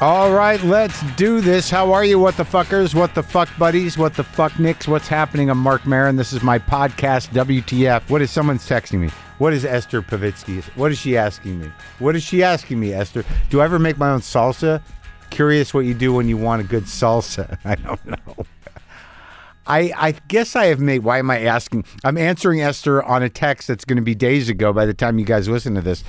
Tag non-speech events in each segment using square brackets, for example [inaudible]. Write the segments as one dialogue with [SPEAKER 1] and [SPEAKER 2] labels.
[SPEAKER 1] All right, let's do this. How are you, what the fuckers, what the fuck buddies, what the fuck nicks, what's happening? I'm Mark Marin. This is my podcast, WTF. What is someone's texting me? What is Esther Pavitsky? What is she asking me? What is she asking me, Esther? Do I ever make my own salsa? Curious what you do when you want a good salsa. [laughs] I don't know. I, I guess I have made. Why am I asking? I'm answering Esther on a text that's going to be days ago by the time you guys listen to this.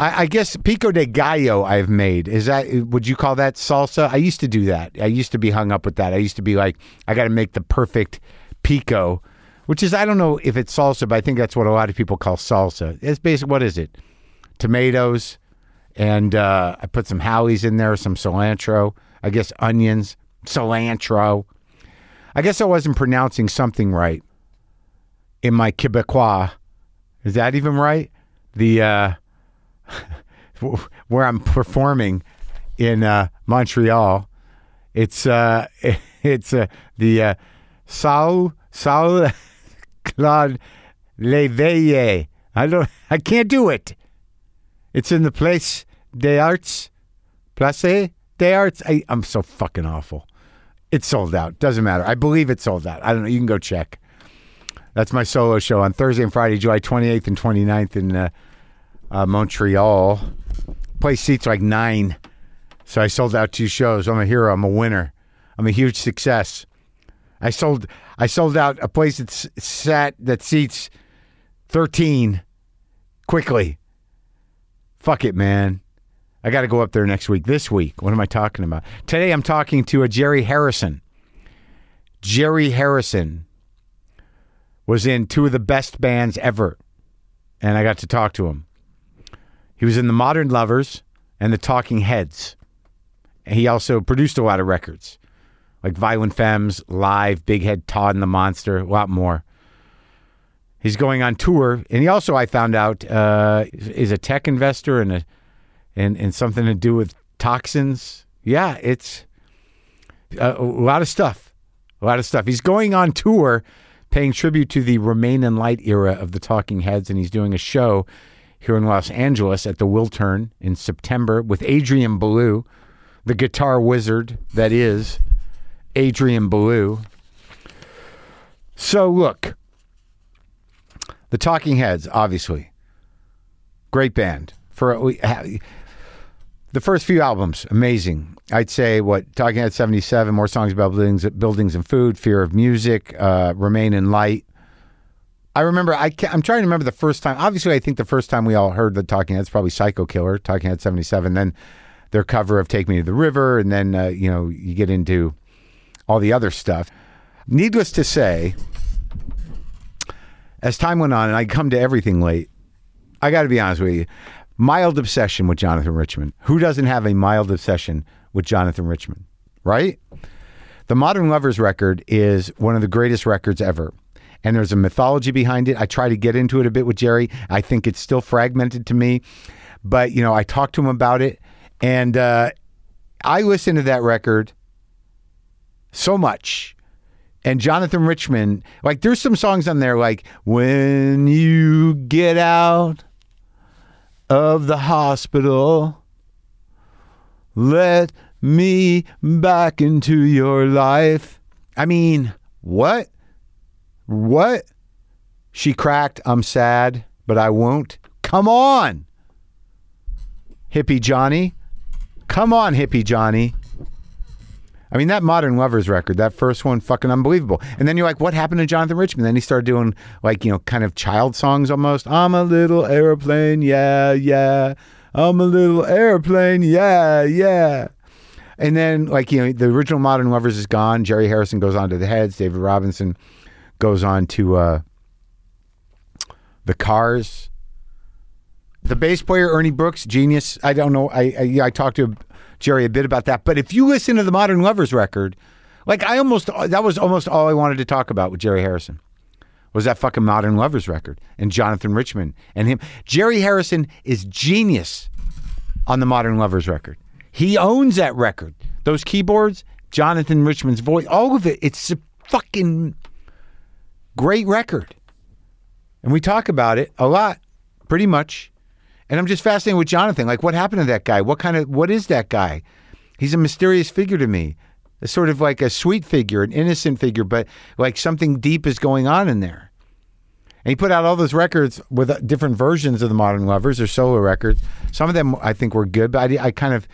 [SPEAKER 1] I, I guess pico de gallo I've made. Is that, would you call that salsa? I used to do that. I used to be hung up with that. I used to be like, I got to make the perfect pico, which is, I don't know if it's salsa, but I think that's what a lot of people call salsa. It's basically, what is it? Tomatoes, and uh, I put some howies in there, some cilantro, I guess onions, cilantro. I guess I wasn't pronouncing something right in my Quebecois. Is that even right? The uh, [laughs] where I'm performing in uh, Montreal, it's uh, [laughs] it's uh, the uh, Saul Saul [laughs] Claude Leveille. I don't. I can't do it. It's in the Place des Arts. Place des Arts. I, I'm so fucking awful. It's sold out. Doesn't matter. I believe it's sold out. I don't know. You can go check. That's my solo show on Thursday and Friday, July 28th and 29th in uh, uh, Montreal. Place seats like nine. So I sold out two shows. I'm a hero. I'm a winner. I'm a huge success. I sold I sold out a place that s- sat that seats 13 quickly. Fuck it, man. I got to go up there next week. This week, what am I talking about? Today, I'm talking to a Jerry Harrison. Jerry Harrison was in two of the best bands ever, and I got to talk to him. He was in the Modern Lovers and the Talking Heads. And He also produced a lot of records, like Violent Femmes, Live, Big Head Todd and the Monster, a lot more. He's going on tour, and he also, I found out, uh, is a tech investor and a and and something to do with toxins. Yeah, it's uh, a, a lot of stuff. A lot of stuff. He's going on tour, paying tribute to the Remain in Light era of the Talking Heads, and he's doing a show here in Los Angeles at the Wiltern in September with Adrian Belew, the guitar wizard that is Adrian Belew. So look, the Talking Heads, obviously great band for the first few albums amazing i'd say what talking at 77 more songs about buildings buildings and food fear of music uh, remain in light i remember I can i'm trying to remember the first time obviously i think the first time we all heard the talking heads probably psycho killer talking at 77 then their cover of take me to the river and then uh, you know you get into all the other stuff needless to say as time went on and i come to everything late I got to be honest with you. Mild obsession with Jonathan Richmond. Who doesn't have a mild obsession with Jonathan Richmond, right? The Modern Lovers record is one of the greatest records ever. And there's a mythology behind it. I try to get into it a bit with Jerry. I think it's still fragmented to me, but you know, I talked to him about it, and uh, I listened to that record so much. And Jonathan Richmond, like, there's some songs on there like "When You Get Out of the Hospital." Let me back into your life. I mean, what? What? She cracked, I'm sad, but I won't. Come on. Hippie Johnny. Come on, Hippie Johnny. I mean, that Modern Lovers record, that first one, fucking unbelievable. And then you're like, what happened to Jonathan Richmond? Then he started doing, like, you know, kind of child songs almost. I'm a little airplane, yeah, yeah. I'm a little airplane, yeah, yeah. And then, like, you know, the original Modern Lovers is gone. Jerry Harrison goes on to the Heads. David Robinson goes on to uh, the Cars. The bass player Ernie Brooks, genius. I don't know. I I, yeah, I talked to Jerry a bit about that, but if you listen to the Modern Lovers record, like I almost that was almost all I wanted to talk about with Jerry Harrison was that fucking Modern Lovers record and Jonathan Richmond and him. Jerry Harrison is genius on the Modern Lovers record. He owns that record. Those keyboards, Jonathan Richmond's voice, all of it. It's a fucking great record. And we talk about it a lot, pretty much. And I'm just fascinated with Jonathan. Like, what happened to that guy? What kind of, what is that guy? He's a mysterious figure to me, a sort of like a sweet figure, an innocent figure, but like something deep is going on in there. And he put out all those records with uh, different versions of the Modern Lovers or solo records. Some of them I think were good, but I, I kind of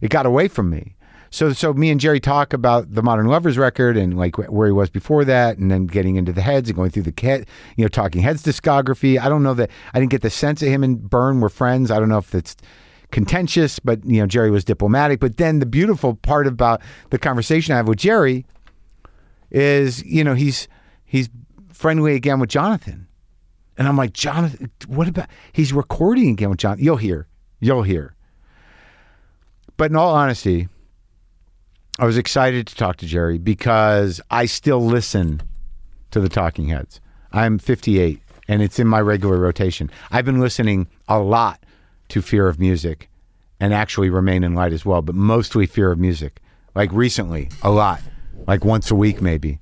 [SPEAKER 1] it got away from me. So so me and Jerry talk about the Modern Lovers record and like wh- where he was before that, and then getting into the Heads and going through the cat, you know, Talking Heads discography. I don't know that I didn't get the sense that him and Byrne were friends. I don't know if that's contentious, but you know, Jerry was diplomatic. But then the beautiful part about the conversation I have with Jerry is you know he's he's friendly again with Jonathan, and I'm like Jonathan, what about he's recording again with John? You'll hear, you'll hear. But in all honesty, I was excited to talk to Jerry because I still listen to the Talking Heads. I'm 58, and it's in my regular rotation. I've been listening a lot to Fear of Music, and actually Remain in Light as well, but mostly Fear of Music. Like recently, a lot, like once a week maybe.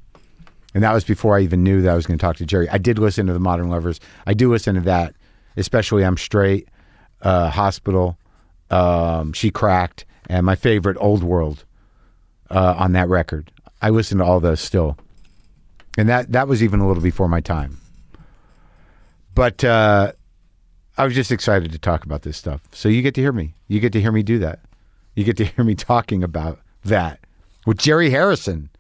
[SPEAKER 1] And that was before I even knew that I was going to talk to Jerry. I did listen to the Modern Lovers. I do listen to that, especially I'm Straight, uh, Hospital, um, She Cracked, and my favorite, Old World, uh, on that record. I listen to all those still. And that, that was even a little before my time. But uh, I was just excited to talk about this stuff. So you get to hear me. You get to hear me do that. You get to hear me talking about that with Jerry Harrison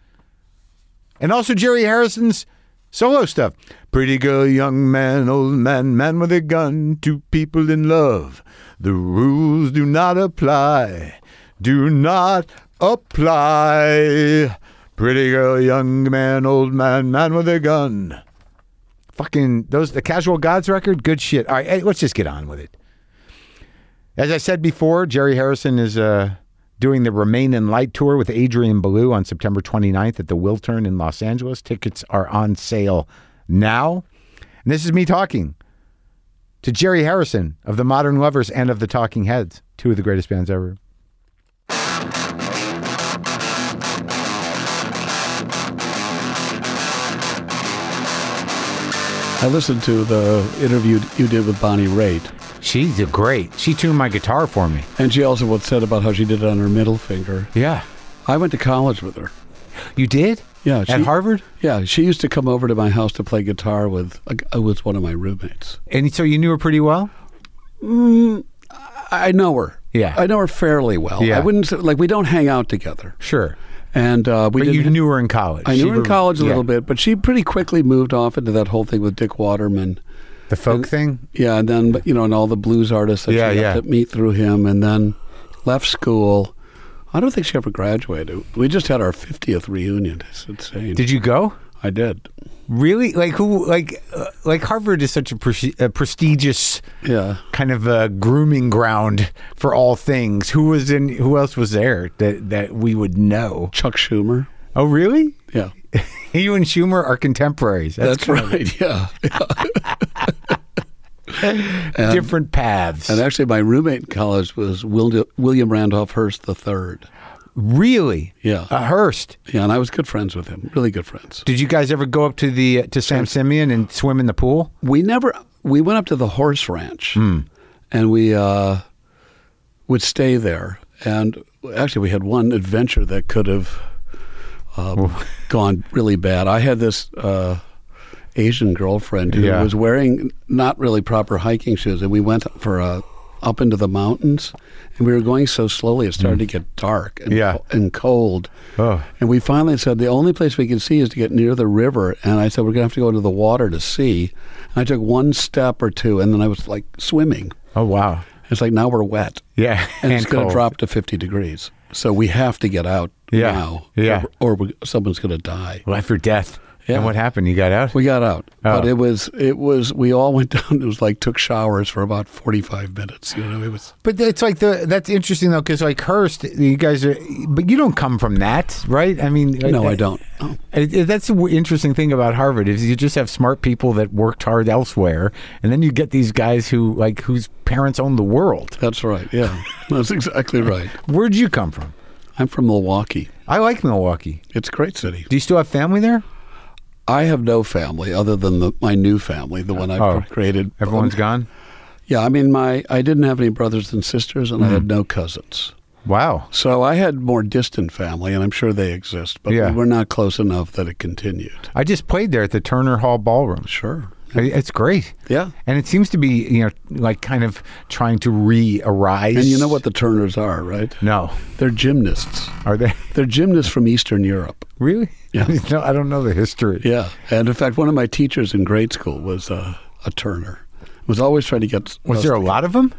[SPEAKER 1] and also Jerry Harrison's solo stuff. Pretty girl, young man, old man, man with a gun, two people in love. The rules do not apply. Do not apply. Pretty girl, young man, old man, man with a gun. Fucking those the Casual Gods record, good shit. All right, hey, let's just get on with it. As I said before, Jerry Harrison is uh, doing the Remain in Light tour with Adrian Belew on September 29th at the Wiltern in Los Angeles. Tickets are on sale now. And this is me talking to Jerry Harrison of the Modern Lovers and of the Talking Heads, two of the greatest bands ever.
[SPEAKER 2] I listened to the interview you did with Bonnie Raitt,
[SPEAKER 1] She's a great. She tuned my guitar for me.
[SPEAKER 2] and she also what said about how she did it on her middle finger.
[SPEAKER 1] Yeah.
[SPEAKER 2] I went to college with her.
[SPEAKER 1] You did?
[SPEAKER 2] Yeah,
[SPEAKER 1] At
[SPEAKER 2] she-
[SPEAKER 1] Harvard?
[SPEAKER 2] Yeah, she used to come over to my house to play guitar with uh, with one of my roommates.
[SPEAKER 1] And so you knew her pretty well?
[SPEAKER 2] I I know her.
[SPEAKER 1] Yeah.
[SPEAKER 2] I know her fairly well.
[SPEAKER 1] Yeah.
[SPEAKER 2] I wouldn't say- like we don't hang out together,
[SPEAKER 1] Sure.
[SPEAKER 2] and uh, we
[SPEAKER 1] But
[SPEAKER 2] didn't.
[SPEAKER 1] you knew her in college.
[SPEAKER 2] I knew
[SPEAKER 1] She
[SPEAKER 2] her in
[SPEAKER 1] was-
[SPEAKER 2] college a
[SPEAKER 1] yeah.
[SPEAKER 2] little bit, but she pretty quickly moved off into that whole thing with Dick Waterman.
[SPEAKER 1] The folk
[SPEAKER 2] Uh,
[SPEAKER 1] thing?
[SPEAKER 2] Yeah, and then but, you know, and all the blues artists that
[SPEAKER 1] Yeah,
[SPEAKER 2] she
[SPEAKER 1] yeah.
[SPEAKER 2] got to meet through him, and then left school. I don't think she ever graduated. We just had our fiftieth reunion. It's insane.
[SPEAKER 1] Did you go?
[SPEAKER 2] I did.
[SPEAKER 1] Really? Like who? Like uh, like Harvard is such a, presti- a prestigious
[SPEAKER 2] Yeah.
[SPEAKER 1] kind of a grooming ground for all things. Who was in? Who else was there that that we would know?
[SPEAKER 2] Chuck Schumer.
[SPEAKER 1] Oh, really?
[SPEAKER 2] Yeah.
[SPEAKER 1] you and Schumer are contemporaries. That's,
[SPEAKER 2] That's, right. [laughs] Yeah.
[SPEAKER 1] different paths.
[SPEAKER 2] And actually, my roommate in college was Wil- William Randolph Hearst III.
[SPEAKER 1] really?
[SPEAKER 2] Yeah.
[SPEAKER 1] A Hearst.
[SPEAKER 2] Yeah, and I was good friends with him. Really good friends.
[SPEAKER 1] Did you guys ever go up to the uh, to Sam Simeon and swim in the pool?
[SPEAKER 2] We never. We went up to the horse ranch,
[SPEAKER 1] Hmm.
[SPEAKER 2] and we uh, would stay there. And actually, we had one adventure that could have um, gone really bad. I had this uh, Asian girlfriend who
[SPEAKER 1] Yeah.
[SPEAKER 2] was wearing not really proper hiking shoes, and we went for a up into the mountains, and we were going so slowly it started to get dark and,
[SPEAKER 1] Hmm. Yeah.
[SPEAKER 2] and cold.
[SPEAKER 1] Oh.
[SPEAKER 2] And we finally said the only place we can see is to get near the river. And I said we're going to have to go into the water to see. And I took one step or two, and then I was like swimming.
[SPEAKER 1] Oh wow.
[SPEAKER 2] It's like now we're wet,
[SPEAKER 1] Yeah.
[SPEAKER 2] and, it's going
[SPEAKER 1] cold.
[SPEAKER 2] to drop to fifty degrees. So we have to get out
[SPEAKER 1] Yeah.
[SPEAKER 2] now,
[SPEAKER 1] Yeah.
[SPEAKER 2] or, or we, someone's going to die.
[SPEAKER 1] Life or death.
[SPEAKER 2] Yeah.
[SPEAKER 1] And what happened? You got out.
[SPEAKER 2] We got out, but
[SPEAKER 1] Oh.
[SPEAKER 2] it was it was we all went [laughs] down. It was like took showers for about forty five minutes. You know, it was
[SPEAKER 1] But it's like the that's interesting though because like Hearst, you guys are, but you don't come from that, right? I mean, uh,
[SPEAKER 2] no, I don't. Oh,
[SPEAKER 1] It, it- that's the w- interesting thing about Harvard is you just have smart people that worked hard elsewhere, and then you get these guys who like whose parents own the world.
[SPEAKER 2] that's right. Yeah, [laughs] that's exactly right.
[SPEAKER 1] Where'd you come from?
[SPEAKER 2] I'm from Milwaukee.
[SPEAKER 1] I like Milwaukee.
[SPEAKER 2] It's a great city.
[SPEAKER 1] Do you still have family there?
[SPEAKER 2] I have no family other than the, my new family, the one I've
[SPEAKER 1] Oh.
[SPEAKER 2] created.
[SPEAKER 1] Everyone's gone. Mm.
[SPEAKER 2] Yeah, I mean, my I didn't have any brothers and sisters, and I had no cousins.
[SPEAKER 1] Wow.
[SPEAKER 2] So I had more distant family, and I'm sure they exist, but
[SPEAKER 1] Yeah.
[SPEAKER 2] we were not close enough that it continued.
[SPEAKER 1] I just played there at the Turner Hall Ballroom.
[SPEAKER 2] Sure.
[SPEAKER 1] It's great.
[SPEAKER 2] Yeah.
[SPEAKER 1] And it seems to be, you know, like kind of trying to re arise.
[SPEAKER 2] And you know what the Turners are, right?
[SPEAKER 1] No.
[SPEAKER 2] They're gymnasts.
[SPEAKER 1] Are they
[SPEAKER 2] They're gymnasts from Eastern Europe.
[SPEAKER 1] really?
[SPEAKER 2] Yeah.
[SPEAKER 1] [laughs] no, I don't know the history.
[SPEAKER 2] Yeah. And in fact, one of my teachers in grade school was uh, a Turner. Was always trying to get.
[SPEAKER 1] Was there a lot of them?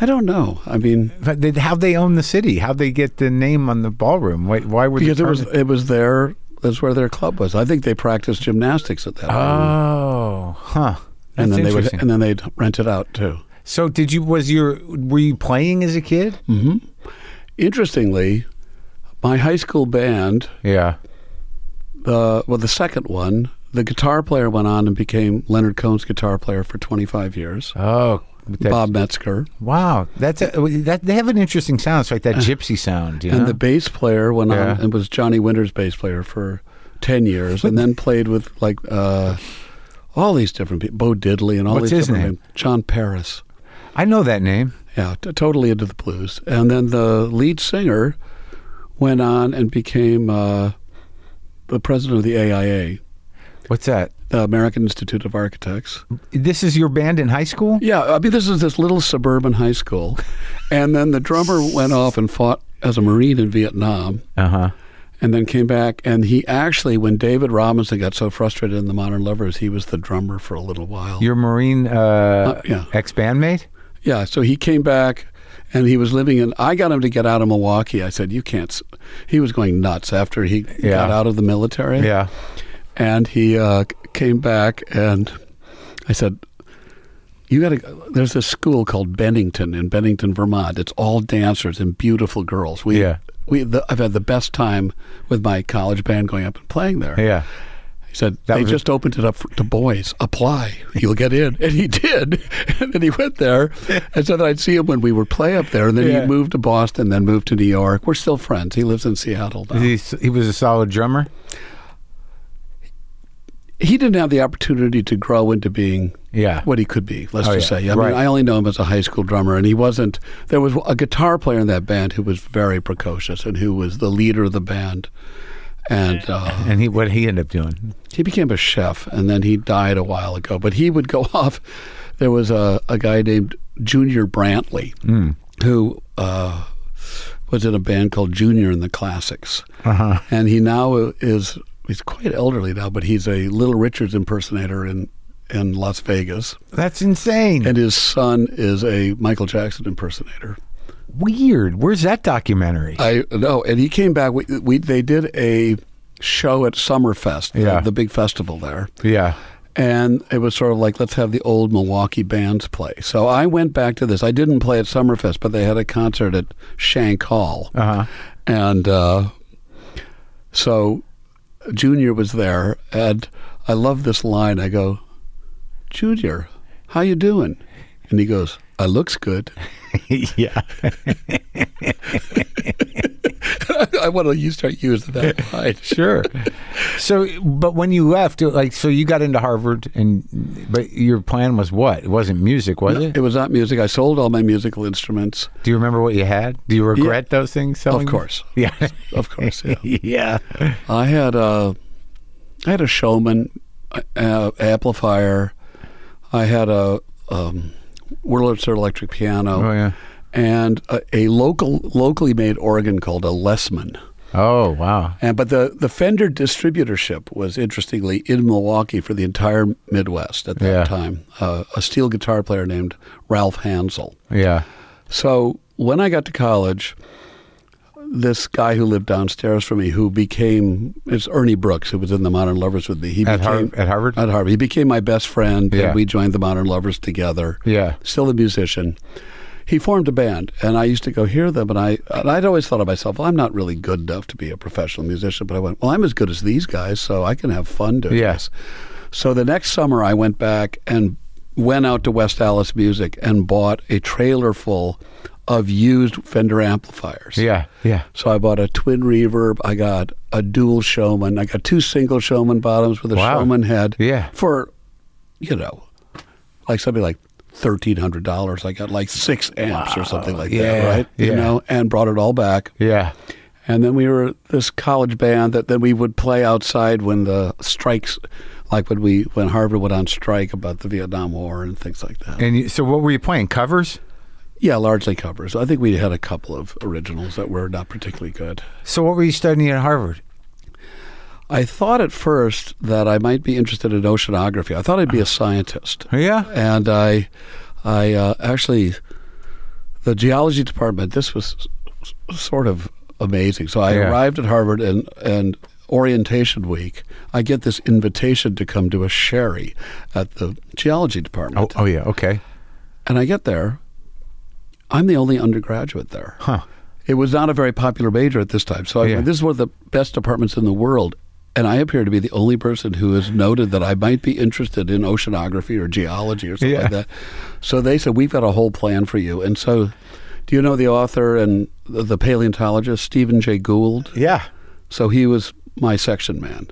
[SPEAKER 2] I don't know. I mean,
[SPEAKER 1] But they- How'd they own the city? How'd they get the name on the ballroom? Why, why were
[SPEAKER 2] because
[SPEAKER 1] the
[SPEAKER 2] it was
[SPEAKER 1] Turner-
[SPEAKER 2] it was their that's where their club was. I think they practiced gymnastics at that. time.
[SPEAKER 1] Oh, huh.
[SPEAKER 2] and
[SPEAKER 1] That's
[SPEAKER 2] then they would
[SPEAKER 1] interesting.
[SPEAKER 2] and then they'd rent it out too.
[SPEAKER 1] so did you, was your, were you playing as a kid?
[SPEAKER 2] Mm. Interestingly, my high school band,
[SPEAKER 1] Yeah.
[SPEAKER 2] the well, the second one, the guitar player went on and became Leonard Cohen's guitar player for 25 years.
[SPEAKER 1] Oh, that-
[SPEAKER 2] Bob Metzger
[SPEAKER 1] Wow, that's a, that. They have an interesting sound. It's like that gypsy sound, you know.
[SPEAKER 2] Uh, and the bass player went
[SPEAKER 1] Yeah.
[SPEAKER 2] on and was Johnny Winter's bass player for 10 years, and then played with like uh, all these different people, Bo Diddley and all
[SPEAKER 1] What's
[SPEAKER 2] these
[SPEAKER 1] his
[SPEAKER 2] different
[SPEAKER 1] name?
[SPEAKER 2] people. John Paris.
[SPEAKER 1] I know that name.
[SPEAKER 2] Yeah, t- totally into the blues. And then the lead singer went on and became uh, the president of the AIA,
[SPEAKER 1] What's that?
[SPEAKER 2] the American Institute of Architects.
[SPEAKER 1] This is your band in high school?
[SPEAKER 2] Yeah, I mean, this is this little suburban high school. And then the drummer went off and fought as a Marine in Vietnam
[SPEAKER 1] Uh huh.
[SPEAKER 2] and then came back. And he actually, when David Robinson got so frustrated in The Modern Lovers, he was the drummer for a little while.
[SPEAKER 1] Your Marine uh,
[SPEAKER 2] yeah.
[SPEAKER 1] ex bandmate?
[SPEAKER 2] Yeah, so he came back and he was living in I got him to get out of Milwaukee. I said, "You can't." s-" He was going nuts after he
[SPEAKER 1] Yeah.
[SPEAKER 2] got out of the military.
[SPEAKER 1] Yeah.
[SPEAKER 2] And he uh, c- came back and I said, "You got to there's this school called Bennington in Bennington, Vermont. It's all dancers and beautiful girls. We
[SPEAKER 1] Yeah.
[SPEAKER 2] we the, I've had the best time with my college band going up and playing there."
[SPEAKER 1] Yeah.
[SPEAKER 2] He said,
[SPEAKER 1] That
[SPEAKER 2] they
[SPEAKER 1] was a-
[SPEAKER 2] just opened it up for, to boys. Apply. You'll get in. And he [laughs] did. And then he went there. And so then I'd see him when we would play up there. And then
[SPEAKER 1] Yeah.
[SPEAKER 2] he moved to Boston, then moved to New York. We're still friends. He lives in Seattle now. He,
[SPEAKER 1] He, he was a solid drummer.
[SPEAKER 2] didn't have the opportunity to grow into being
[SPEAKER 1] Yeah.
[SPEAKER 2] what he could be, let's
[SPEAKER 1] Oh,
[SPEAKER 2] just
[SPEAKER 1] yeah.
[SPEAKER 2] say. I
[SPEAKER 1] Right.
[SPEAKER 2] mean, I only know him as a high school drummer. And he wasn't, there was a guitar player in that band who was very precocious and who was the leader of the band. And uh,
[SPEAKER 1] And he what he ended up doing?
[SPEAKER 2] He became a chef, and then he died a while ago. But he would go [laughs] off. There was a, a guy named Junior Brantley
[SPEAKER 1] Hmm.
[SPEAKER 2] who uh, was in a band called Junior in the Classics,
[SPEAKER 1] Uh-huh.
[SPEAKER 2] and he now is he's quite elderly now, but he's a Little Richards impersonator in in Las Vegas,
[SPEAKER 1] That's insane.
[SPEAKER 2] and his son is a Michael Jackson impersonator.
[SPEAKER 1] Weird. Where's that documentary?
[SPEAKER 2] I know, and he came back. We, we they did a show at Summerfest, the-
[SPEAKER 1] Yeah.
[SPEAKER 2] the big festival there.
[SPEAKER 1] yeah.
[SPEAKER 2] and it was sort of like let's have the old Milwaukee bands play. So I went back to this. I didn't play at Summerfest, but they had a concert at Shank Hall,
[SPEAKER 1] Uh huh.
[SPEAKER 2] and uh, so Junior was there, and I love this line. I go, Junior, how you doing? And he goes, I looks good.
[SPEAKER 1] [laughs]
[SPEAKER 2] [laughs]
[SPEAKER 1] yeah.
[SPEAKER 2] I want to you start using that line.
[SPEAKER 1] Sure. so, but when you left, like, so you got into Harvard, and but your plan was what? It wasn't music, was it?
[SPEAKER 2] It was not music. I sold all my musical instruments,
[SPEAKER 1] Do you remember what you had? Do you regret those things? Selling?
[SPEAKER 2] of
[SPEAKER 1] them?
[SPEAKER 2] course,
[SPEAKER 1] [laughs] Yeah.
[SPEAKER 2] of course. Yeah.
[SPEAKER 1] yeah.
[SPEAKER 2] I had a, I had a Showman uh, amplifier. I had a um, Wurlitzer electric piano.
[SPEAKER 1] Oh, yeah.
[SPEAKER 2] And a, a local, locally made organ called a Lessman.
[SPEAKER 1] Oh wow.
[SPEAKER 2] And but the the Fender distributorship was interestingly in Milwaukee for the entire Midwest at that
[SPEAKER 1] Yeah.
[SPEAKER 2] time. Uh, a steel guitar player named Ralph Hansel.
[SPEAKER 1] Yeah.
[SPEAKER 2] So when I got to college, this guy who lived downstairs from me, who became it's Ernie Brooks, who was in the Modern Lovers with me. He
[SPEAKER 1] At,
[SPEAKER 2] became
[SPEAKER 1] Har- at Harvard.
[SPEAKER 2] at Harvard. He became my best friend,
[SPEAKER 1] Yeah.
[SPEAKER 2] and we joined the Modern Lovers together.
[SPEAKER 1] yeah.
[SPEAKER 2] Still a musician. He formed a band, and I used to go hear them. And I, and I'd always thought of myself, well, I'm not really good enough to be a professional musician. But I went, well, I'm as good as these guys, so I can have fun doing
[SPEAKER 1] Yeah.
[SPEAKER 2] this. So the next summer, I went back and went out to West Allis Music and bought a trailer full of used Fender amplifiers.
[SPEAKER 1] Yeah. Yeah.
[SPEAKER 2] So I bought a twin reverb. I got a dual Showman. I got two single Showman bottoms with a
[SPEAKER 1] Wow.
[SPEAKER 2] Showman head.
[SPEAKER 1] Yeah.
[SPEAKER 2] For, you know, like something like thirteen hundred dollars. I got like six amps or something like
[SPEAKER 1] yeah,
[SPEAKER 2] that, right?
[SPEAKER 1] yeah.
[SPEAKER 2] You know, and brought it all back.
[SPEAKER 1] Yeah.
[SPEAKER 2] And then we were this college band that then we would play outside when the strikes, like when we when Harvard went on strike about the Vietnam War and things like that.
[SPEAKER 1] And you, so what were you playing? Covers?
[SPEAKER 2] Yeah, largely covers. I think we had a couple of originals that were not particularly good.
[SPEAKER 1] So what were you studying at Harvard?
[SPEAKER 2] I thought at first that I might be interested in oceanography. I thought I'd be a scientist.
[SPEAKER 1] Yeah.
[SPEAKER 2] and I, I uh, actually, the geology department. This was s- s- sort of amazing. So I
[SPEAKER 1] Yeah.
[SPEAKER 2] arrived at Harvard and and orientation week. I get this invitation to come to a sherry at the geology
[SPEAKER 1] Oh,
[SPEAKER 2] department,
[SPEAKER 1] oh yeah. Okay.
[SPEAKER 2] and I get there. I'm the only undergraduate there.
[SPEAKER 1] Huh.
[SPEAKER 2] It was not a very popular major at this time. So I,
[SPEAKER 1] Yeah.
[SPEAKER 2] this is one of the best departments in the world. And I appear to be the only person who has noted that I might be interested in oceanography or geology or something
[SPEAKER 1] Yeah.
[SPEAKER 2] like that. So they said, We've got a whole plan for you. And so, do you know the author and the, the paleontologist, Stephen Jay Gould?
[SPEAKER 1] Yeah.
[SPEAKER 2] So he was my section man.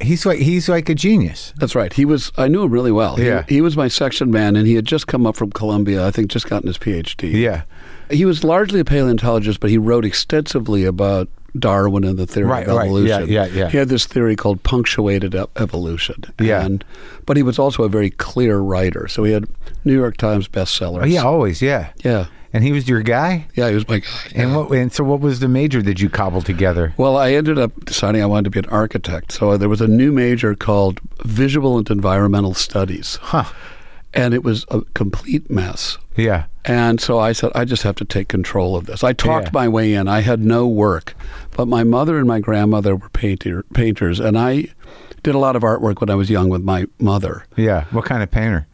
[SPEAKER 1] He's like he's like a genius.
[SPEAKER 2] That's right. He was. I knew him really well. He-
[SPEAKER 1] Yeah.
[SPEAKER 2] He, was my section man, and he had just come up from Columbia. I think just gotten his PhD.
[SPEAKER 1] Yeah.
[SPEAKER 2] He was largely a paleontologist, but he wrote extensively about Darwin and the theory
[SPEAKER 1] Right,
[SPEAKER 2] of
[SPEAKER 1] right.
[SPEAKER 2] evolution.
[SPEAKER 1] Yeah, yeah, yeah.
[SPEAKER 2] He had this theory called punctuated e- evolution.
[SPEAKER 1] Yeah.
[SPEAKER 2] And, but he was also a very clear writer. So he had New York Times bestsellers.
[SPEAKER 1] Oh, yeah. Always. Yeah.
[SPEAKER 2] Yeah.
[SPEAKER 1] And he was your guy.
[SPEAKER 2] Yeah, he was my guy.
[SPEAKER 1] And what? And so what was the major that you cobbled together?
[SPEAKER 2] Well, I ended up deciding I wanted to be an architect. So there was a new major called Visual and Environmental Studies.
[SPEAKER 1] Huh.
[SPEAKER 2] And it was a complete mess.
[SPEAKER 1] Yeah.
[SPEAKER 2] And so I said, I just have to take control of this. I talked
[SPEAKER 1] Yeah.
[SPEAKER 2] my way in. I had no work, but my mother and my grandmother were painter, painters, and I did a lot of artwork when I was young with my mother.
[SPEAKER 1] Yeah. What kind of painter?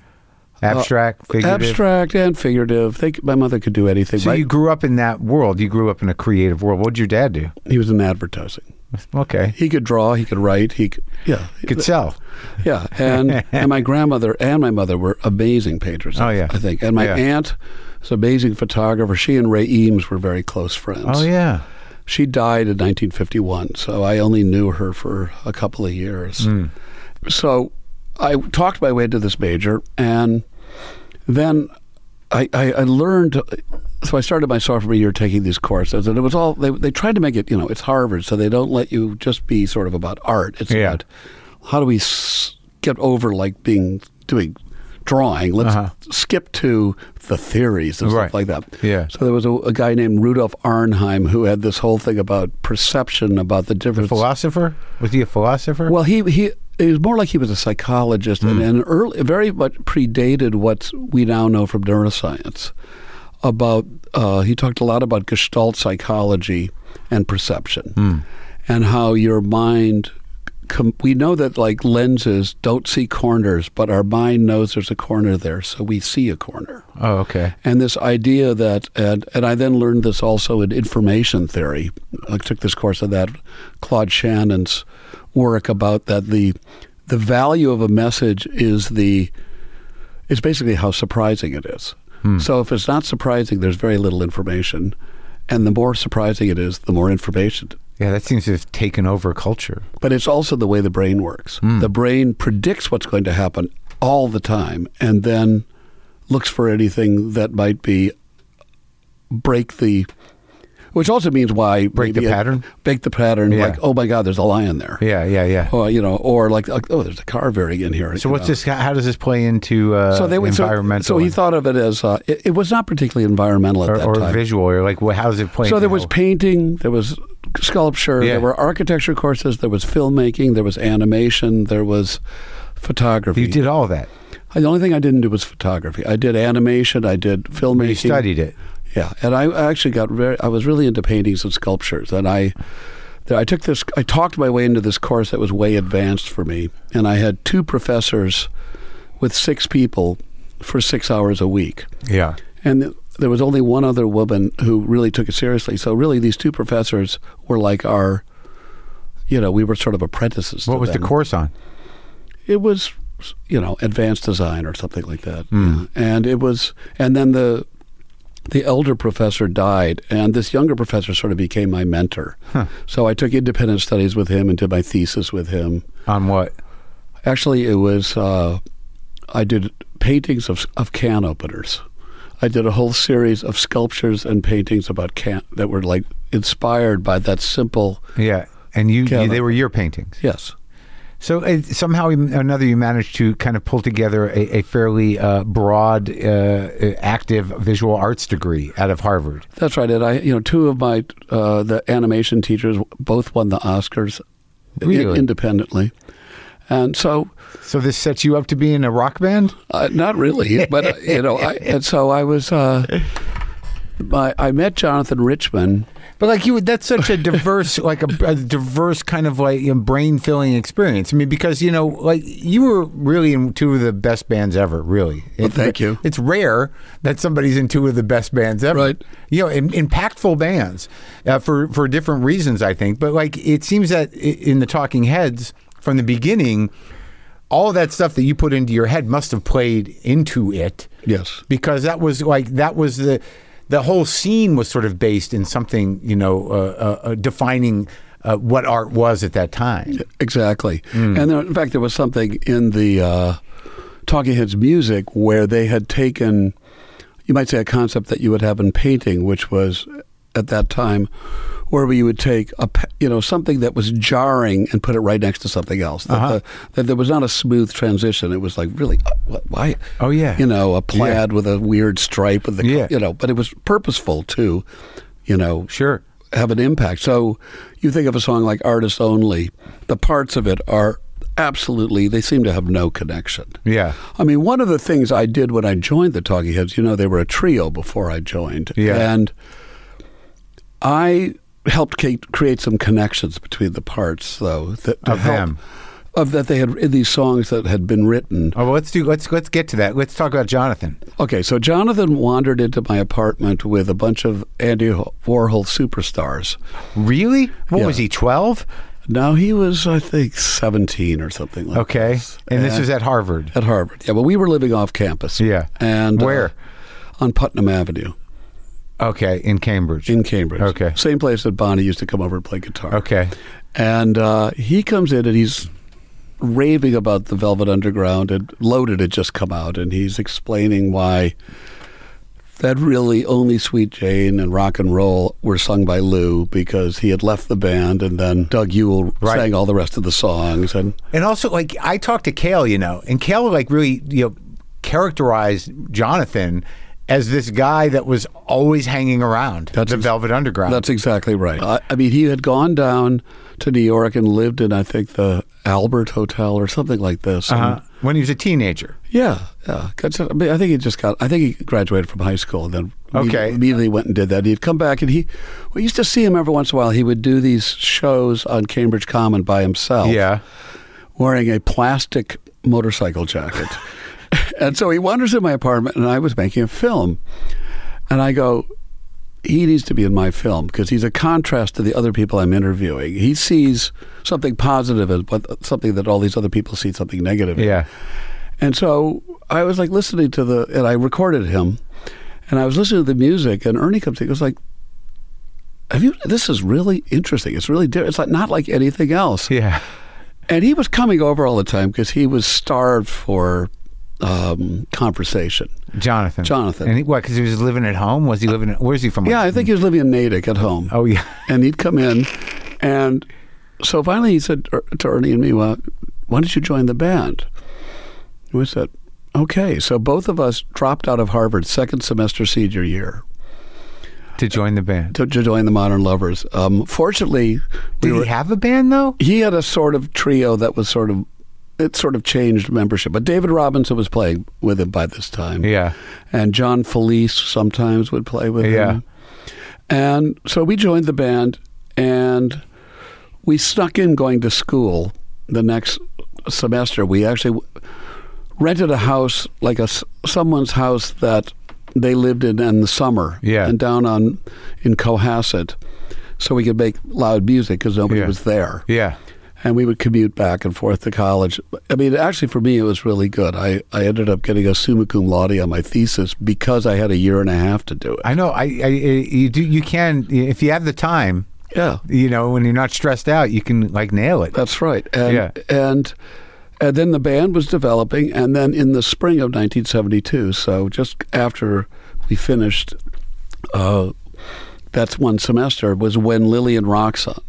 [SPEAKER 1] Abstract, figurative.
[SPEAKER 2] Uh, Abstract and figurative. They, c- my mother could do anything.
[SPEAKER 1] So
[SPEAKER 2] right?
[SPEAKER 1] you grew up in that world. You grew up in a creative world. What did your dad do?
[SPEAKER 2] he was in advertising. [laughs]
[SPEAKER 1] Okay.
[SPEAKER 2] He could draw. He could write. He could, yeah,
[SPEAKER 1] Could sell. [laughs]
[SPEAKER 2] yeah. And and my grandmother and my mother were amazing painters.
[SPEAKER 1] Oh, yeah.
[SPEAKER 2] I think. And my
[SPEAKER 1] Yeah.
[SPEAKER 2] aunt was an amazing photographer. She and Ray Eames were very close friends.
[SPEAKER 1] Oh yeah.
[SPEAKER 2] She died in 1951, so I only knew her for a couple of years.
[SPEAKER 1] Hmm.
[SPEAKER 2] So I talked my way into this major, and then I, I, I learned. So I started my sophomore year taking these courses, and it was all they, they tried to make it. You know, it's Harvard, so they don't let you just be sort of about art. It's
[SPEAKER 1] Yeah.
[SPEAKER 2] about how do we s- get over like being doing drawing. Let's skip to the theories and
[SPEAKER 1] Uh-huh. Right.
[SPEAKER 2] stuff like that.
[SPEAKER 1] Yeah.
[SPEAKER 2] So there was a, a guy named Rudolf Arnheim who had this whole thing about perception, about the difference.
[SPEAKER 1] Philosopher? Was he a philosopher?
[SPEAKER 2] well, he he it was more like he was a psychologist, and, and early, very much predated what we now know from neuroscience. About uh, he talked a lot about Gestalt psychology and perception, and how your mind. Com- we know that like lenses don't see corners, but our mind knows there's a corner there, so we see a corner
[SPEAKER 1] oh, okay.
[SPEAKER 2] and this idea that and, and i then learned this also in information theory i took this course on that claude shannon's work about that the the value of a message is the is basically how surprising it is so if it's not surprising there's very little information and the more surprising it is the more information
[SPEAKER 1] Yeah, that seems to have taken over culture.
[SPEAKER 2] but it's also the way the brain works.
[SPEAKER 1] Hmm.
[SPEAKER 2] The brain predicts what's going to happen all the time and then looks for anything that might be break the which also means why
[SPEAKER 1] Break the
[SPEAKER 2] maybe it-
[SPEAKER 1] pattern?
[SPEAKER 2] break the pattern
[SPEAKER 1] Yeah.
[SPEAKER 2] like oh my god there's a lion there
[SPEAKER 1] Yeah, yeah, yeah.
[SPEAKER 2] or you know or like oh there's a car veering in here
[SPEAKER 1] so
[SPEAKER 2] you
[SPEAKER 1] what's
[SPEAKER 2] know.
[SPEAKER 1] this? How does this play into uh,
[SPEAKER 2] so they would so-
[SPEAKER 1] environmental?
[SPEAKER 2] so, he
[SPEAKER 1] and-
[SPEAKER 2] thought of it as uh, it, it was not particularly environmental at that
[SPEAKER 1] or, or
[SPEAKER 2] time
[SPEAKER 1] visual, or like wh- how does it play?
[SPEAKER 2] so there
[SPEAKER 1] into-
[SPEAKER 2] was painting, there was sculpture,
[SPEAKER 1] Yeah.
[SPEAKER 2] there were architecture courses, there was filmmaking, there was animation, there was photography.
[SPEAKER 1] you did all that.
[SPEAKER 2] The only thing I didn't do was photography. I did animation, I did filmmaking.
[SPEAKER 1] You studied it.
[SPEAKER 2] Yeah, and I actually got very. I was really into paintings and sculptures, and I, there, I took this. I talked my way into this course that was way advanced for me, and I had two professors, with six people, for six hours a week.
[SPEAKER 1] Yeah.
[SPEAKER 2] And th- there was only one other woman who really took it seriously. So really, these two professors were like our, you know, we were sort of apprentices.
[SPEAKER 1] What
[SPEAKER 2] to
[SPEAKER 1] was the
[SPEAKER 2] them.
[SPEAKER 1] course on?
[SPEAKER 2] It was, you know, advanced design or something like that.
[SPEAKER 1] Hmm.
[SPEAKER 2] Yeah. And it was, and then the. The elder professor died, and this younger professor sort of became my mentor. So I took independent studies with him and did my thesis with him.
[SPEAKER 1] On what?
[SPEAKER 2] Actually, it was uh, I did paintings of, of can openers. I did a whole series of sculptures and paintings about can that were like inspired by that simple
[SPEAKER 1] Yeah. And you, you
[SPEAKER 2] Kevin.
[SPEAKER 1] they were your paintings.
[SPEAKER 2] yes.
[SPEAKER 1] So uh, somehow or another, you managed to kind of pull together a, a fairly uh, broad, uh, uh, active visual arts degree out of Harvard.
[SPEAKER 2] That's right. And I, you know, two of my uh, the animation teachers both won the Oscars i-
[SPEAKER 1] Really?
[SPEAKER 2] independently, and so
[SPEAKER 1] So this sets you up to be in a rock band.
[SPEAKER 2] uh, not really, but uh, you know, I, and so I was. Uh, my, I met Jonathan Richman.
[SPEAKER 1] But like you, would- that's such a diverse, [laughs] like a, a diverse kind of like you know, brain filling experience. I mean, because you know, like you were really in two of the best bands ever. Really, It-
[SPEAKER 2] thank you.
[SPEAKER 1] It's rare that somebody's in two of the best bands ever.
[SPEAKER 2] Right.
[SPEAKER 1] You know, im- impactful bands uh, for for different reasons, I think. But like, it seems that i- in the Talking Heads from the beginning, all that stuff that you put into your head must have played into it
[SPEAKER 2] Yes.
[SPEAKER 1] because that was like that was the the whole scene was sort of based in something you know uh, uh, uh, defining uh, what art was at that time.
[SPEAKER 2] Exactly.
[SPEAKER 1] Hmm.
[SPEAKER 2] And there, in fact, there was something in the uh, Talking Heads music where they had taken, you might say, a concept that you would have in painting, which was at that time where you would take a pa- you know something that was jarring and put it right next to something else that,
[SPEAKER 1] Uh-huh.
[SPEAKER 2] the, that there was not a smooth transition it was like really uh, what, why
[SPEAKER 1] Oh, yeah.
[SPEAKER 2] you know a plaid with a weird stripe with the
[SPEAKER 1] Yeah.
[SPEAKER 2] you know but it was purposeful too you know
[SPEAKER 1] Sure.
[SPEAKER 2] have an impact. So you think of a song like Artists Only, the parts of it are absolutely, they seem to have no connection.
[SPEAKER 1] Yeah.
[SPEAKER 2] I mean, one of the things I did when I joined the Talking Heads, you know, they were a trio before I joined.
[SPEAKER 1] Yeah.
[SPEAKER 2] And I helped ca- create some connections between the parts, though. That, to
[SPEAKER 1] Of
[SPEAKER 2] help-
[SPEAKER 1] them.
[SPEAKER 2] Of that they had in these songs that had been written.
[SPEAKER 1] Oh, well, let's do let's let's get to that. Let's talk about Jonathan.
[SPEAKER 2] Okay, so Jonathan wandered into my apartment with a bunch of Andy Warhol superstars.
[SPEAKER 1] Really? What
[SPEAKER 2] Yeah.
[SPEAKER 1] was he? Twelve?
[SPEAKER 2] No, he was, I think, 17 or something like
[SPEAKER 1] Okay.
[SPEAKER 2] this.
[SPEAKER 1] And this was at Harvard.
[SPEAKER 2] At Harvard. Yeah, well, we were living off campus.
[SPEAKER 1] Yeah.
[SPEAKER 2] And uh,
[SPEAKER 1] Where?
[SPEAKER 2] on Putnam Avenue
[SPEAKER 1] Okay, in Cambridge.
[SPEAKER 2] in Cambridge.
[SPEAKER 1] Okay.
[SPEAKER 2] Same place that Bonnie used to come over and play guitar.
[SPEAKER 1] okay.
[SPEAKER 2] And uh, he comes in and he's raving about the Velvet Underground and Loaded had just come out and he's explaining why that really only Sweet Jane and Rock and Roll were sung by Lou because he had left the band and then Doug Yule
[SPEAKER 1] Right.
[SPEAKER 2] sang all the rest of the songs and
[SPEAKER 1] And also, like I talked to Kale, you know, and Kale like really you know characterized Jonathan as this guy that was always hanging around the Velvet Underground.
[SPEAKER 2] That's exactly right. I, I mean, he had gone down to New York and lived in, I think, the Albert Hotel or something like this. And
[SPEAKER 1] Uh, when he was a teenager.
[SPEAKER 2] yeah, yeah. Got to- I, mean, I think he just got. I think he graduated from high school and then imme-
[SPEAKER 1] Okay.
[SPEAKER 2] immediately went and did that. He'd come back and he. We used to see him every once in a while. He would do these shows on Cambridge Common by himself. wearing a plastic motorcycle jacket. [laughs] and so he wanders in my apartment, and I was making a film. And I go, he needs to be in my film because he's a contrast to the other people I'm interviewing. He sees something positive, as- but something that all these other people see something negative. in.
[SPEAKER 1] Yeah.
[SPEAKER 2] And so I was like listening to the, and I recorded him, and I was listening to the music, and Ernie comes in, he goes like, "Have you? This is really interesting. It's really different. It's like not like anything else."
[SPEAKER 1] Yeah.
[SPEAKER 2] And he was coming over all the time because he was starved for um, conversation.
[SPEAKER 1] Jonathan.
[SPEAKER 2] Jonathan.
[SPEAKER 1] And he, what? Because he was living at home. Was he living? At, where's he from?
[SPEAKER 2] Yeah, I think he was living in Natick at home.
[SPEAKER 1] Oh yeah.
[SPEAKER 2] And he'd come in. And so finally he said er- to Ernie and me, well, why don't you join the band? And We said, okay. So both of us dropped out of Harvard second semester senior year
[SPEAKER 1] To join the band.
[SPEAKER 2] to, to join the Modern Lovers. Um, fortunately, we
[SPEAKER 1] Did
[SPEAKER 2] were,
[SPEAKER 1] he have a band though?
[SPEAKER 2] he had a sort of trio that was sort of it sort of changed membership. But David Robinson was playing with him by this time.
[SPEAKER 1] Yeah.
[SPEAKER 2] And John Felice sometimes would play with
[SPEAKER 1] Yeah.
[SPEAKER 2] him. And so we joined the band and we snuck in going to school the next semester. We actually w- rented a house, like a, s- someone's house that they lived in in the summer.
[SPEAKER 1] Yeah.
[SPEAKER 2] And down on in Cohasset. So we could make loud music because nobody
[SPEAKER 1] Yeah.
[SPEAKER 2] was there
[SPEAKER 1] Yeah.
[SPEAKER 2] and we would commute back and forth to college. I mean, actually, for me, it was really good. I, I ended up getting a summa cum laude on my thesis because I had a year and a half to do it.
[SPEAKER 1] I know. I, I you do. You can if you have the time.
[SPEAKER 2] Yeah,
[SPEAKER 1] You know, when you're not stressed out, you can like nail it.
[SPEAKER 2] that's right. And,
[SPEAKER 1] Yeah.
[SPEAKER 2] and And then the band was developing, and then in the spring of 1972, so just after we finished, uh, that's one semester was when Lillian Roxon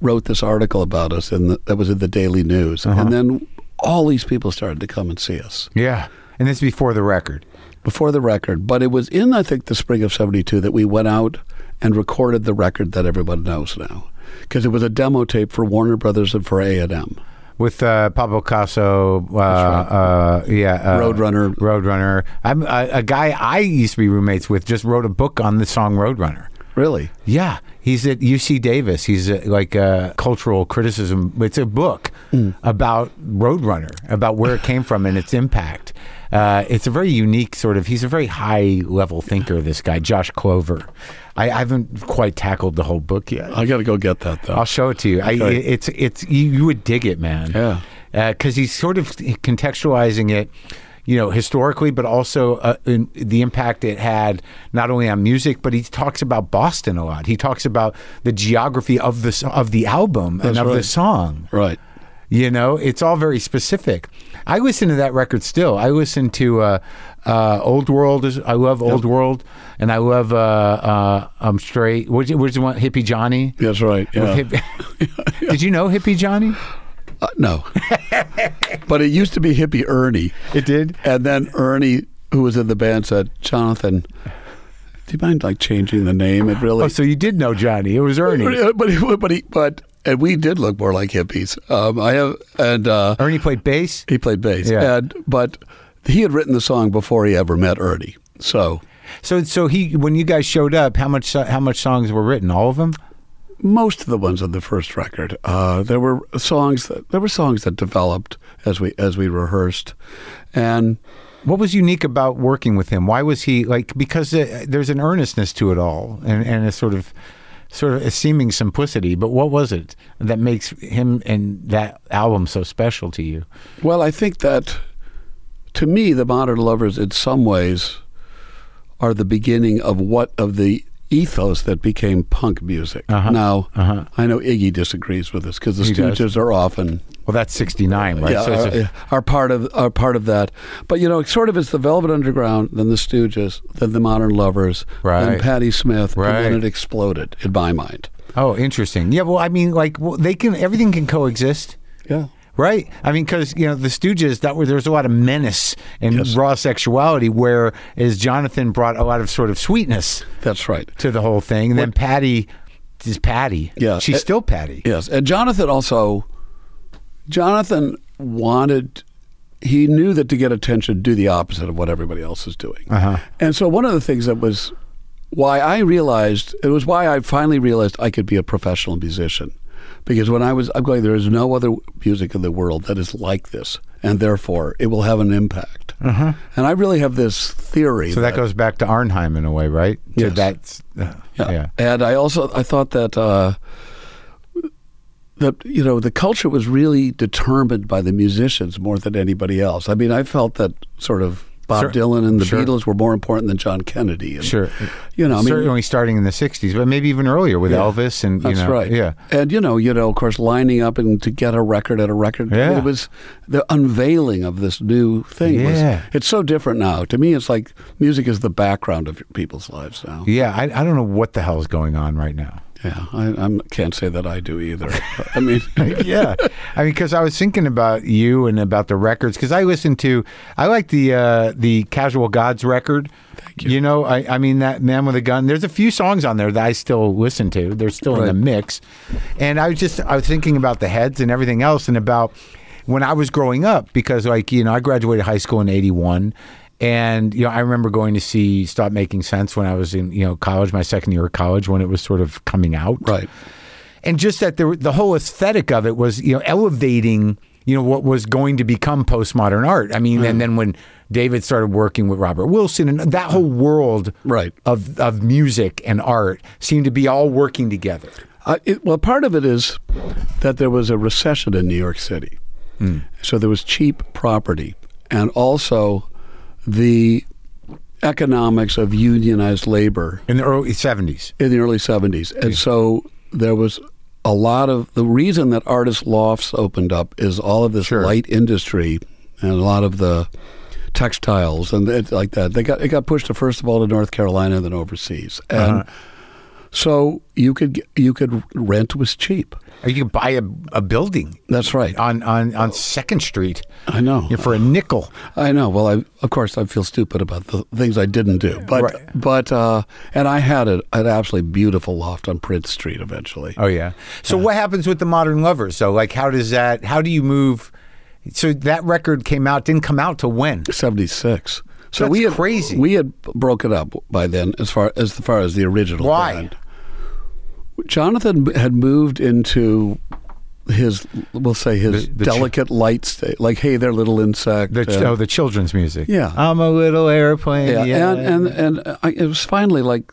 [SPEAKER 2] wrote this article about us, and that was in the Daily News, and then all these people started to come and see us
[SPEAKER 1] Yeah. And this is before the record.
[SPEAKER 2] before the record, but it was in I think the spring of '72 that we went out and recorded the record that everyone knows now, because it was a demo tape for Warner Brothers and for A and M.
[SPEAKER 1] with uh, Pablo Casso, uh, uh, yeah, uh,
[SPEAKER 2] Roadrunner.
[SPEAKER 1] Roadrunner. I'm uh, a, a guy I used to be roommates with. Just wrote a book on the song Roadrunner.
[SPEAKER 2] Really?
[SPEAKER 1] Yeah, he's at UC Davis. He's a, like a cultural criticism. It's a book about Roadrunner, about where it came from and its impact. Uh, it's a very unique sort of. He's a very high level thinker. This guy, Josh Clover. I, I haven't quite tackled the whole book yet.
[SPEAKER 2] I got to go get that though.
[SPEAKER 1] I'll show it to you. I,
[SPEAKER 2] Okay.
[SPEAKER 1] it's it's you, you would dig it, man.
[SPEAKER 2] Yeah.
[SPEAKER 1] Because he's sort of contextualizing it, you know, historically, but also uh, in the impact it had not only on music, but he talks about Boston a lot. He talks about the geography of the s- of the album and
[SPEAKER 2] That's
[SPEAKER 1] of the
[SPEAKER 2] right.
[SPEAKER 1] song.
[SPEAKER 2] right.
[SPEAKER 1] You know, it's all very specific. I listen to that record still. I listen to uh, uh, Old World. Is, I love Old World, and I love uh, uh, I'm Straight. Where's the one? Hippie Johnny.
[SPEAKER 2] That's right. Yeah.
[SPEAKER 1] With Hippie- [laughs] Did you know Hippie Johnny?
[SPEAKER 2] Uh, no. but it used to be hippie Ernie,
[SPEAKER 1] It did.
[SPEAKER 2] and then Ernie, who was in the band, said, "Jonathan, do you mind like changing the name? It really
[SPEAKER 1] Oh, so you did know Johnny. It was Ernie.
[SPEAKER 2] [laughs] But but but, he, but and we did look more like hippies. Um, I have and uh,
[SPEAKER 1] Ernie played bass.
[SPEAKER 2] he played bass.
[SPEAKER 1] Yeah.
[SPEAKER 2] And but he had written the song before he ever met Ernie. So
[SPEAKER 1] So so he when you guys showed up, how much uh, how much songs were written? All of them?
[SPEAKER 2] most of the ones on the first record, uh, there were songs that there were songs that developed as we as we rehearsed, and
[SPEAKER 1] What was unique about working with him? Why was he like because uh, there's an earnestness to it all and and a sort of sort of a seeming simplicity, but what was it that makes him and that album so special to you?
[SPEAKER 2] Well, I think that to me, the modern lovers, in some ways, are the beginning of what of the ethos that became punk music. Now, I know Iggy disagrees with this because the
[SPEAKER 1] Uh-huh. He
[SPEAKER 2] Stooges
[SPEAKER 1] does.
[SPEAKER 2] are often
[SPEAKER 1] Well, that's 69, right?
[SPEAKER 2] yeah,
[SPEAKER 1] so
[SPEAKER 2] are,
[SPEAKER 1] it's a,
[SPEAKER 2] are part of are part of that. But you know, it's sort of it's the Velvet Underground, then the Stooges, then the Modern Lovers,
[SPEAKER 1] Right.
[SPEAKER 2] then Patti Smith, and
[SPEAKER 1] Right.
[SPEAKER 2] then it exploded in my mind.
[SPEAKER 1] Oh, interesting. Yeah, well, I mean like well, they can everything can coexist.
[SPEAKER 2] Yeah.
[SPEAKER 1] Right, I mean, because you know the Stooges. That were there's a lot of menace and raw sexuality, whereas Jonathan brought a lot of sort of sweetness
[SPEAKER 2] That's right.
[SPEAKER 1] to the whole thing. And then Patty is Patty.
[SPEAKER 2] Yeah.
[SPEAKER 1] she's
[SPEAKER 2] Uh,
[SPEAKER 1] still Patty.
[SPEAKER 2] Yes, and Jonathan also, Jonathan wanted, he knew that to get attention, do the opposite of what everybody else is doing.
[SPEAKER 1] Uh-huh.
[SPEAKER 2] And so one of the things that was why I realized it was why I finally realized I could be a professional musician, because when I was I'm going there is no other music in the world that is like this, and therefore it will have an impact. And I really have this theory.
[SPEAKER 1] Uh-huh. So that goes back to Arnheim in a way, right? To
[SPEAKER 2] Yes.
[SPEAKER 1] That's uh, yeah.
[SPEAKER 2] And I also I thought that uh, that you know the culture was really determined by the musicians more than anybody else. I mean, I felt that sort of Bob
[SPEAKER 1] Sure.
[SPEAKER 2] Dylan and the
[SPEAKER 1] Sure.
[SPEAKER 2] Beatles were more important than John Kennedy. And,
[SPEAKER 1] Sure.
[SPEAKER 2] You know, I mean,
[SPEAKER 1] Certainly starting in the '60s, but maybe even earlier with Elvis and you
[SPEAKER 2] that's
[SPEAKER 1] know,
[SPEAKER 2] right.
[SPEAKER 1] Yeah.
[SPEAKER 2] And you know, you know, of course, lining up and to get a record at a record. I mean,
[SPEAKER 1] Yeah.
[SPEAKER 2] It was the unveiling of this new thing. was-
[SPEAKER 1] Yeah.
[SPEAKER 2] it's so different now. To me, it's like music is the background of people's lives now.
[SPEAKER 1] Yeah, I, I don't know what the hell is going on right now.
[SPEAKER 2] Yeah, I I'm, can't say that I
[SPEAKER 1] [laughs]
[SPEAKER 2] do either. I mean,
[SPEAKER 1] yeah. I mean, because I was thinking about you and about the records, because I listened to, I like the uh, the Casual Gods record. Thank you. You know, I, I mean, that Man with a Gun, there's a few songs on there that I still listen to. They're still in the
[SPEAKER 2] Right.
[SPEAKER 1] mix. And I was just, I was thinking about the heads and everything else and about when I was growing up, because, like, you know, I graduated high school in 81. And you know, I remember going to see Stop Making Sense when I was in you know college, my second year of college, when it was sort of coming out
[SPEAKER 2] right.
[SPEAKER 1] and just that the the whole aesthetic of it was you know elevating you know what was going to become postmodern art. I mean, and then when David started working with Robert Wilson and that whole world
[SPEAKER 2] Right.
[SPEAKER 1] of of music and art seemed to be all working together.
[SPEAKER 2] I, Uh, it, well, part of it is that there was a recession in New York City, so there was cheap property, and also the economics of unionized labor
[SPEAKER 1] In the early seventies,
[SPEAKER 2] in the early '70s, and so there was a lot of the reason that artist lofts opened up is all of this
[SPEAKER 1] Sure.
[SPEAKER 2] light industry and a lot of the textiles and it, like that. They got it got pushed to first of all to North Carolina, then overseas,
[SPEAKER 1] Uh-huh.
[SPEAKER 2] and so you could g- you could rent was cheap.
[SPEAKER 1] Or you could buy a, a building
[SPEAKER 2] That's right.
[SPEAKER 1] on on on Second Street
[SPEAKER 2] I know.
[SPEAKER 1] you know, for a nickel.
[SPEAKER 2] I know. Well, I of course I feel stupid about the things I didn't do, but
[SPEAKER 1] Right.
[SPEAKER 2] but uh, and I had a, an absolutely beautiful loft on Prince Street. Eventually,
[SPEAKER 1] Oh yeah. So what happens with the modern lovers? So like, how does that? How do you move? So that record came out. Didn't come out till when?
[SPEAKER 2] 76. So
[SPEAKER 1] That's
[SPEAKER 2] we had,
[SPEAKER 1] crazy.
[SPEAKER 2] We had broken up by then, as far as far as the original.
[SPEAKER 1] Why?
[SPEAKER 2] band. Jonathan had moved into his, we'll say his
[SPEAKER 1] The- the ch-
[SPEAKER 2] delicate light state, like hey, they're little insect.
[SPEAKER 1] The,
[SPEAKER 2] and-
[SPEAKER 1] oh, the children's music.
[SPEAKER 2] Yeah.
[SPEAKER 1] I'm a little airplane.
[SPEAKER 2] yeah, and and and I, it was finally like.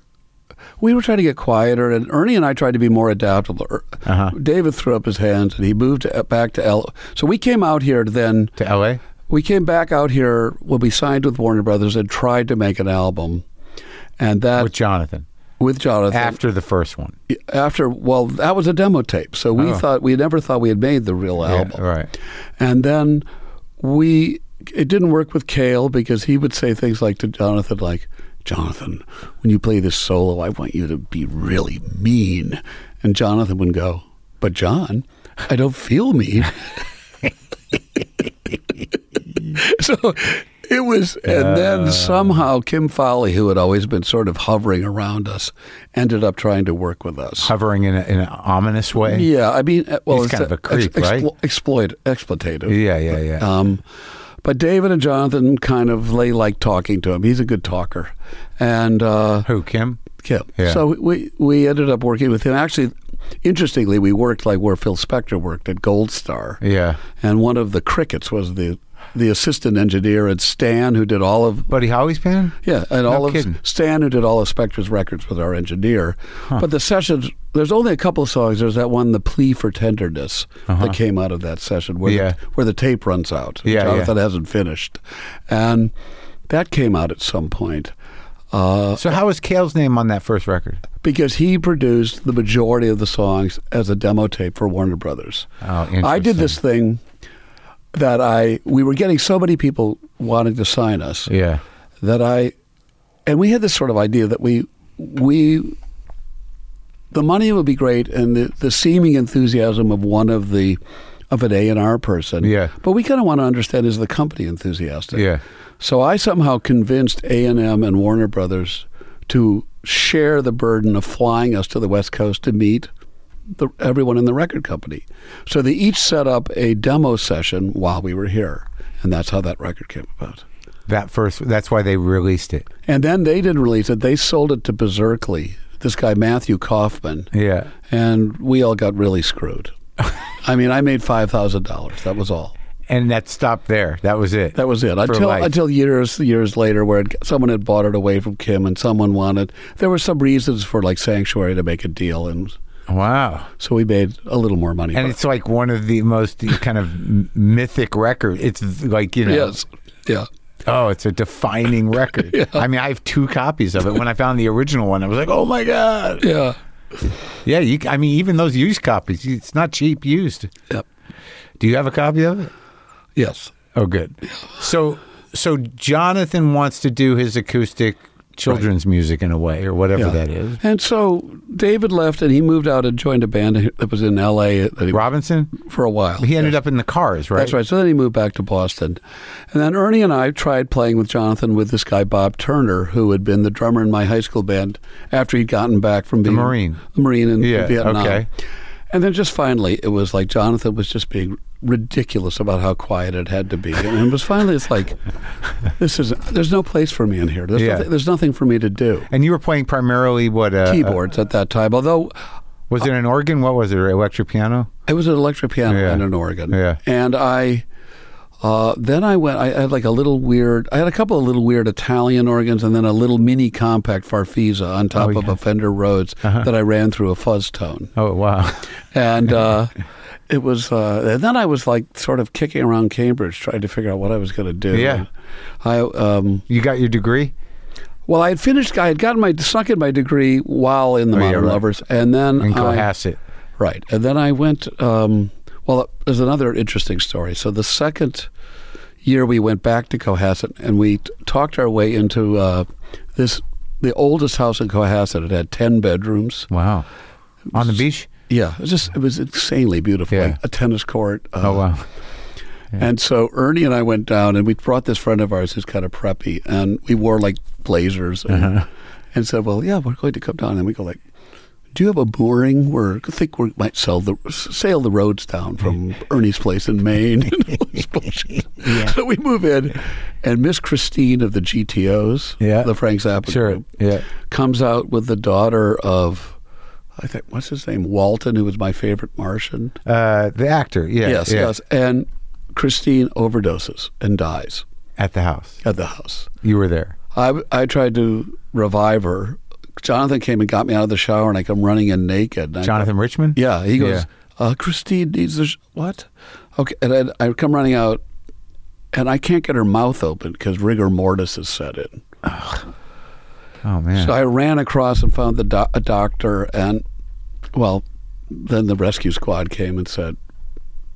[SPEAKER 2] We were trying to get quieter, and Ernie and I tried to be more adaptable. Er-
[SPEAKER 1] Uh-huh.
[SPEAKER 2] David threw up his hands, and he moved to, back to L. So we came out here to then
[SPEAKER 1] to L.A.
[SPEAKER 2] we came back out here when we signed with Warner Brothers and tried to make an album, and that
[SPEAKER 1] with Jonathan
[SPEAKER 2] with Jonathan
[SPEAKER 1] after the first one.
[SPEAKER 2] after- well that was a demo tape, so we
[SPEAKER 1] Oh.
[SPEAKER 2] thought we never thought we had made the real
[SPEAKER 1] Yeah,
[SPEAKER 2] album,
[SPEAKER 1] Oh, right.
[SPEAKER 2] and then we it didn't work with Cale because he would say things like to Jonathan like Jonathan when you play this solo I want you to be really mean, and Jonathan would go but John I don't feel mean. [laughs] so it was, and then somehow Kim Fowley, who had always been sort of hovering around us, ended up trying to work with us.
[SPEAKER 1] Hovering in, a, in an ominous way.
[SPEAKER 2] Yeah, I mean, uh, well,
[SPEAKER 1] He's
[SPEAKER 2] it's
[SPEAKER 1] kind of a creep, right?
[SPEAKER 2] Exploit, exploitative.
[SPEAKER 1] Yeah, yeah, yeah.
[SPEAKER 2] Um, but David and Jonathan kind of they like talking to him. He's a good talker, and uh,
[SPEAKER 1] Who Kim?
[SPEAKER 2] yeah.
[SPEAKER 1] Yeah.
[SPEAKER 2] So we we ended up working with him. Actually, interestingly, we worked like where Phil Spector worked at Gold Star
[SPEAKER 1] Yeah.
[SPEAKER 2] and one of the crickets was the the assistant engineer at Stan who did all of
[SPEAKER 1] Buddy Holly's band.
[SPEAKER 2] yeah and all of
[SPEAKER 1] kidding.
[SPEAKER 2] Stan who did all of Spectre's records was our engineer. But the sessions there's only a couple of songs. There's that one, the plea for tenderness, that came out of that session where
[SPEAKER 1] Uh-huh. Yeah.
[SPEAKER 2] the, where the tape runs out.
[SPEAKER 1] Yeah, yeah.
[SPEAKER 2] Jonathan hasn't finished, and that came out at some point. Uh,
[SPEAKER 1] So how was Kale's name on that first record?
[SPEAKER 2] because he produced the majority of the songs as a demo tape for Warner Brothers.
[SPEAKER 1] Oh,
[SPEAKER 2] I
[SPEAKER 1] interesting.
[SPEAKER 2] did this thing that I we were getting so many people wanting to sign us
[SPEAKER 1] Yeah.
[SPEAKER 2] that I and we had this sort of idea that we we the money would be great and the, the seeming enthusiasm of one of the of an A and R person.
[SPEAKER 1] Yeah.
[SPEAKER 2] But we kind of want to understand is the company enthusiastic.
[SPEAKER 1] Yeah.
[SPEAKER 2] So I somehow convinced A and M and Warner Brothers to share the burden of flying us to the West Coast to meet the, everyone in the record company. So they each set up a demo session while we were here, and that's how that record came about.
[SPEAKER 1] That first. That's why they released it.
[SPEAKER 2] And then they didn't release it; they sold it to Berserkly, this guy Matthew Kaufman,
[SPEAKER 1] Yeah.
[SPEAKER 2] and we all got
[SPEAKER 1] [laughs]
[SPEAKER 2] really screwed. I mean, I made five thousand dollars. That was all.
[SPEAKER 1] And that stopped there. That was it.
[SPEAKER 2] That was it. Until
[SPEAKER 1] life.
[SPEAKER 2] until years years later, where it, someone had bought it away from Kim, and someone wanted. There were some reasons for like Sanctuary to make a deal, and
[SPEAKER 1] wow.
[SPEAKER 2] so we made a little more money.
[SPEAKER 1] And
[SPEAKER 2] but-
[SPEAKER 1] it's like one of the most kind of m- mythic records. It's like you know.
[SPEAKER 2] yes, yeah.
[SPEAKER 1] Oh, it's a
[SPEAKER 2] [laughs]
[SPEAKER 1] defining record. I mean, I have two copies of it. When I found the original one, I was like, "Oh my god!"
[SPEAKER 2] Yeah.
[SPEAKER 1] Yeah, you, I mean, even those used copies, it's not cheap used.
[SPEAKER 2] Yep.
[SPEAKER 1] Do you have a copy of it?
[SPEAKER 2] Yes.
[SPEAKER 1] Oh, good. So, so Jonathan wants to do his acoustic children's music in a way, or whatever
[SPEAKER 2] Yeah.
[SPEAKER 1] that is.
[SPEAKER 2] And so David left, and he moved out and joined a band that was in L.A. that he-
[SPEAKER 1] Robinson.
[SPEAKER 2] for a while.
[SPEAKER 1] He ended up in the Cars, right?
[SPEAKER 2] That's right. So then he moved back to Boston. And then Ernie and I tried playing with Jonathan with this guy, Bob Turner, who had been the drummer in my high school band after he'd gotten back from being
[SPEAKER 1] Marine.
[SPEAKER 2] a Marine in
[SPEAKER 1] Yeah,
[SPEAKER 2] Vietnam.
[SPEAKER 1] okay.
[SPEAKER 2] And then just finally, it was like Jonathan was just being ridiculous about how quiet it had to be. And it was finally, it's
[SPEAKER 1] [laughs]
[SPEAKER 2] like, this is, there's no place for me in here. There's,
[SPEAKER 1] Yeah.
[SPEAKER 2] nothing, there's nothing for me to do.
[SPEAKER 1] And you were playing primarily what? Uh,
[SPEAKER 2] Keyboards at that time, although
[SPEAKER 1] uh, was it an organ? What was it? Or electric piano?
[SPEAKER 2] It was an electric piano
[SPEAKER 1] Yeah.
[SPEAKER 2] and an organ.
[SPEAKER 1] Yeah.
[SPEAKER 2] And I, uh, then I went, I had like a little weird, I had a couple of little weird Italian organs and then a little mini compact Farfisa on top of a Fender Rhodes
[SPEAKER 1] Uh-huh.
[SPEAKER 2] that I ran through a fuzz tone.
[SPEAKER 1] Oh wow!
[SPEAKER 2] [laughs]
[SPEAKER 1] [laughs]
[SPEAKER 2] And uh, it was, uh, and then I was like sort of kicking around Cambridge trying to figure out what I was going to do.
[SPEAKER 1] Yeah.
[SPEAKER 2] I, um,
[SPEAKER 1] you got your degree?
[SPEAKER 2] well, I had finished, I had gotten my, snuck in my degree while in the
[SPEAKER 1] Oh, yeah,
[SPEAKER 2] Modern
[SPEAKER 1] right.
[SPEAKER 2] Lovers. And then
[SPEAKER 1] in
[SPEAKER 2] I,
[SPEAKER 1] Cohasset.
[SPEAKER 2] Right. And then I went, um, well, there's another interesting story. So the second year we went back to Cohasset and we t- talked our way into uh, this, the oldest house in Cohasset. It had 10 bedrooms.
[SPEAKER 1] Wow. On the beach?
[SPEAKER 2] Yeah. It was just, it was insanely beautiful.
[SPEAKER 1] Yeah.
[SPEAKER 2] Like a tennis court. Uh,
[SPEAKER 1] Oh, wow.
[SPEAKER 2] And so Ernie and I went down, and we brought this friend of ours who's kind of preppy, and we wore like blazers, and,
[SPEAKER 1] Uh-huh.
[SPEAKER 2] and said, "Well, yeah, we're going to come down." And we go like, "Do you have a mooring? We're I think we might sell the sail the roads down from Ernie's place in Maine." [laughs] And all
[SPEAKER 1] [laughs]
[SPEAKER 2] this bullshit. So we move in, and Miss Christine of the GTOs,
[SPEAKER 1] Yeah.
[SPEAKER 2] the Frank Zappa
[SPEAKER 1] Sure.
[SPEAKER 2] group,
[SPEAKER 1] Yeah.
[SPEAKER 2] comes out with the daughter of, I think what's his name, Walton, who was my favorite Martian.
[SPEAKER 1] Uh, the actor. Yeah.
[SPEAKER 2] Yes,
[SPEAKER 1] yeah.
[SPEAKER 2] yes. And Christine overdoses and dies
[SPEAKER 1] At the house.
[SPEAKER 2] at the house.
[SPEAKER 1] You were there.
[SPEAKER 2] I, I tried to revive her. Jonathan came and got me out of the shower, and I come running in naked. And I-
[SPEAKER 1] Jonathan Richmond?
[SPEAKER 2] yeah, he goes,
[SPEAKER 1] Yeah.
[SPEAKER 2] Uh, Christine needs a sh- what? Okay, and then I come running out, and I can't get her mouth open because rigor mortis is set in.
[SPEAKER 1] Oh, man.
[SPEAKER 2] So I ran across and found the do- a doctor, and well, then the rescue squad came and said,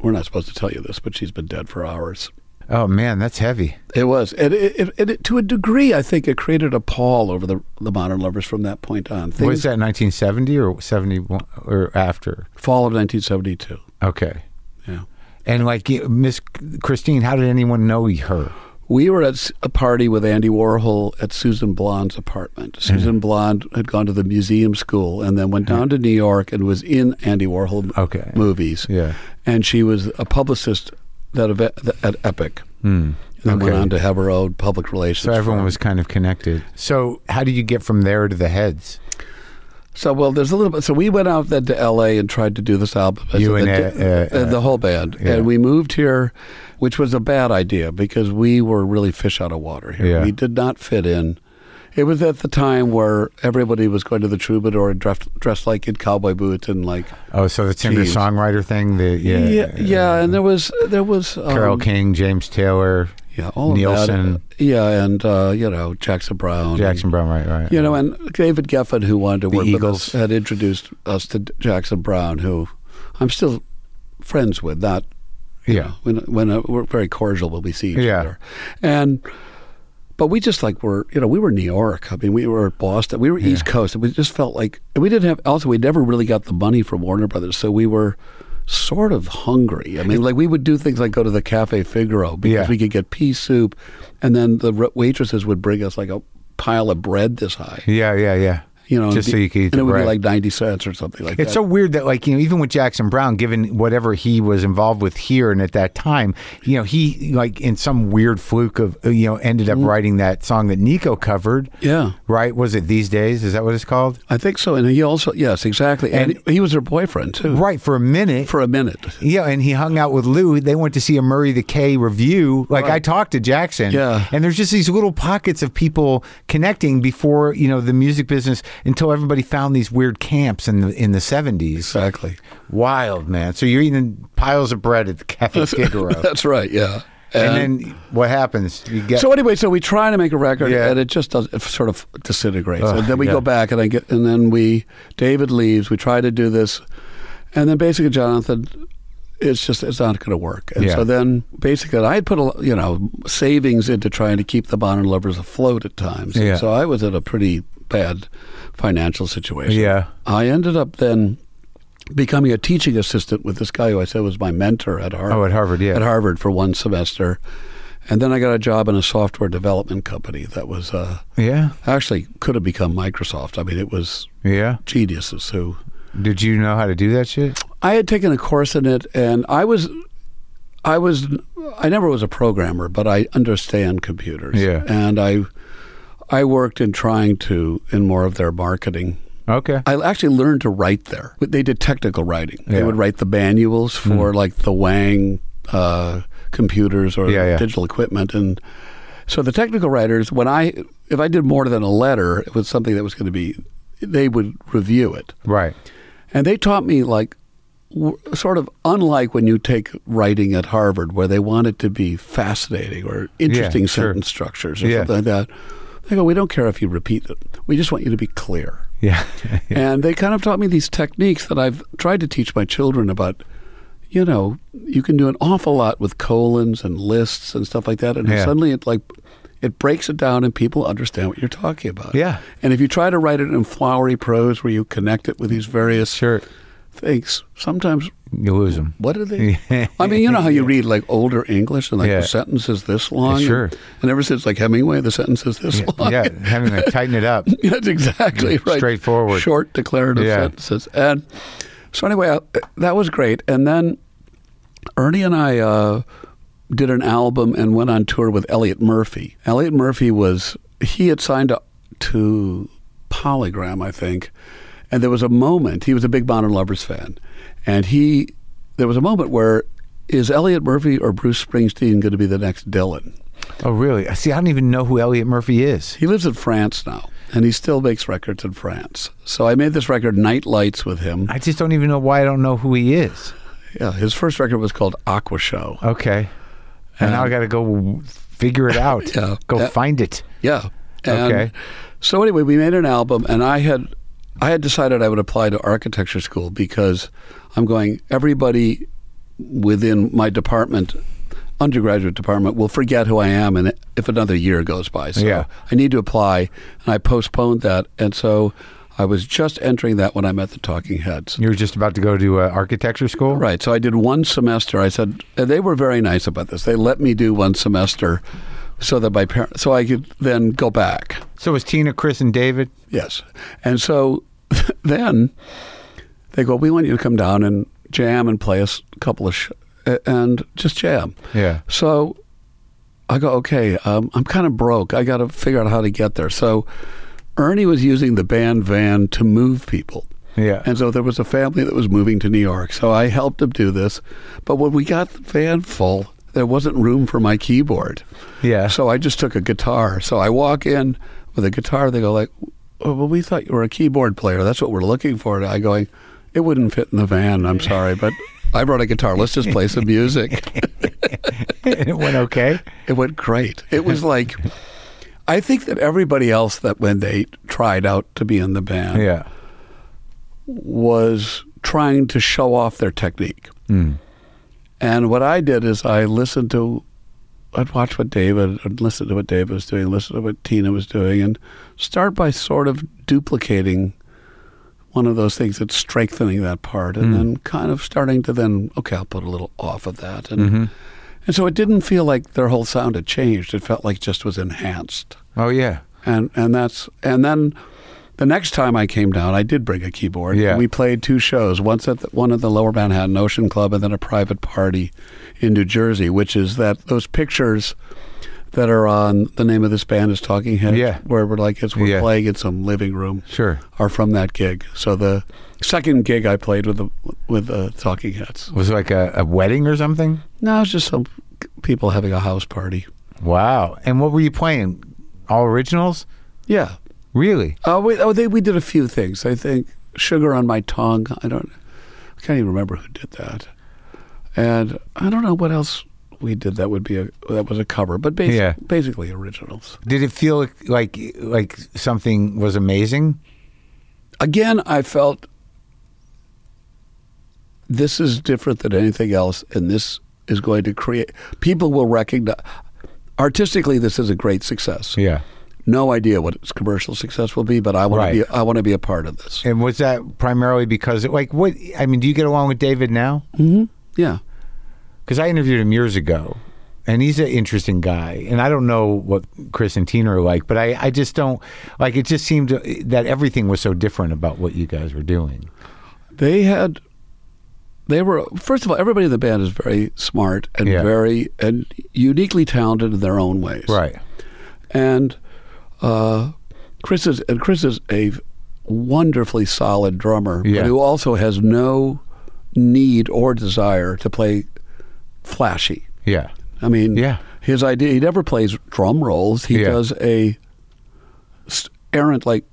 [SPEAKER 2] "We're not supposed to tell you this, but she's been dead for hours."
[SPEAKER 1] oh, man. That's heavy.
[SPEAKER 2] It was, and it, it, and it, to a degree, I think it created a pall over the the modern lovers from that point on. Things
[SPEAKER 1] was that 1970 or 71 or after?
[SPEAKER 2] fall of 1972.
[SPEAKER 1] Okay.
[SPEAKER 2] Yeah,
[SPEAKER 1] And like you- Miss Christine, how did anyone know her?
[SPEAKER 2] we were at s- a party with Andy Warhol at Susan Blonde's apartment.
[SPEAKER 1] Hmm.
[SPEAKER 2] Susan Blonde had gone to the museum school and then went down to New York and was in Andy Warhol m-
[SPEAKER 1] Okay.
[SPEAKER 2] movies.
[SPEAKER 1] Yeah.
[SPEAKER 2] and she was a publicist that eve- th- at Epic. Mm. And then went
[SPEAKER 1] Hmm. Okay.
[SPEAKER 2] on to have her own public relations.
[SPEAKER 1] So everyone
[SPEAKER 2] firm.
[SPEAKER 1] was kind of connected. So how do you get from there to the heads?
[SPEAKER 2] So well, there's a little bit. So we went out then to L.A. and tried to do this album.
[SPEAKER 1] You
[SPEAKER 2] So
[SPEAKER 1] and,
[SPEAKER 2] the,
[SPEAKER 1] uh, uh,
[SPEAKER 2] and the whole band,
[SPEAKER 1] yeah.
[SPEAKER 2] and we moved here, which was a bad idea because we were really fish out of water here.
[SPEAKER 1] Yeah.
[SPEAKER 2] We did not fit in. It was at the time where everybody was going to the Troubadour and dressed, dressed like in cowboy boots and like
[SPEAKER 1] Oh, so the singer
[SPEAKER 2] Jeez.
[SPEAKER 1] songwriter thing. The yeah,
[SPEAKER 2] yeah, yeah, and there was there was um,
[SPEAKER 1] Carol King, James Taylor,
[SPEAKER 2] yeah, all of that,
[SPEAKER 1] Nielsen.
[SPEAKER 2] yeah, and uh, you know Jackson Brown,
[SPEAKER 1] Jackson Brown. Right, right.
[SPEAKER 2] You know, and David Geffen, who wanted to
[SPEAKER 1] The
[SPEAKER 2] work
[SPEAKER 1] Eagles.
[SPEAKER 2] with us, had introduced us to D- Jackson Brown, who I'm still friends with. Not
[SPEAKER 1] yeah.
[SPEAKER 2] when when uh, we're very cordial when we see each
[SPEAKER 1] Yeah.
[SPEAKER 2] other, and but we just like were you know we were New York. I mean, we were Boston. We were East Coast. And we just felt like and we didn't have. Also, we never really got the money from Warner Brothers, so we were. Sort of hungry. I mean, like we would do things like go to the Cafe Figaro because
[SPEAKER 1] Yeah.
[SPEAKER 2] we could get pea soup, and then the r- waitresses would bring us like a pile of bread this high
[SPEAKER 1] Yeah, yeah, yeah.
[SPEAKER 2] you know,
[SPEAKER 1] Just so
[SPEAKER 2] and be-
[SPEAKER 1] you could eat
[SPEAKER 2] and
[SPEAKER 1] the
[SPEAKER 2] it would
[SPEAKER 1] bread.
[SPEAKER 2] be like ninety cents or something like
[SPEAKER 1] It's
[SPEAKER 2] that.
[SPEAKER 1] so weird that, like, you know, even with Jackson Brown, given whatever he was involved with here and at that time, you know, he, like, in some weird fluke of, uh, you know, ended up writing that song that Nico covered.
[SPEAKER 2] Mm. yeah,
[SPEAKER 1] Right? Was it These Days? Is that what it's called?
[SPEAKER 2] I think so. And he also, yes, exactly. And,
[SPEAKER 1] And-
[SPEAKER 2] he was her boyfriend too
[SPEAKER 1] Right. For a minute.
[SPEAKER 2] for a minute.
[SPEAKER 1] yeah, and he hung out with Lou. They went to see a Murray the K review. Like I talked to Jackson,
[SPEAKER 2] Yeah.
[SPEAKER 1] and there's just these little pockets of people connecting before you know the music business until everybody found these weird camps in the in the 70s.
[SPEAKER 2] Exactly.
[SPEAKER 1] Wild man. So you're eating piles of bread at the Cafe Figaro,
[SPEAKER 2] [laughs] That's right. Yeah.
[SPEAKER 1] and then what happens? You get
[SPEAKER 2] so anyway, so we try to make a record,
[SPEAKER 1] Yeah.
[SPEAKER 2] and it just does it sort of disintegrates.
[SPEAKER 1] Ugh,
[SPEAKER 2] and then we
[SPEAKER 1] yeah.
[SPEAKER 2] go back, and I get, and then we David leaves. We try to do this, and then basically Jonathan, it's just it's not going to work. And
[SPEAKER 1] Yeah.
[SPEAKER 2] so then basically I had put a lo- you know savings into trying to keep the Bonner lovers afloat at times. And
[SPEAKER 1] Yeah.
[SPEAKER 2] So I was in a pretty bad financial situation.
[SPEAKER 1] yeah,
[SPEAKER 2] I ended up then becoming a teaching assistant with this guy who I said was my mentor at Harvard.
[SPEAKER 1] Oh, at Harvard, yeah.
[SPEAKER 2] At Harvard for one semester. And then I got a job in a software development company that was uh,
[SPEAKER 1] yeah,
[SPEAKER 2] actually could have become Microsoft. I mean, it was
[SPEAKER 1] yeah.
[SPEAKER 2] geniuses who.
[SPEAKER 1] Did you know how to do that shit?
[SPEAKER 2] I had taken a course in it, and I was, I was, I never was a programmer, but I understand computers.
[SPEAKER 1] Yeah.
[SPEAKER 2] And I, I worked in trying to in more of their marketing
[SPEAKER 1] Okay.
[SPEAKER 2] I actually learned to write there. They did technical writing. They
[SPEAKER 1] Yeah. Hmm.
[SPEAKER 2] would write the manuals for like the Wang uh, computers or
[SPEAKER 1] Yeah, yeah.
[SPEAKER 2] digital equipment, and so the technical writers, when I if I did more than a letter, it was something that was going to be, they would review it,
[SPEAKER 1] Right.
[SPEAKER 2] and they taught me like w- sort of unlike when you take writing at Harvard, where they want it to be fascinating or interesting
[SPEAKER 1] sure.
[SPEAKER 2] sentence structures or
[SPEAKER 1] Yeah.
[SPEAKER 2] something like that. They go, we don't care if you repeat it. We just want you to be clear.
[SPEAKER 1] Yeah. [laughs]
[SPEAKER 2] And they kind of taught me these techniques that I've tried to teach my children about. You know, you can do an awful lot with colons and lists and stuff like that, and
[SPEAKER 1] Yeah.
[SPEAKER 2] suddenly it like it breaks it down, and people understand what you're talking about.
[SPEAKER 1] Yeah.
[SPEAKER 2] And if you try to write it in flowery prose, where you connect it with these various
[SPEAKER 1] Sure.
[SPEAKER 2] things, sometimes
[SPEAKER 1] You lose them.
[SPEAKER 2] what are
[SPEAKER 1] [laughs]
[SPEAKER 2] they? [laughs] I mean, you know how you read like older English and like
[SPEAKER 1] Yeah.
[SPEAKER 2] the sentence is this long.
[SPEAKER 1] Sure.
[SPEAKER 2] And, and ever since like Hemingway, the sentence is this long.
[SPEAKER 1] [laughs]
[SPEAKER 2] [laughs]
[SPEAKER 1] yeah. Having to tighten it up.
[SPEAKER 2] That's exactly right.
[SPEAKER 1] straightforward.
[SPEAKER 2] Short declarative
[SPEAKER 1] Yeah.
[SPEAKER 2] sentences. And so anyway, I, that was great. And then Ernie and I uh, did an album and went on tour with Elliot Murphy. Elliot Murphy was he had signed up to Polygram, I think. And there was a moment. He was a big Modern Lovers fan, and he there was a moment where is Elliot Murphy or Bruce Springsteen going to be the next Dylan?
[SPEAKER 1] Oh, really? See, I don't even know who Elliot Murphy is.
[SPEAKER 2] He lives in France now, and he still makes records in France. So I made this record, Night Lights, with him.
[SPEAKER 1] I just don't even know why I don't know who he is.
[SPEAKER 2] Yeah, his first record was called Aqua Show.
[SPEAKER 1] Okay. And now I got to go figure it out.
[SPEAKER 2] Um, [laughs] Yeah.
[SPEAKER 1] Go
[SPEAKER 2] Yeah.
[SPEAKER 1] find it.
[SPEAKER 2] Yeah. And
[SPEAKER 1] Okay.
[SPEAKER 2] So anyway, we made an album, and I had, I had decided I would apply to architecture school because I'm going. Everybody within my department, undergraduate department, will forget who I am, and if another year goes by, so
[SPEAKER 1] Yeah.
[SPEAKER 2] I need to apply, and I postponed that, and so. I was just entering that when I met the Talking Heads.
[SPEAKER 1] You were just about to go to uh, architecture school?
[SPEAKER 2] Right. So I did one semester. I said and they were very nice about this. They let me do one semester, so that my parents, so I could then go back.
[SPEAKER 1] So was Tina, Chris, and David?
[SPEAKER 2] Yes. And so [laughs] then they go, we want you to come down and jam and play us a couple of sh- and just jam.
[SPEAKER 1] Yeah.
[SPEAKER 2] So I go, okay, um, I'm kind of broke. I got to figure out how to get there. So Ernie was using the band van to move people.
[SPEAKER 1] Yeah.
[SPEAKER 2] And so there was a family that was moving to New York. So I helped him do this. But when we got the van full, there wasn't room for my keyboard.
[SPEAKER 1] yeah. [laughs]
[SPEAKER 2] So I just took a guitar. So I walk in with a guitar. They go like, oh, "Well, we thought you were a keyboard player. That's what we're looking for." And I going, "It wouldn't fit in the van. I'm sorry, but I brought a guitar. Let's just play some music."
[SPEAKER 1] it went okay.
[SPEAKER 2] It went great. It was like, I think that everybody else that when they tried out to be in the band
[SPEAKER 1] Yeah.
[SPEAKER 2] was trying to show off their technique.
[SPEAKER 1] Mm.
[SPEAKER 2] And what I did is I listened to, I'd watch what David, I'd listen to what David was doing, listen to what Tina was doing, and start by sort of duplicating one of those things that's strengthening that part, and then kind of starting to then, okay, I'll put a little off of that. And, and so it didn't feel like their whole sound had changed. It felt like it just was enhanced
[SPEAKER 1] Oh, yeah.
[SPEAKER 2] and and that's and then the next time I came down, I did bring a keyboard.
[SPEAKER 1] Yeah.
[SPEAKER 2] We played two shows, once at the, one at the Lower Manhattan Ocean Club, and then a private party in New Jersey, which is that those pictures that are on the name of this band is Talking Heads,
[SPEAKER 1] Yeah.
[SPEAKER 2] where we're like it's we're
[SPEAKER 1] Yeah.
[SPEAKER 2] playing in some living room,
[SPEAKER 1] Sure.
[SPEAKER 2] are from that gig. So the second gig I played with the with the Talking Heads.
[SPEAKER 1] Was it like a, a wedding or something?
[SPEAKER 2] No, it's just some people having a house party.
[SPEAKER 1] Wow. And what were you playing? All originals?
[SPEAKER 2] Yeah.
[SPEAKER 1] Really?
[SPEAKER 2] Oh, we, oh, they, we did a few things. I think sugar on my tongue. I don't. I can't even remember who did that. And I don't know what else we did that would be a that was a cover, but basi-
[SPEAKER 1] Yeah.
[SPEAKER 2] basically originals.
[SPEAKER 1] Did it feel like like, like something was amazing?
[SPEAKER 2] Again, I felt this is different than anything else, and this is going to create. People will recognize. Artistically, this is a great success.
[SPEAKER 1] Yeah.
[SPEAKER 2] No idea what its commercial success will be, but I want
[SPEAKER 1] Right.
[SPEAKER 2] to be. I want to be a part of this.
[SPEAKER 1] And was that primarily because like what? I mean, do you get along with David now?
[SPEAKER 2] Yeah.
[SPEAKER 1] because I interviewed him years ago, and he's an interesting guy. And I don't know what Chris and Tina are like, but I, I just don't like. It just seemed that everything was so different about what you guys were doing.
[SPEAKER 2] they had they were first of all everybody in the band is very smart and
[SPEAKER 1] Yeah.
[SPEAKER 2] very and uniquely talented in their own ways and uh, chris is and chris is a wonderfully solid drummer
[SPEAKER 1] Yeah.
[SPEAKER 2] but who also has no need or desire to play flashy
[SPEAKER 1] Yeah.
[SPEAKER 2] i mean
[SPEAKER 1] Yeah.
[SPEAKER 2] his idea he never plays drum rolls he
[SPEAKER 1] Yeah.
[SPEAKER 2] does a s- errant like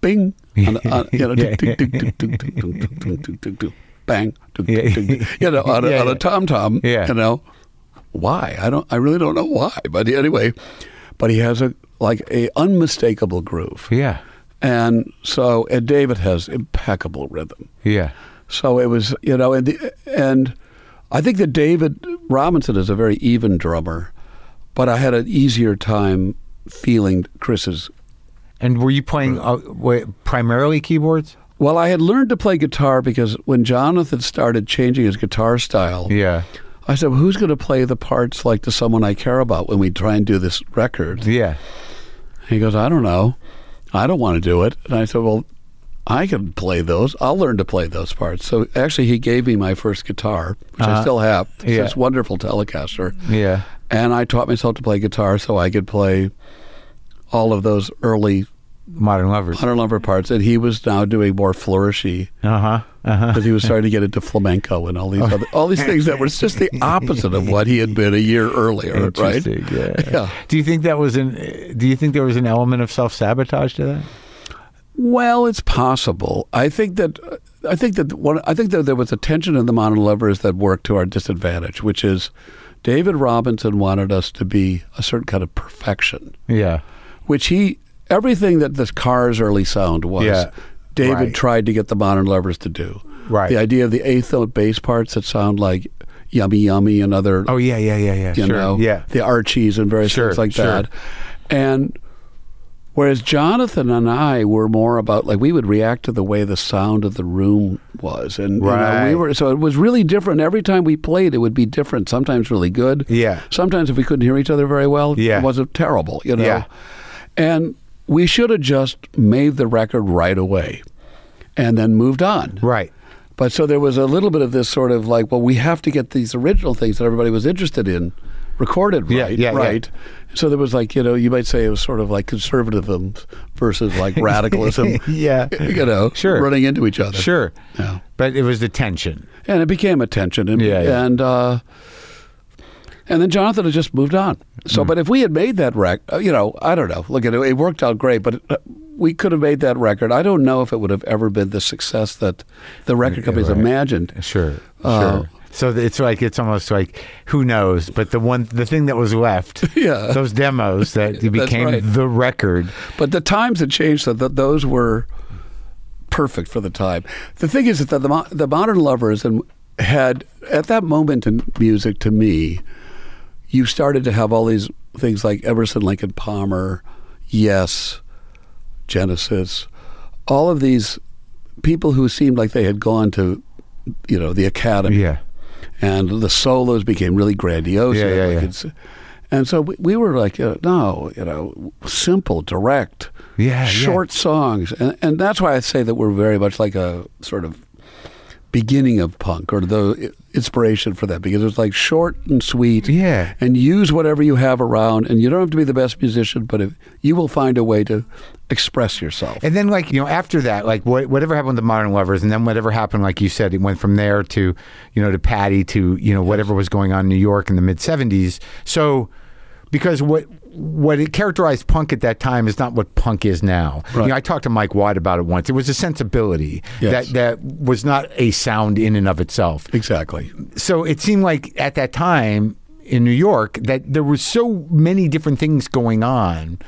[SPEAKER 2] bing on, the- on, you know,
[SPEAKER 1] [laughs] Yeah.
[SPEAKER 2] tick, tick, tick, tick, tick, tick, tick, tick, tick, tick, tick, bang tick,
[SPEAKER 1] Yeah.
[SPEAKER 2] tick, tick, tick, you know on
[SPEAKER 1] Yeah,
[SPEAKER 2] a, on
[SPEAKER 1] yeah.
[SPEAKER 2] a tom tom
[SPEAKER 1] Yeah.
[SPEAKER 2] you know why i don't i really don't know why but anyway but he has a like a unmistakable groove
[SPEAKER 1] Yeah.
[SPEAKER 2] And so, and David has impeccable rhythm.
[SPEAKER 1] Yeah.
[SPEAKER 2] So it was, you know, and the, and I think that David Robinson is a very even drummer, but I had an easier time feeling Chris's.
[SPEAKER 1] And were you playing uh, wa- primarily keyboards?
[SPEAKER 2] Well, I had learned to play guitar because when Jonathan started changing his guitar style,
[SPEAKER 1] Yeah.
[SPEAKER 2] I said, well, "Who's going to play the parts like to someone I care about when we try and do this record?"
[SPEAKER 1] Yeah.
[SPEAKER 2] He goes, I don't know. I don't want to do it. And I said, Well, I can play those. I'll learn to play those parts. So actually, he gave me my first guitar, which I still have. It's
[SPEAKER 1] Uh-huh. yeah.
[SPEAKER 2] this wonderful Telecaster.
[SPEAKER 1] Yeah.
[SPEAKER 2] And I taught myself to play guitar so I could play all of those early
[SPEAKER 1] Modern lovers.
[SPEAKER 2] Hunter Lumber parts. And he was now doing more flourishy
[SPEAKER 1] Uh huh. Uh huh. Oh.
[SPEAKER 2] because he was starting to get into flamenco and all these other, all these things that were just the opposite of what he had been a year earlier, right?
[SPEAKER 1] [laughs] Interesting. Yeah.
[SPEAKER 2] Yeah.
[SPEAKER 1] Do you think that was an? uh, Do you think there was an element of self sabotage to that?
[SPEAKER 2] Well, it's possible. I think that I think that one, I think that there was a tension in the modern lovers that worked to our disadvantage, which is David Robinson wanted us to be a certain kind of perfection,
[SPEAKER 1] Yeah.
[SPEAKER 2] which he everything that the Cars' early sound was.
[SPEAKER 1] Yeah,
[SPEAKER 2] David
[SPEAKER 1] right.
[SPEAKER 2] tried to get the modern lovers to do.
[SPEAKER 1] Right.
[SPEAKER 2] The idea of the eighth note bass parts that sound like yummy yummy and other
[SPEAKER 1] Oh yeah. Yeah. Yeah. Yeah.
[SPEAKER 2] you
[SPEAKER 1] sure.
[SPEAKER 2] know,
[SPEAKER 1] Yeah.
[SPEAKER 2] the Archies and various
[SPEAKER 1] Sure,
[SPEAKER 2] things like
[SPEAKER 1] sure.
[SPEAKER 2] that. And whereas Jonathan and I were more about like we would react to the way the sound of the room was, and you know,
[SPEAKER 1] Right.
[SPEAKER 2] we were so it was really different every time we played. It would be different, sometimes really good,
[SPEAKER 1] Yeah.
[SPEAKER 2] Sometimes if we couldn't hear each other very well,
[SPEAKER 1] Yeah.
[SPEAKER 2] it wasn't terrible, you know.
[SPEAKER 1] Yeah.
[SPEAKER 2] And we should have just made the record right away, and then moved on,
[SPEAKER 1] Right.
[SPEAKER 2] but so there was a little bit of this sort of like, well, we have to get these original things that everybody was interested in recorded
[SPEAKER 1] Yeah,
[SPEAKER 2] right,
[SPEAKER 1] yeah, yeah.
[SPEAKER 2] right. So there was like, you know, you might say it was sort of like conservatism versus
[SPEAKER 1] [laughs]
[SPEAKER 2] like radicalism,
[SPEAKER 1] Yeah.
[SPEAKER 2] you know,
[SPEAKER 1] Sure.
[SPEAKER 2] running into each other.
[SPEAKER 1] Sure.
[SPEAKER 2] Yeah.
[SPEAKER 1] But it was the tension.
[SPEAKER 2] And it became a tension. And,
[SPEAKER 1] Yeah, yeah.
[SPEAKER 2] and, uh, and then Jonathan had just moved on. So,
[SPEAKER 1] Mm.
[SPEAKER 2] but if we had made that record, you know, I don't know. Look at it, it worked out great, but uh, we could have made that record. I don't know if it would have ever been the success that the record companies
[SPEAKER 1] right.
[SPEAKER 2] imagined.
[SPEAKER 1] Sure.
[SPEAKER 2] Uh,
[SPEAKER 1] sure. So th- it's like it's almost like who knows, but the one the thing that was left,
[SPEAKER 2] [laughs] Yeah.
[SPEAKER 1] those demos that became
[SPEAKER 2] right.
[SPEAKER 1] the record.
[SPEAKER 2] But the times had changed so that those were perfect for the time. The thing is that the, mo- the modern lovers and had at that moment in music to me, you started to have all these things like Emerson, Lincoln, Palmer, Yes, Genesis, all of these people who seemed like they had gone to, you know, the academy
[SPEAKER 1] Yeah.
[SPEAKER 2] and the solos became really grandiose.
[SPEAKER 1] Yeah,
[SPEAKER 2] and,
[SPEAKER 1] yeah,
[SPEAKER 2] like,
[SPEAKER 1] yeah.
[SPEAKER 2] it's- and so we, we were like, uh, no, you know, simple, direct,
[SPEAKER 1] Yeah, yeah.
[SPEAKER 2] short songs, and and that's why I say that we're very much like a sort of beginning of punk or the inspiration for that because it's like short and sweet.
[SPEAKER 1] Yeah.
[SPEAKER 2] And use whatever you have around, and you don't have to be the best musician, but if you will find a way to express yourself.
[SPEAKER 1] And then, like you know, after that, like wha- whatever happened with the Modern Lovers, and then whatever happened, like you said, it went from there to, you know, to Patty to you know whatever was going on in New York in the mid '70s. So, because what what it characterized punk at that time is not what punk is now. You
[SPEAKER 2] Right.
[SPEAKER 1] know, I talked to Mike White about it once. It was a sensibility
[SPEAKER 2] Yes.
[SPEAKER 1] that that was not a sound in and of itself
[SPEAKER 2] exactly.
[SPEAKER 1] so it seemed like at that time in New York that there was so many different things going on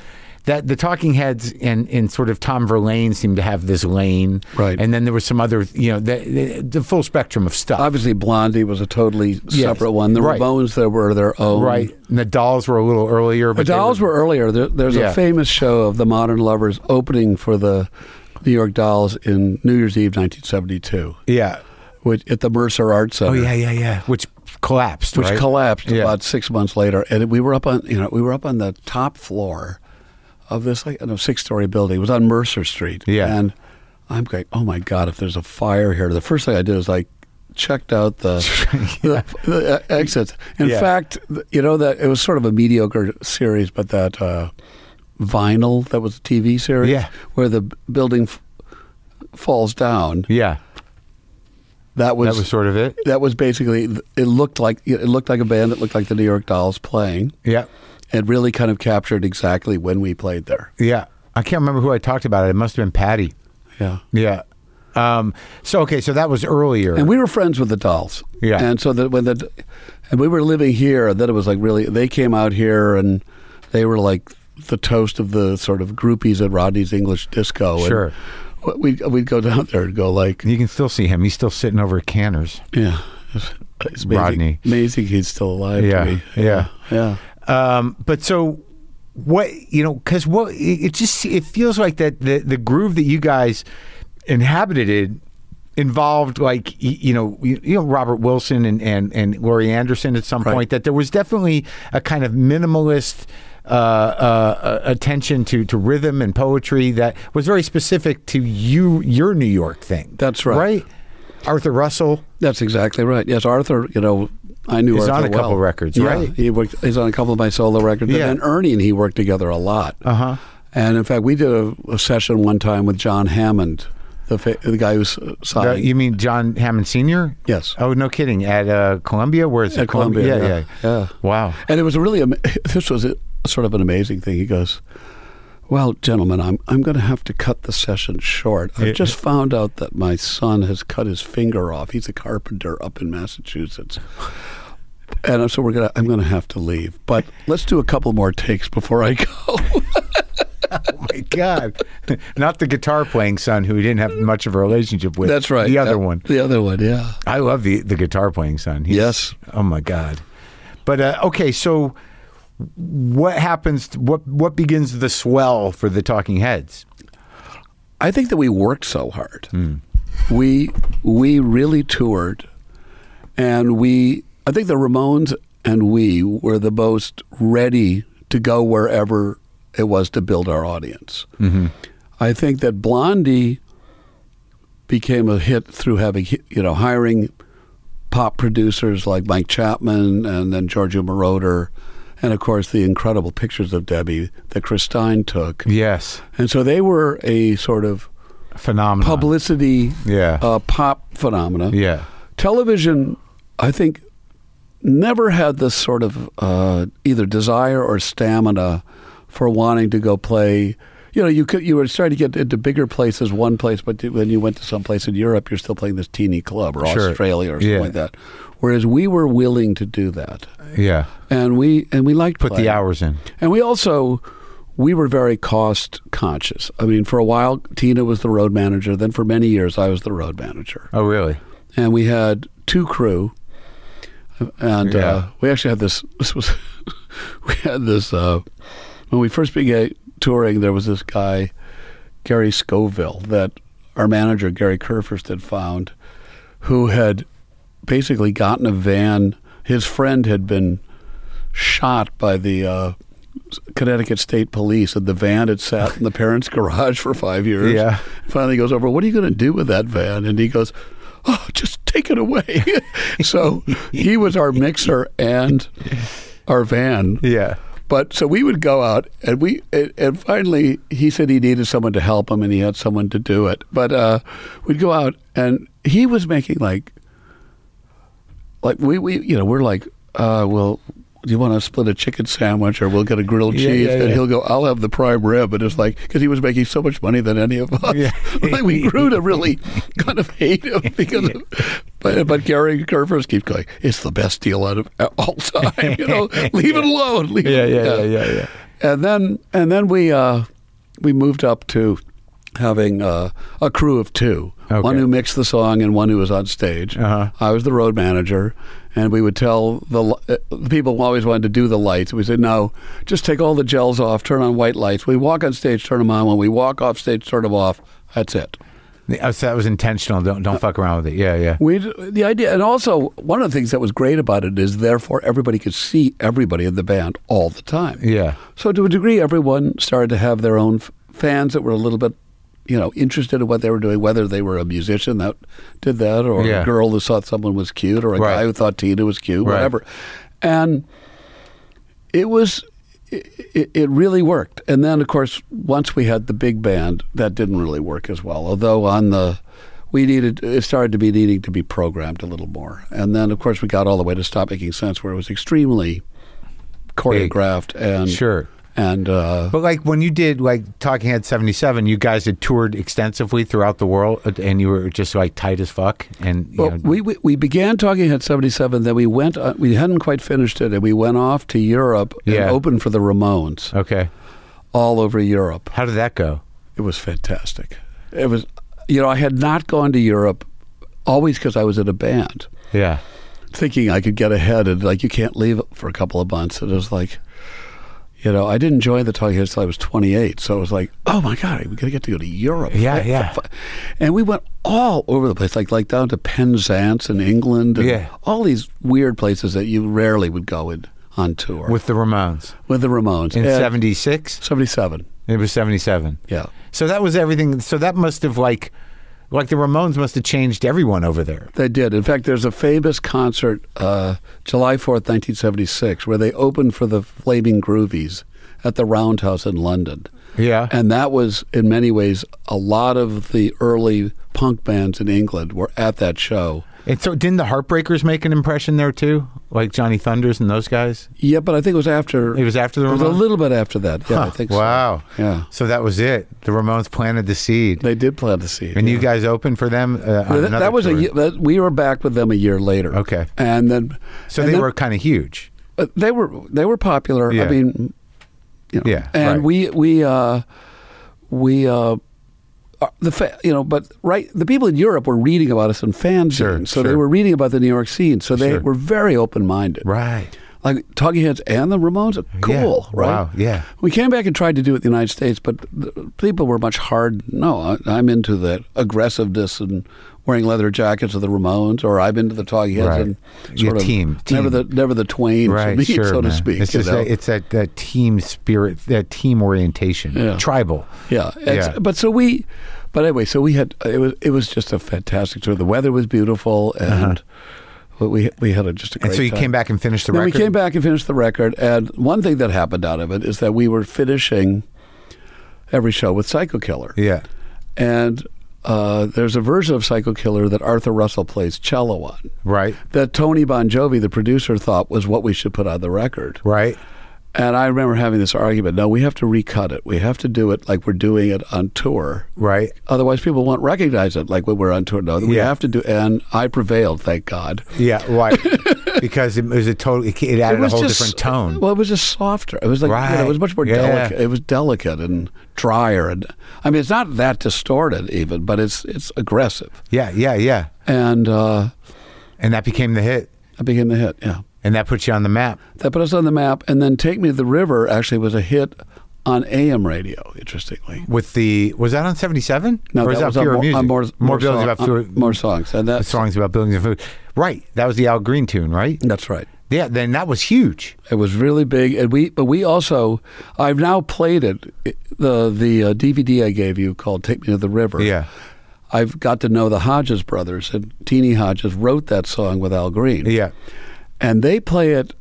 [SPEAKER 1] that the Talking Heads and, and sort of Tom Verlaine seemed to have this lane,
[SPEAKER 2] Right.
[SPEAKER 1] And then there was some other, you know, the, the, the full spectrum of stuff,
[SPEAKER 2] Obviously, Blondie was a totally separate one. The
[SPEAKER 1] Right.
[SPEAKER 2] Ramones, there were their own.
[SPEAKER 1] right? And the Dolls were a little earlier, but
[SPEAKER 2] The dolls were earlier. There, there's
[SPEAKER 1] Yeah.
[SPEAKER 2] a famous show of the Modern Lovers opening for the New York Dolls in New Year's Eve, 1972,
[SPEAKER 1] yeah,
[SPEAKER 2] which at the Mercer Art Center,
[SPEAKER 1] oh yeah, yeah, yeah, which collapsed,
[SPEAKER 2] which
[SPEAKER 1] right?
[SPEAKER 2] collapsed
[SPEAKER 1] Yeah.
[SPEAKER 2] about six months later. And we were up on, you know, we were up on the top floor of this like a six-story building. It was on Mercer Street.
[SPEAKER 1] Yeah.
[SPEAKER 2] and I'm going, oh my god, if there's a fire here, the first thing I did is like checked out the,
[SPEAKER 1] [laughs]
[SPEAKER 2] the, the exits. In
[SPEAKER 1] Yeah.
[SPEAKER 2] fact, th- you know that it was sort of a mediocre series, but that uh, vinyl that was a TV series,
[SPEAKER 1] Yeah.
[SPEAKER 2] where the b- building f- falls down.
[SPEAKER 1] yeah,
[SPEAKER 2] That was.
[SPEAKER 1] that was sort of it,
[SPEAKER 2] that was basically th- it looked like it looked like a band it looked like the New York Dolls playing
[SPEAKER 1] yeah,
[SPEAKER 2] it really kind of captured exactly when we played there
[SPEAKER 1] yeah. I can't remember who I talked about it. It must have been Patty,
[SPEAKER 2] yeah
[SPEAKER 1] yeah. Um, so okay, so that was earlier,
[SPEAKER 2] And we were friends with the dolls.
[SPEAKER 1] Yeah.
[SPEAKER 2] And so that when the and we were living here, then it was like really they came out here and they were like the toast of the sort of groupies at Rodney's English Disco. and
[SPEAKER 1] Sure.
[SPEAKER 2] w- We'd, we'd go down there and go like,
[SPEAKER 1] You can still see him. He's still sitting over at Canners.
[SPEAKER 2] yeah, it's amazing,
[SPEAKER 1] Rodney.
[SPEAKER 2] Amazing he's still alive
[SPEAKER 1] Yeah,
[SPEAKER 2] to me.
[SPEAKER 1] yeah.
[SPEAKER 2] Yeah.
[SPEAKER 1] Um, but so what you know because what it it just it feels like that the the groove that you guys inhabited involved like y- you know you, you know Robert Wilson and and and Laurie Anderson at some
[SPEAKER 2] Right.
[SPEAKER 1] point that there was definitely a kind of minimalist. Uh, uh, uh, attention to, to rhythm and poetry that was very specific to you your New York thing.
[SPEAKER 2] That's right.
[SPEAKER 1] Right. Arthur Russell.
[SPEAKER 2] That's exactly right. Yes, Arthur. You know, I knew
[SPEAKER 1] He's
[SPEAKER 2] Arthur
[SPEAKER 1] on a
[SPEAKER 2] well.
[SPEAKER 1] couple records,
[SPEAKER 2] Yeah,
[SPEAKER 1] right?
[SPEAKER 2] He worked. He's on a couple of my solo records.
[SPEAKER 1] Yeah.
[SPEAKER 2] And then Ernie and he worked together a lot. Uh
[SPEAKER 1] Uh-huh.
[SPEAKER 2] And in fact, we did a, a session one time with John Hammond, the fa- the guy who's uh,
[SPEAKER 1] Uh,
[SPEAKER 2] signed.
[SPEAKER 1] you mean John Hammond Senior?
[SPEAKER 2] Yes.
[SPEAKER 1] Oh no, kidding. At uh, Columbia, where is it?
[SPEAKER 2] At Columbia,
[SPEAKER 1] Yeah, yeah,
[SPEAKER 2] yeah, yeah. [laughs]
[SPEAKER 1] Wow.
[SPEAKER 2] and it was really ama- this was a, sort of an amazing thing. He goes. Well, gentlemen, I'm I'm going to have to cut the session short. I've just found out that my son has cut his finger off. He's a carpenter up in Massachusetts, and so we're gonna I'm going to have to leave. But let's do a couple more takes before I go.
[SPEAKER 1] Oh my God. [laughs] Not the guitar playing son who he didn't have much of a relationship with.
[SPEAKER 2] [laughs] That's right.
[SPEAKER 1] The other
[SPEAKER 2] That-
[SPEAKER 1] one.
[SPEAKER 2] The other one, yeah.
[SPEAKER 1] I love the the guitar playing son. He's-
[SPEAKER 2] Yes.
[SPEAKER 1] Oh my God. But uh, okay, so what happens? What what begins the swell for the Talking Heads?
[SPEAKER 2] I think that we worked so hard. We we really toured, and we I think the Ramones and we were the most ready to go wherever it was to build our audience. I think that Blondie became a hit through having hi- you know hiring pop producers like Mike Chapman and then Giorgio Moroder, and of course the incredible pictures of Debbie that Chris Stein took.
[SPEAKER 1] Yes.
[SPEAKER 2] And so they were a sort of
[SPEAKER 1] Phenomenal.
[SPEAKER 2] publicity
[SPEAKER 1] Yeah.
[SPEAKER 2] uh, pop phenomena.
[SPEAKER 1] Yeah.
[SPEAKER 2] Television, I think, never had this sort of uh, either desire or stamina for wanting to go play. You know, you could you were starting to get into bigger places, one place, but when you went to some place in Europe, you're still playing this teeny club or
[SPEAKER 1] Sure.
[SPEAKER 2] Australia or something
[SPEAKER 1] Yeah.
[SPEAKER 2] like that. Whereas we were willing to do that,
[SPEAKER 1] Yeah.
[SPEAKER 2] and we and we liked
[SPEAKER 1] Put the
[SPEAKER 2] playing.
[SPEAKER 1] hours in.
[SPEAKER 2] And we also we were very cost conscious. I mean, for a while Tina was the road manager, then for many years I was the road manager.
[SPEAKER 1] Oh really?
[SPEAKER 2] And we had two crew and
[SPEAKER 1] Yeah.
[SPEAKER 2] uh, we actually had this this was [laughs] we had this uh, when we first began touring there was this guy Gary Scoville that our manager Gary Kerfurst had found who had basically gotten a van his friend had been shot by the uh, Connecticut State Police, and the van had sat in the parents' [laughs] garage for five years.
[SPEAKER 1] Yeah.
[SPEAKER 2] [laughs] Finally, he goes over. What are you going to do with that van? And he goes, "Oh, just take it away." [laughs] so he was our mixer and our van.
[SPEAKER 1] Yeah.
[SPEAKER 2] But so we would go out, and we and, and finally he said he needed someone to help him, and he had someone to do it. But uh, we'd go out, and he was making like like we, we you know we're like uh, well do you want to split a chicken sandwich or we'll get a grilled
[SPEAKER 1] Yeah,
[SPEAKER 2] cheese
[SPEAKER 1] yeah,
[SPEAKER 2] and
[SPEAKER 1] yeah.
[SPEAKER 2] he'll go I'll have the prime rib and it's like because he was making so much money than any of us
[SPEAKER 1] Yeah.
[SPEAKER 2] [laughs] Like, we grew to really kind of
[SPEAKER 1] [laughs]
[SPEAKER 2] hate him because of, but but Gary Kerfers keeps going it's the best deal out of all time
[SPEAKER 1] [laughs]
[SPEAKER 2] you know leave it alone leave
[SPEAKER 1] Yeah.
[SPEAKER 2] it,
[SPEAKER 1] Yeah. Yeah. Yeah. yeah.
[SPEAKER 2] and then and then we uh, we moved up to having uh, a crew of two,
[SPEAKER 1] Okay.
[SPEAKER 2] one who mixed the song and one who was on stage.
[SPEAKER 1] Uh-huh.
[SPEAKER 2] I was the road manager, and we would tell the li- uh, the people who always wanted to do the lights. We said, "No, just take all the gels off, turn on white lights. We walk on stage, turn them on. When we walk off stage, turn them off. That's it."
[SPEAKER 1] Oh, so that was intentional. Don't don't fuck around with it. Yeah. Yeah.
[SPEAKER 2] We the idea, and also one of the things that was great about it is, therefore, everybody could see everybody in the band all the time.
[SPEAKER 1] Yeah.
[SPEAKER 2] So to a degree, everyone started to have their own f- fans that were a little bit, you know, interested in what they were doing, whether they were a musician that did that, or
[SPEAKER 1] Yeah.
[SPEAKER 2] a girl who thought someone was cute, or a
[SPEAKER 1] Right.
[SPEAKER 2] guy who thought Tina was cute,
[SPEAKER 1] Right.
[SPEAKER 2] whatever. And it was. It, it really worked, and then of course once we had the big band, that didn't really work as well. Although on the, we needed it started to be needing to be programmed a little more, and then of course we got all the way to stop making sense, where it was extremely choreographed and
[SPEAKER 1] Sure.
[SPEAKER 2] and uh,
[SPEAKER 1] But like when you did like Talking Head 77, you guys had toured extensively throughout the world uh, and you were just like tight as fuck and you
[SPEAKER 2] well,
[SPEAKER 1] know,
[SPEAKER 2] we, we we began talking at seventy seven. Then we went. Uh, we hadn't quite finished it, and we went off to Europe
[SPEAKER 1] Yeah.
[SPEAKER 2] and opened for the Ramones.
[SPEAKER 1] okay.
[SPEAKER 2] all over Europe.
[SPEAKER 1] How did that go?
[SPEAKER 2] It was fantastic. It was, you know, I had not gone to Europe always because I was in a band,
[SPEAKER 1] Yeah.
[SPEAKER 2] thinking I could get ahead and like you can't leave for a couple of months. And it was like, you know, I didn't join the Talking Heads till I was 28. So it was like, oh my God, we got to get to go to Europe.
[SPEAKER 1] Yeah, yeah.
[SPEAKER 2] And we went all over the place, like like down to Penzance in England, and
[SPEAKER 1] Yeah.
[SPEAKER 2] all these weird places that you rarely would go in on tour with,
[SPEAKER 1] With the Ramones
[SPEAKER 2] the Ramones
[SPEAKER 1] in
[SPEAKER 2] And-
[SPEAKER 1] '76.
[SPEAKER 2] 77.
[SPEAKER 1] It was '77.
[SPEAKER 2] Yeah.
[SPEAKER 1] So that was everything. So that must have like, like the Ramones must have changed everyone over there.
[SPEAKER 2] They did. In fact, there's a famous concert, uh, July 4th, 1976, where they opened for the Flaming Groovies at the Roundhouse in London.
[SPEAKER 1] Yeah.
[SPEAKER 2] And that was, in many ways, a lot of the early punk bands in England were at that show.
[SPEAKER 1] And so didn't the Heartbreakers make an impression there too? Like Johnny Thunders and those guys?
[SPEAKER 2] Yeah, but I think it was after.
[SPEAKER 1] It was after the
[SPEAKER 2] It was a
[SPEAKER 1] Ramones?
[SPEAKER 2] little bit after that. Yeah, I think so.
[SPEAKER 1] Wow.
[SPEAKER 2] Yeah.
[SPEAKER 1] So that was it. The Ramones planted the seed.
[SPEAKER 2] They did plant the seed.
[SPEAKER 1] and you guys opened for them uh, on
[SPEAKER 2] But that,
[SPEAKER 1] another
[SPEAKER 2] that was a
[SPEAKER 1] tour.
[SPEAKER 2] ye- that, we were back with them a year later.
[SPEAKER 1] Okay.
[SPEAKER 2] and then
[SPEAKER 1] So
[SPEAKER 2] and
[SPEAKER 1] they
[SPEAKER 2] then-
[SPEAKER 1] were kind of huge.
[SPEAKER 2] uh, they were they were popular.
[SPEAKER 1] Yeah.
[SPEAKER 2] I mean, you know,
[SPEAKER 1] Yeah, right.
[SPEAKER 2] and we we uh, we uh, uh, the fa- you know, but right, the people in Europe were reading about us in fanzines,
[SPEAKER 1] Sure,
[SPEAKER 2] so they
[SPEAKER 1] sure.
[SPEAKER 2] were reading about the New York scene, so they
[SPEAKER 1] Sure.
[SPEAKER 2] were very open minded.
[SPEAKER 1] Right.
[SPEAKER 2] Like Talking Heads and the Ramones, cool, right?
[SPEAKER 1] Wow. Yeah.
[SPEAKER 2] We came back and tried to do it in the United States, but the people were much hard. No, I, I'm into that aggressiveness and wearing leather jackets of the Ramones, or I'm into the Talking Heads
[SPEAKER 1] Right.
[SPEAKER 2] and sort
[SPEAKER 1] Yeah,
[SPEAKER 2] of
[SPEAKER 1] team,
[SPEAKER 2] never
[SPEAKER 1] team.
[SPEAKER 2] the never the Twain,
[SPEAKER 1] Right.
[SPEAKER 2] to me,
[SPEAKER 1] sure.
[SPEAKER 2] so to
[SPEAKER 1] man.
[SPEAKER 2] speak.
[SPEAKER 1] It's
[SPEAKER 2] you
[SPEAKER 1] just
[SPEAKER 2] know?
[SPEAKER 1] that, it's that, that team spirit, that team orientation,
[SPEAKER 2] Yeah.
[SPEAKER 1] tribal.
[SPEAKER 2] yeah, it's-
[SPEAKER 1] Yeah.
[SPEAKER 2] But so we, but anyway, so we had it was it was just a fantastic tour. The weather was beautiful, and we we had a, just a great.
[SPEAKER 1] Uh-huh. And so you
[SPEAKER 2] time.
[SPEAKER 1] came back and finished the
[SPEAKER 2] Then
[SPEAKER 1] record.
[SPEAKER 2] we came back and finished the record, and one thing that happened out of it is that we were finishing every show with Psycho Killer.
[SPEAKER 1] Yeah.
[SPEAKER 2] And uh, there's a version of Psycho Killer that Arthur Russell plays cello on
[SPEAKER 1] Right.
[SPEAKER 2] that Tony Bon Jovi, the producer, thought was what we should put on the record.
[SPEAKER 1] Right.
[SPEAKER 2] And I remember having this argument no, we have to recut it. We have to do it like we're doing it on tour.
[SPEAKER 1] Right.
[SPEAKER 2] Otherwise, people won't recognize it like when we're on tour. No, we
[SPEAKER 1] Yeah.
[SPEAKER 2] have to do And I prevailed, thank God.
[SPEAKER 1] Yeah. [laughs] Right. because it was a total. It, it added a whole different tone.
[SPEAKER 2] Well, it was just softer. It was like you know,
[SPEAKER 1] Right.
[SPEAKER 2] it was much more
[SPEAKER 1] Yeah.
[SPEAKER 2] delicate. It was delicate and drier, and I mean, it's not that distorted even, but it's it's aggressive.
[SPEAKER 1] yeah. Yeah. Yeah.
[SPEAKER 2] And uh,
[SPEAKER 1] And that became the hit.
[SPEAKER 2] I became the hit. Yeah,
[SPEAKER 1] And that put you on the map.
[SPEAKER 2] that put us on the map. And then "Take Me to the River" actually was a hit on AM radio. Interestingly,
[SPEAKER 1] with the was that on 77 or is that,
[SPEAKER 2] on
[SPEAKER 1] Fear of
[SPEAKER 2] more,
[SPEAKER 1] Music?
[SPEAKER 2] on more,
[SPEAKER 1] more buildings
[SPEAKER 2] song-
[SPEAKER 1] about fear,
[SPEAKER 2] on more songs, and that
[SPEAKER 1] songs about buildings and food. Right, that was the Al Green tune, right?
[SPEAKER 2] that's right.
[SPEAKER 1] Yeah, then that was huge.
[SPEAKER 2] It was really big, and we but we also I've now played it the the uh, DVD I gave you called "Take Me to the River."
[SPEAKER 1] Yeah,
[SPEAKER 2] I've got to know the Hodges brothers, and Teeny Hodges wrote that song with Al Green.
[SPEAKER 1] yeah,
[SPEAKER 2] And they play it,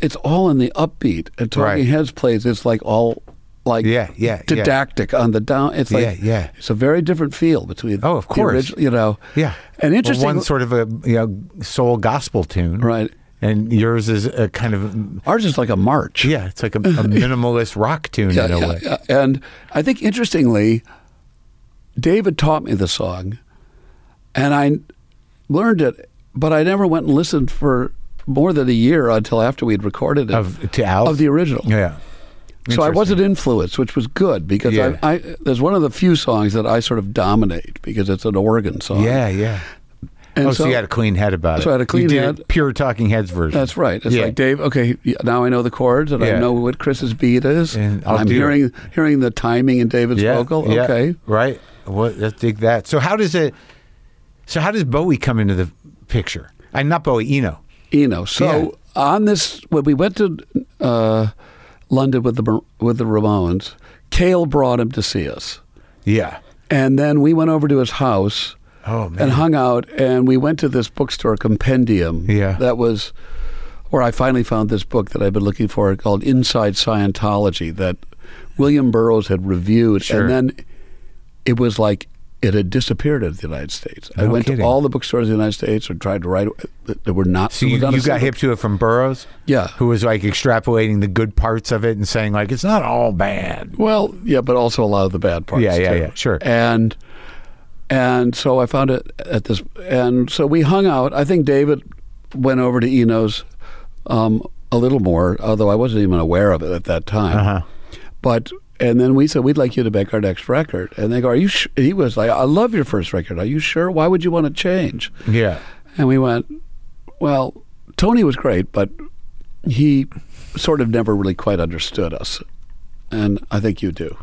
[SPEAKER 2] it's all in the upbeat, and Talking
[SPEAKER 1] Right.
[SPEAKER 2] Heads plays it's like all like
[SPEAKER 1] Yeah, yeah, yeah.
[SPEAKER 2] didactic on the down. It's like,
[SPEAKER 1] Yeah, yeah.
[SPEAKER 2] it's a very different feel between
[SPEAKER 1] Oh, of
[SPEAKER 2] the
[SPEAKER 1] course.
[SPEAKER 2] origi- you know.
[SPEAKER 1] yeah.
[SPEAKER 2] And
[SPEAKER 1] Well,
[SPEAKER 2] interesting,
[SPEAKER 1] one sort of a you know soul gospel tune,
[SPEAKER 2] right?
[SPEAKER 1] And yours is a kind of
[SPEAKER 2] Ours is like a march.
[SPEAKER 1] yeah, it's
[SPEAKER 2] [laughs]
[SPEAKER 1] like a, a minimalist rock tune in a way.
[SPEAKER 2] yeah. And I think interestingly, David taught me the song, and I learned it, but I never went and listened for more than a year until after we'd recorded it
[SPEAKER 1] Of to Al
[SPEAKER 2] of the original.
[SPEAKER 1] yeah.
[SPEAKER 2] So I
[SPEAKER 1] Interesting.
[SPEAKER 2] wasn't influenced, which was good because
[SPEAKER 1] Yeah.
[SPEAKER 2] I, I there's one of the few songs that I sort of dominate because it's an organ song.
[SPEAKER 1] Yeah, yeah.
[SPEAKER 2] And
[SPEAKER 1] oh, so, you had a clean head about it.
[SPEAKER 2] so I had a clean
[SPEAKER 1] you did
[SPEAKER 2] head.
[SPEAKER 1] a Pure Talking Heads version.
[SPEAKER 2] That's right. It's
[SPEAKER 1] Yeah.
[SPEAKER 2] like Dave. Okay, yeah, now I know the chords and
[SPEAKER 1] Yeah.
[SPEAKER 2] I know what Chris's beat is.
[SPEAKER 1] And I'll
[SPEAKER 2] I'm
[SPEAKER 1] do it.
[SPEAKER 2] hearing hearing the timing in David's
[SPEAKER 1] yeah,
[SPEAKER 2] vocal.
[SPEAKER 1] yeah,
[SPEAKER 2] Okay,
[SPEAKER 1] right. What? Let's dig that. So how does it? So how does Bowie come into the picture? And not Bowie, Eno.
[SPEAKER 2] you know. So on this, when we went to uh, London with the Mar- with the Ramones, Cale brought him to see us,
[SPEAKER 1] Yeah.
[SPEAKER 2] and then we went over to his house
[SPEAKER 1] Oh
[SPEAKER 2] and hung out, and we went to this bookstore compendium.
[SPEAKER 1] Yeah.
[SPEAKER 2] that was where I finally found this book that I've been looking for called Inside Scientology that William Burroughs had reviewed,
[SPEAKER 1] Sure.
[SPEAKER 2] and then it was like. It had disappeared out of the United States. I
[SPEAKER 1] No
[SPEAKER 2] went
[SPEAKER 1] kidding.
[SPEAKER 2] to all the bookstores in the United States and tried to write. There were not.
[SPEAKER 1] so
[SPEAKER 2] there
[SPEAKER 1] you,
[SPEAKER 2] was not a
[SPEAKER 1] you got
[SPEAKER 2] single-
[SPEAKER 1] hip to it from Burroughs,
[SPEAKER 2] Yeah.
[SPEAKER 1] who was like extrapolating the good parts of it and saying like it's not all bad.
[SPEAKER 2] Well, yeah, but also a lot of the bad parts.
[SPEAKER 1] Yeah, yeah,
[SPEAKER 2] too.
[SPEAKER 1] yeah, sure.
[SPEAKER 2] And and so I found it at this, and so we hung out. I think David went over to Eno's um, a little more, although I wasn't even aware of it at that time.
[SPEAKER 1] Uh-huh.
[SPEAKER 2] But and then we said we'd like you to make our next record, and they go, "Are you?" Sh-? He was like, "I love your first record. Are you sure? Why would you want to change?"
[SPEAKER 1] Yeah.
[SPEAKER 2] And we went, well, Tony was great, but he sort of never really quite understood us. And I think you do.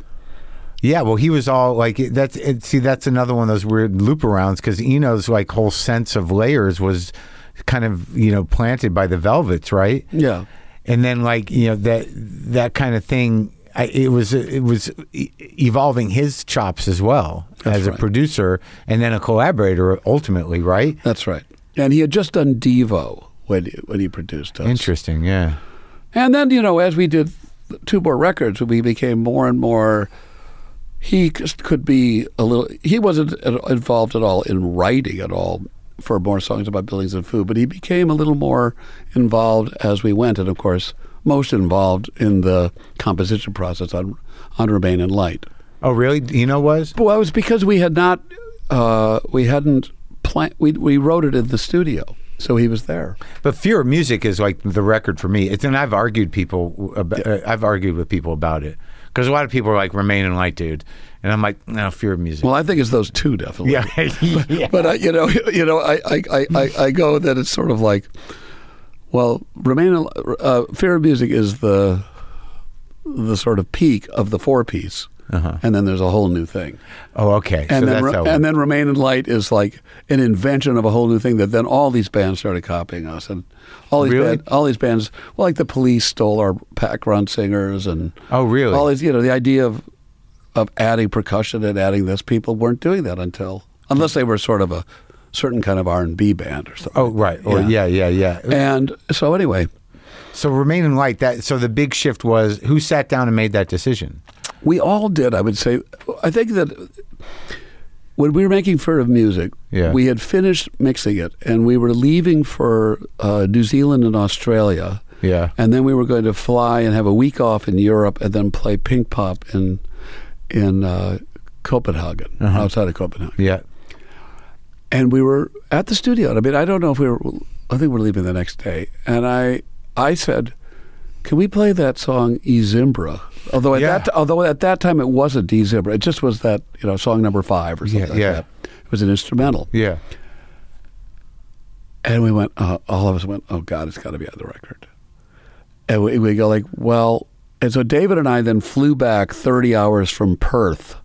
[SPEAKER 1] Yeah, well, he was all like that's it, see that's another one of those weird loop arounds because Eno's like whole sense of layers was kind of you know planted by the Velvets, right?
[SPEAKER 2] Yeah.
[SPEAKER 1] And then like you know that that kind of thing, I, it was it was e- evolving his chops as well as a
[SPEAKER 2] right.
[SPEAKER 1] producer and then a collaborator ultimately, right?
[SPEAKER 2] That's right. And he had just done Devo when when he produced us.
[SPEAKER 1] Interesting, yeah.
[SPEAKER 2] And then, you know, as we did two more records, we became more and more. He c- could be a little. He wasn't at- involved at all in writing at all for more songs about buildings and food, but he became a little more involved as we went, and of course, most involved in the composition process on on Remain in Light.
[SPEAKER 1] Oh, really? Eno was?
[SPEAKER 2] Well, it was because we had not, uh, we hadn't planned. We we wrote it in the studio, so he was there.
[SPEAKER 1] But fear of music is like the record for me. It's and I've argued people. About, uh I've argued with people about it because a lot of people are like remain in light, dude, and I'm like, no, fear of music.
[SPEAKER 2] Well, I think it's those two definitely.
[SPEAKER 1] [laughs]
[SPEAKER 2] [laughs]
[SPEAKER 1] yeah, [laughs] yeah.
[SPEAKER 2] but I, you know, [laughs] you know, I, I, I, I, I go that it's sort of like, well, remain Al- uh, fair music is the the sort of peak of the four piece, and then there's a whole new thing,
[SPEAKER 1] oh, okay.
[SPEAKER 2] and
[SPEAKER 1] so
[SPEAKER 2] then
[SPEAKER 1] that's
[SPEAKER 2] Re-
[SPEAKER 1] how.
[SPEAKER 2] and then remain in light is like an invention of a whole new thing that then all these bands started copying us and. All these,
[SPEAKER 1] Really?
[SPEAKER 2] band, all these bands, well, like the police stole our pack run singers, and
[SPEAKER 1] oh, really?
[SPEAKER 2] all these, you know, the idea of of adding percussion and adding this, people weren't doing that until unless they were sort of a certain kind of R and B band or something.
[SPEAKER 1] oh, right. Or yeah. yeah, yeah,
[SPEAKER 2] And so anyway,
[SPEAKER 1] So remain in light. That so the big shift was who sat down and made that decision.
[SPEAKER 2] we all did. I would say, I think that when we were making furtive music,
[SPEAKER 1] Yeah.
[SPEAKER 2] we had finished mixing it, and we were leaving for uh, New Zealand and Australia.
[SPEAKER 1] Yeah.
[SPEAKER 2] and then we were going to fly and have a week off in Europe, and then play Pink Pop in in uh, Copenhagen,
[SPEAKER 1] Uh-huh.
[SPEAKER 2] outside of Copenhagen.
[SPEAKER 1] Yeah.
[SPEAKER 2] and we were at the studio. And I mean, I don't know if we were. I think we're leaving the next day. And I, I said, "Can we play that song Ezimbra?" Although at
[SPEAKER 1] Yeah.
[SPEAKER 2] that, although at that time it wasn't Ezimbra. It just was that you know song number five or something.
[SPEAKER 1] Yeah,
[SPEAKER 2] like
[SPEAKER 1] yeah.
[SPEAKER 2] that. It was an instrumental.
[SPEAKER 1] Yeah.
[SPEAKER 2] And we went. Uh, all of us went. Oh God, it's got to be on the record. And we, we go like, well. And so David and I then flew back 30 hours from Perth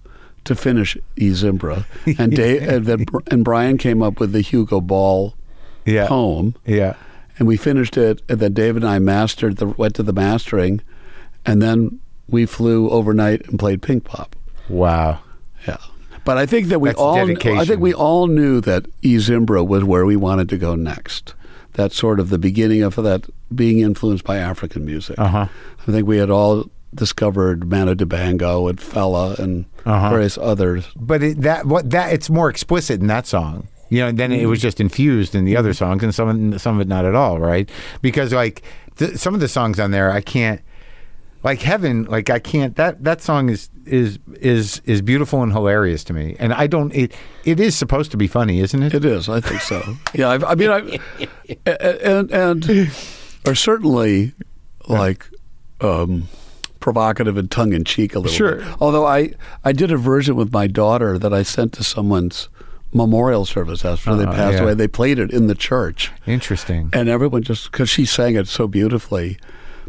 [SPEAKER 2] to finish Ezimbra.
[SPEAKER 1] [laughs]
[SPEAKER 2] And, Dave, and, then, and Brian came up with the Hugo Ball
[SPEAKER 1] Yeah.
[SPEAKER 2] poem,
[SPEAKER 1] Yeah.
[SPEAKER 2] and we finished it. And then David and I mastered the went to the mastering, and then we flew overnight and played Pink Pop.
[SPEAKER 1] Wow.
[SPEAKER 2] Yeah, but I think that we
[SPEAKER 1] That's
[SPEAKER 2] all I
[SPEAKER 1] dedication.
[SPEAKER 2] think we all knew that Ezimbra was where we wanted to go next. That's sort of the beginning of that being influenced by African music.
[SPEAKER 1] Uh-huh.
[SPEAKER 2] I think we had all discovered Mano Dibango and Fela and
[SPEAKER 1] Uh-huh.
[SPEAKER 2] various others.
[SPEAKER 1] But it, that what that it's more explicit in that song. You know, and then it was just infused in the other songs, and some some of it not at all, right? Because like th- some of the songs on there, I can't like heaven. Like I can't that that song is is is is beautiful and hilarious to me, and I don't. It it is supposed to be funny, isn't it?
[SPEAKER 2] It is. I think so. yeah. I, I mean, I and and or certainly like um, provocative and tongue in cheek a little.
[SPEAKER 1] Sure.
[SPEAKER 2] Bit. Although I I did a version with my daughter that I sent to someone's memorial service after they passed
[SPEAKER 1] Ah, yeah.
[SPEAKER 2] away. They played it in the church,
[SPEAKER 1] Interesting.
[SPEAKER 2] and everyone just because she sang it so beautifully.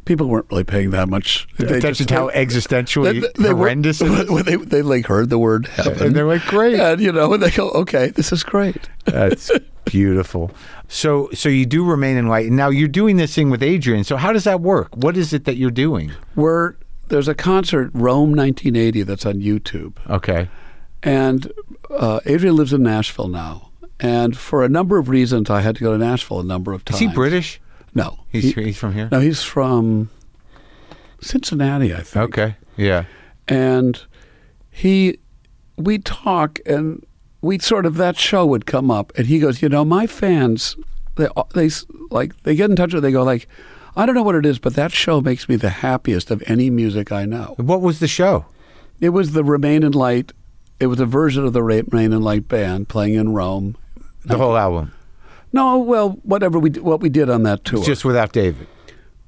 [SPEAKER 2] People weren't really paying that much
[SPEAKER 1] Attention
[SPEAKER 2] just-
[SPEAKER 1] to how existentially
[SPEAKER 2] were-
[SPEAKER 1] horrendous it is.
[SPEAKER 2] [laughs] when they, they like heard the word heaven,
[SPEAKER 1] And they're like, "Great."
[SPEAKER 2] and you know, and they go, "Okay, this is great."
[SPEAKER 1] That's beautiful. So so you do remain in light. Now you're doing this thing with Adrian. So how does that work? What is it that you're doing?
[SPEAKER 2] We're there's a concert Rome 1980 that's on YouTube,
[SPEAKER 1] Okay.
[SPEAKER 2] and uh, Adrian lives in Nashville now. And for a number of reasons, I had to go to Nashville a number of
[SPEAKER 1] Is
[SPEAKER 2] times.
[SPEAKER 1] he British?
[SPEAKER 2] No,
[SPEAKER 1] He's,
[SPEAKER 2] he-
[SPEAKER 1] he's from here.
[SPEAKER 2] no, he's from Cincinnati, I think.
[SPEAKER 1] Okay. Yeah.
[SPEAKER 2] and he we talk and we sort of that show would come up and he goes you know my fans they they like they get in touch with they go like i don't know what it is but that show makes me the happiest of any music i know
[SPEAKER 1] What was the show?
[SPEAKER 2] it was the remain in light it was a version of the remain in light band playing in rome
[SPEAKER 1] The whole album.
[SPEAKER 2] no well whatever we d- what we did on that tour
[SPEAKER 1] Just without David.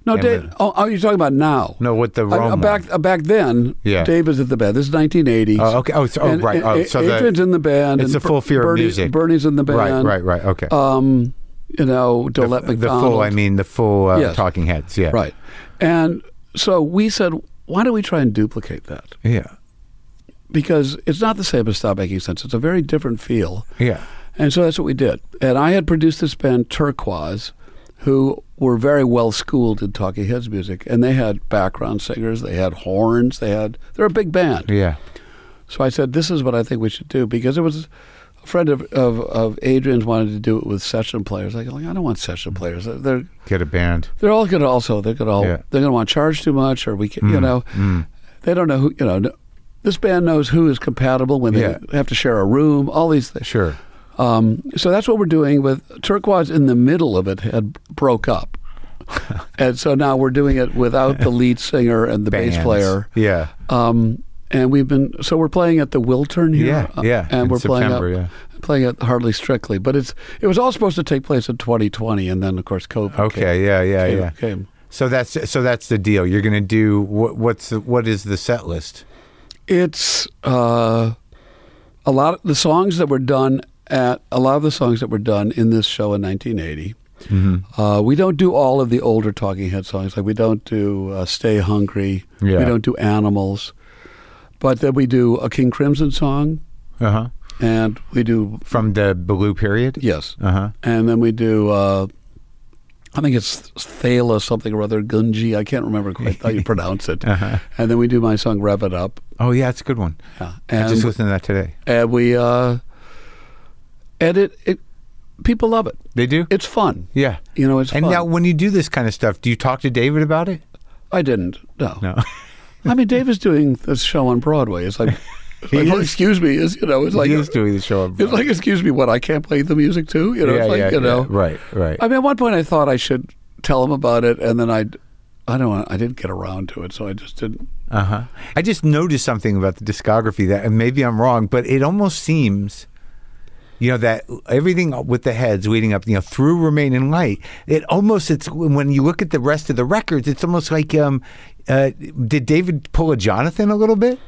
[SPEAKER 2] No,
[SPEAKER 1] And
[SPEAKER 2] Dave.
[SPEAKER 1] the-
[SPEAKER 2] Oh, oh, you're talking about now.
[SPEAKER 1] No, with the
[SPEAKER 2] Uh,
[SPEAKER 1] Roma.
[SPEAKER 2] back uh, back then,
[SPEAKER 1] Yeah.
[SPEAKER 2] Dave is at the band. This is 1980s.
[SPEAKER 1] Oh, okay. Oh, so- oh,
[SPEAKER 2] And-
[SPEAKER 1] right.
[SPEAKER 2] and
[SPEAKER 1] Oh,
[SPEAKER 2] A-
[SPEAKER 1] so the-
[SPEAKER 2] Adrian's in the band.
[SPEAKER 1] It's
[SPEAKER 2] and
[SPEAKER 1] the full fear of
[SPEAKER 2] Bernie-
[SPEAKER 1] music.
[SPEAKER 2] Bernie's in the band.
[SPEAKER 1] Right, right, right. Okay.
[SPEAKER 2] Um, you know, Dolette
[SPEAKER 1] the
[SPEAKER 2] McDonald.
[SPEAKER 1] full, I mean, the full uh,
[SPEAKER 2] Yes.
[SPEAKER 1] Talking Heads. Yeah.
[SPEAKER 2] Right. And so we said, why don't we try and duplicate that?
[SPEAKER 1] Yeah.
[SPEAKER 2] Because it's not the same as Stop Making Sense. It's a very different feel.
[SPEAKER 1] Yeah.
[SPEAKER 2] And so that's what we did. And I had produced this band, Turquoise, who were very well schooled in talking heads music. And they had background singers, they had horns, they had, they're a big band.
[SPEAKER 1] Yeah.
[SPEAKER 2] So I said, this is what I think we should do because it was a friend of, of, of Adrian's wanted to do it with session players. I go, like, I don't want
[SPEAKER 1] Mm.
[SPEAKER 2] session players. They're- They're
[SPEAKER 1] Get a band.
[SPEAKER 2] they're all going to also they're going to all
[SPEAKER 1] Yeah. Mm.
[SPEAKER 2] they're going to want to charge too much or we can, you know they don't know who you know no, this band knows who is compatible when they
[SPEAKER 1] Yeah.
[SPEAKER 2] have to share a room all these things.
[SPEAKER 1] Sure.
[SPEAKER 2] Um, so that's what we're doing with Turquoise. In the middle of it had
[SPEAKER 1] [laughs]
[SPEAKER 2] broke up, and so now we're doing it without the lead singer and the
[SPEAKER 1] Bands.
[SPEAKER 2] bass player.
[SPEAKER 1] Yeah.
[SPEAKER 2] Um, and we've been so we're playing at the Wiltern here.
[SPEAKER 1] Yeah,
[SPEAKER 2] uh,
[SPEAKER 1] yeah,
[SPEAKER 2] And
[SPEAKER 1] in
[SPEAKER 2] we're playing
[SPEAKER 1] September,
[SPEAKER 2] at,
[SPEAKER 1] yeah.
[SPEAKER 2] playing at hardly strictly, but it's it was all supposed to take place in 2020, and then of course COVID.
[SPEAKER 1] Okay. Yeah. Yeah.
[SPEAKER 2] came,
[SPEAKER 1] yeah.
[SPEAKER 2] came.
[SPEAKER 1] So that's so that's the deal. You're gonna do what? What's the, what is the set list?
[SPEAKER 2] It's uh, a lot of the songs that were done at a lot of the songs that were done in this show in 1980.
[SPEAKER 1] Mm-hmm.
[SPEAKER 2] Uh, we don't do all of the older Talking Head songs. Like we don't do uh, "Stay Hungry."
[SPEAKER 1] Yeah.
[SPEAKER 2] We don't do "Animals," but then we do a King Crimson song,
[SPEAKER 1] Uh huh.
[SPEAKER 2] and we do
[SPEAKER 1] From the Baloo period.
[SPEAKER 2] yes,
[SPEAKER 1] Uh huh.
[SPEAKER 2] and then we do. Uh, I think it's Thala something or other Gunji. I can't remember quite how
[SPEAKER 1] [laughs]
[SPEAKER 2] you pronounce it. And then we do my song "Rev It Up."
[SPEAKER 1] Oh yeah, it's a good one.
[SPEAKER 2] Yeah.
[SPEAKER 1] Uh-huh. I
[SPEAKER 2] Uh, And
[SPEAKER 1] just listened to that today.
[SPEAKER 2] and we uh, and it, it people love it.
[SPEAKER 1] They do.
[SPEAKER 2] It's fun.
[SPEAKER 1] yeah.
[SPEAKER 2] You know, it's
[SPEAKER 1] And
[SPEAKER 2] fun.
[SPEAKER 1] now, when you do this kind of stuff, do you talk to David about it?
[SPEAKER 2] I didn't. No.
[SPEAKER 1] No.
[SPEAKER 2] [laughs] I mean, Dave is doing this show on Broadway.
[SPEAKER 1] [laughs]
[SPEAKER 2] It's like, it's like, well,
[SPEAKER 1] is.
[SPEAKER 2] excuse me, is you know, it's like
[SPEAKER 1] he is doing the show. on
[SPEAKER 2] it's like excuse me, what I can't play the music too. You know,
[SPEAKER 1] Broadway.
[SPEAKER 2] it's like you know.
[SPEAKER 1] Right. Right.
[SPEAKER 2] I mean, at one point I thought I should tell him about it, and then I, I don't, know, I didn't get around to it, so I just didn't.
[SPEAKER 1] Uh huh. I just noticed something about the discography that, and maybe I'm wrong, but it almost seems, you know, that everything with the heads leading up, you know, through Remain in Light, it almost, it's when you look at the rest of the records, it's almost like, um, uh, did David pull a Jonathan a little bit?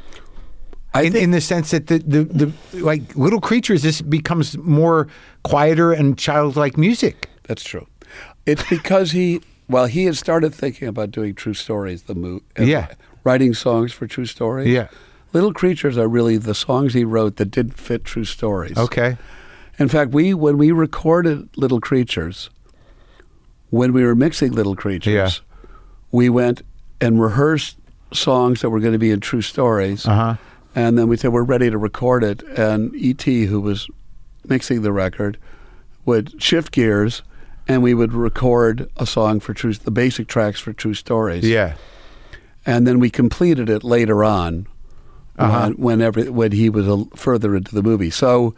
[SPEAKER 2] I
[SPEAKER 1] in,
[SPEAKER 2] think-
[SPEAKER 1] in the sense that the, the, the like little creatures this becomes more quieter and childlike music.
[SPEAKER 2] That's true. It's because he, well, he had started thinking about doing true stories, the movie.
[SPEAKER 1] Yeah.
[SPEAKER 2] Writing songs for true stories.
[SPEAKER 1] Yeah.
[SPEAKER 2] Little Creatures are really the songs he wrote that didn't fit true stories.
[SPEAKER 1] Okay.
[SPEAKER 2] In fact, we when we recorded Little Creatures, when we were mixing Little Creatures,
[SPEAKER 1] Yeah.
[SPEAKER 2] we went and rehearsed songs that were going to be in true stories.
[SPEAKER 1] Uh-huh.
[SPEAKER 2] And then we said we're ready to record it. And E.T., who was mixing the record, would shift gears, and we would record a song for true, the basic tracks for True Stories.
[SPEAKER 1] Yeah.
[SPEAKER 2] And then we completed it later on, when, when every when he was a, further into the movie. So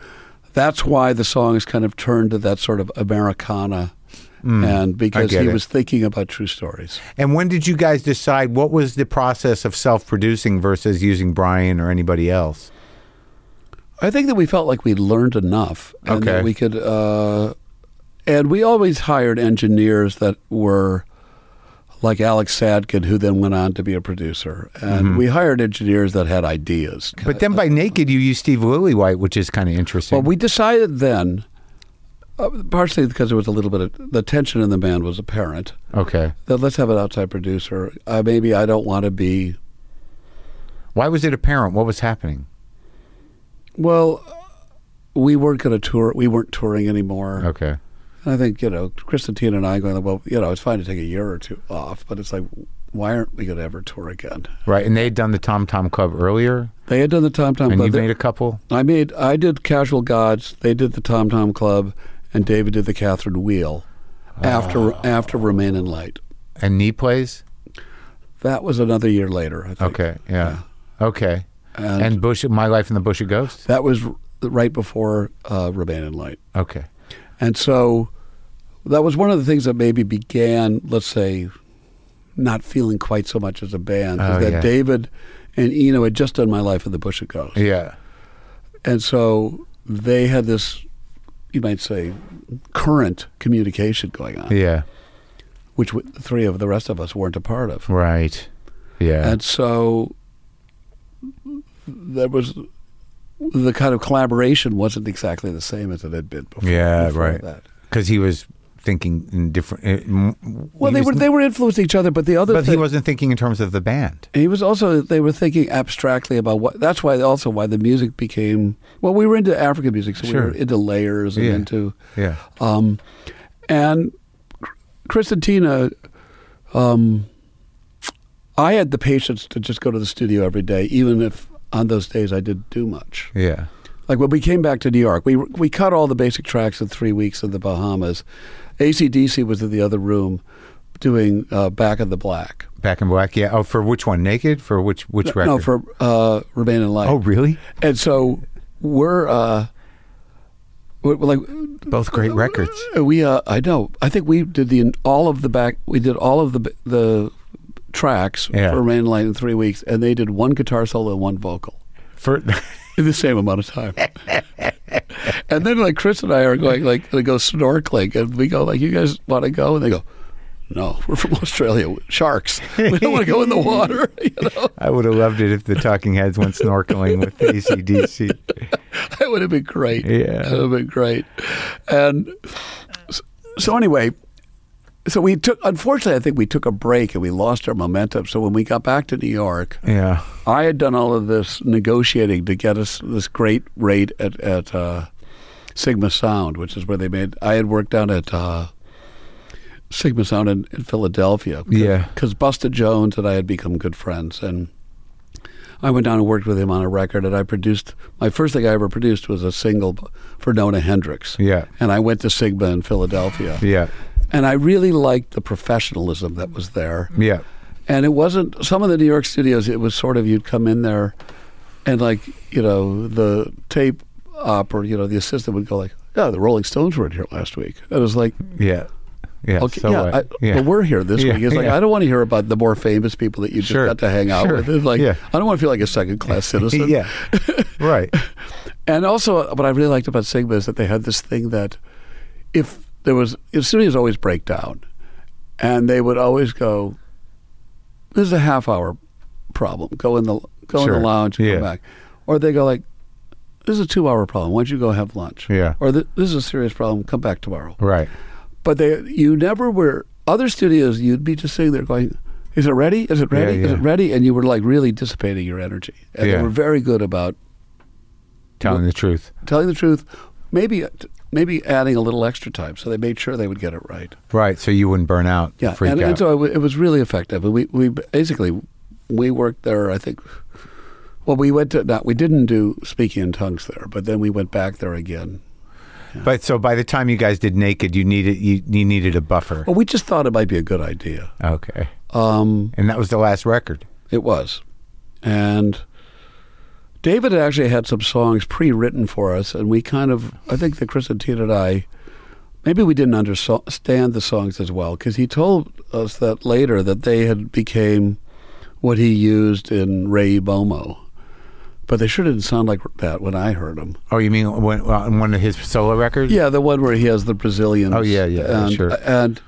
[SPEAKER 2] that's why the songs kind of turned to that sort of Americana, and because
[SPEAKER 1] get
[SPEAKER 2] he
[SPEAKER 1] it.
[SPEAKER 2] was thinking about True Stories.
[SPEAKER 1] And when did you guys decide what was the process of self producing versus using Brian or anybody else?
[SPEAKER 2] I think that we felt like we learned enough, and
[SPEAKER 1] Okay.
[SPEAKER 2] that we could, uh, and we always hired engineers that were like Alex Sadkin, who then went on to be a producer, and we hired engineers that had ideas.
[SPEAKER 1] But then by Naked, you use Steve Lillywhite, which is kind of interesting.
[SPEAKER 2] Well, we decided then, uh, partially because there was a little bit of the tension in the band was apparent.
[SPEAKER 1] okay.
[SPEAKER 2] That let's have an outside producer. Uh, maybe I don't want to be.
[SPEAKER 1] Why was it apparent? What was happening?
[SPEAKER 2] Well, we weren't going to tour. We weren't touring anymore.
[SPEAKER 1] Okay.
[SPEAKER 2] And I think you know, Christine and I going. Well, you know, it's fine to take a year or two off, but it's like, why aren't we going to ever tour again?
[SPEAKER 1] Right. And they had done the Tom Tom Club earlier,
[SPEAKER 2] They had done the Tom Tom
[SPEAKER 1] and you
[SPEAKER 2] Club.
[SPEAKER 1] made a couple.
[SPEAKER 2] I made. I did Casual Gods. They did the Tom Tom Club, and David did the Catherine Wheel. After
[SPEAKER 1] Ah.
[SPEAKER 2] after Remain in Light.
[SPEAKER 1] And knee plays?
[SPEAKER 2] That was another year later. I think.
[SPEAKER 1] Okay. Yeah. Okay.
[SPEAKER 2] And-
[SPEAKER 1] and Bush, My Life in the Bush of Ghosts?
[SPEAKER 2] That was r- right before uh, Remain in Light.
[SPEAKER 1] Okay.
[SPEAKER 2] And so that was one of the things that maybe began, let's say, not feeling quite so much as a band. is
[SPEAKER 1] Oh,
[SPEAKER 2] that
[SPEAKER 1] yeah.
[SPEAKER 2] David and Eno had just done My Life in the Bush of Ghosts.
[SPEAKER 1] Yeah.
[SPEAKER 2] And so they had this, you might say, current communication going on
[SPEAKER 1] Yeah.
[SPEAKER 2] which w- three of the rest of us weren't a part of.
[SPEAKER 1] Right. Yeah.
[SPEAKER 2] And so there was the kind of collaboration wasn't exactly the same as it had been before.
[SPEAKER 1] Yeah,
[SPEAKER 2] before
[SPEAKER 1] right.
[SPEAKER 2] That.
[SPEAKER 1] Because he was thinking in different. uh, m-
[SPEAKER 2] Well,
[SPEAKER 1] he
[SPEAKER 2] they
[SPEAKER 1] was
[SPEAKER 2] were they were influencing each other, but the other
[SPEAKER 1] But
[SPEAKER 2] thing,
[SPEAKER 1] he wasn't thinking in terms of the band.
[SPEAKER 2] He was also they were thinking abstractly about what. That's why also why the music became. Well, we were into African music, so
[SPEAKER 1] Sure.
[SPEAKER 2] we were into layers and
[SPEAKER 1] Yeah.
[SPEAKER 2] into,
[SPEAKER 1] Yeah.
[SPEAKER 2] um, and Chr- Chris and Tina. Um, I had the patience to just go to the studio every day, even if on those days I didn't do much.
[SPEAKER 1] Yeah.
[SPEAKER 2] Like when we came back to New York, we we cut all the basic tracks in three weeks in the Bahamas. ACDC was in the other room doing uh, Back of the Black.
[SPEAKER 1] Back in black. Yeah. Oh, for which one? Naked? For which which record?
[SPEAKER 2] No, for uh, Remain in Life.
[SPEAKER 1] Oh, really?
[SPEAKER 2] And so we're, uh, we're like
[SPEAKER 1] Both great records.
[SPEAKER 2] we. Uh, I know. I think we did the all of the back. We did all of the the tracks
[SPEAKER 1] Yeah.
[SPEAKER 2] for Remain in Life in three weeks, and they did one guitar solo and one vocal
[SPEAKER 1] For [laughs]
[SPEAKER 2] in the same amount of time. [laughs] and then like Chris and I are going like they go snorkeling and we go like you guys want to go and they go no [laughs] we're from Australia sharks [laughs] we don't want to go in the water [laughs] you know
[SPEAKER 1] I would have loved it if the Talking Heads went snorkeling with ACDC.
[SPEAKER 2] That would have been great.
[SPEAKER 1] Yeah.
[SPEAKER 2] That would have been great. And s- so, anyway, so we took, unfortunately, I think we took a break and we lost our momentum. So, when we got back to New York,
[SPEAKER 1] Yeah.
[SPEAKER 2] I had done all of this negotiating to get us this great rate at, at uh, Sigma Sound, which is where they made, I had worked down at uh, Sigma Sound in, in Philadelphia.
[SPEAKER 1] Yeah.
[SPEAKER 2] Because Busta Jones and I had become good friends. And I went down and worked with him on a record, and I produced, my first thing I ever produced was a single b- for Nona Hendrix.
[SPEAKER 1] Yeah.
[SPEAKER 2] And I went to Sigma in Philadelphia.
[SPEAKER 1] Yeah.
[SPEAKER 2] And I really liked the professionalism that was there.
[SPEAKER 1] Yeah.
[SPEAKER 2] And it wasn't some of the New York studios. It was sort of you'd come in there, and like you know the tape op or you know the assistant would go like, "Yeah, the Rolling Stones were in here last week." And it was like,
[SPEAKER 1] Yeah. Yeah.
[SPEAKER 2] "Okay,
[SPEAKER 1] so
[SPEAKER 2] yeah,
[SPEAKER 1] what?
[SPEAKER 2] I, but we're here this
[SPEAKER 1] Yeah,
[SPEAKER 2] week." It's like
[SPEAKER 1] yeah.
[SPEAKER 2] I don't want to hear about the more famous people that you just
[SPEAKER 1] Sure,
[SPEAKER 2] got to hang out
[SPEAKER 1] sure,
[SPEAKER 2] with. It's like
[SPEAKER 1] yeah.
[SPEAKER 2] I don't want to feel like a second
[SPEAKER 1] [laughs]
[SPEAKER 2] class citizen.
[SPEAKER 1] yeah. right.
[SPEAKER 2] And also, what I really liked about Sigma is that they had this thing that if there was, if studios always break down, and they would always go, "This is a half hour problem. Go in the go in
[SPEAKER 1] Sure.
[SPEAKER 2] the lounge and
[SPEAKER 1] Yeah.
[SPEAKER 2] come back," or they go like, "This is a two hour problem. Why don't you go have lunch?"
[SPEAKER 1] Yeah.
[SPEAKER 2] Or "Th- this is a serious problem. Come back tomorrow.
[SPEAKER 1] Right.
[SPEAKER 2] But they, you never were. Other studios, you'd be just sitting there going. Is it ready? Is it ready? Is
[SPEAKER 1] yeah.
[SPEAKER 2] it ready? And you were like really dissipating your energy. And
[SPEAKER 1] Yeah.
[SPEAKER 2] they were very good about
[SPEAKER 1] Telling the truth.
[SPEAKER 2] telling the truth, maybe maybe adding a little extra time. So they made sure they would get it right.
[SPEAKER 1] Right. So you wouldn't burn out.
[SPEAKER 2] Yeah,
[SPEAKER 1] Freak
[SPEAKER 2] and,
[SPEAKER 1] out.
[SPEAKER 2] and so it, wa- it was really effective. And we we basically we worked there. I think. Well, we went to not we didn't do speaking in tongues there, but then we went back there again.
[SPEAKER 1] But so by the time you guys did Naked, you needed you, you needed a buffer.
[SPEAKER 2] Well, we just thought it might be a good idea.
[SPEAKER 1] Okay.
[SPEAKER 2] Um,
[SPEAKER 1] And that was the last record.
[SPEAKER 2] it was, and. David had actually had some songs pre-written for us, and we kind of, I think that Chris and Tina and I, maybe we didn't understand the songs as well, because he told us that later that they had became what he used in Ray Bomo, but they sure didn't sound like that when I heard them.
[SPEAKER 1] Oh, you mean when, on one of his solo records?
[SPEAKER 2] Yeah, the one where he has the Brazilians.
[SPEAKER 1] Oh, yeah, yeah, yeah,
[SPEAKER 2] and,
[SPEAKER 1] sure.
[SPEAKER 2] And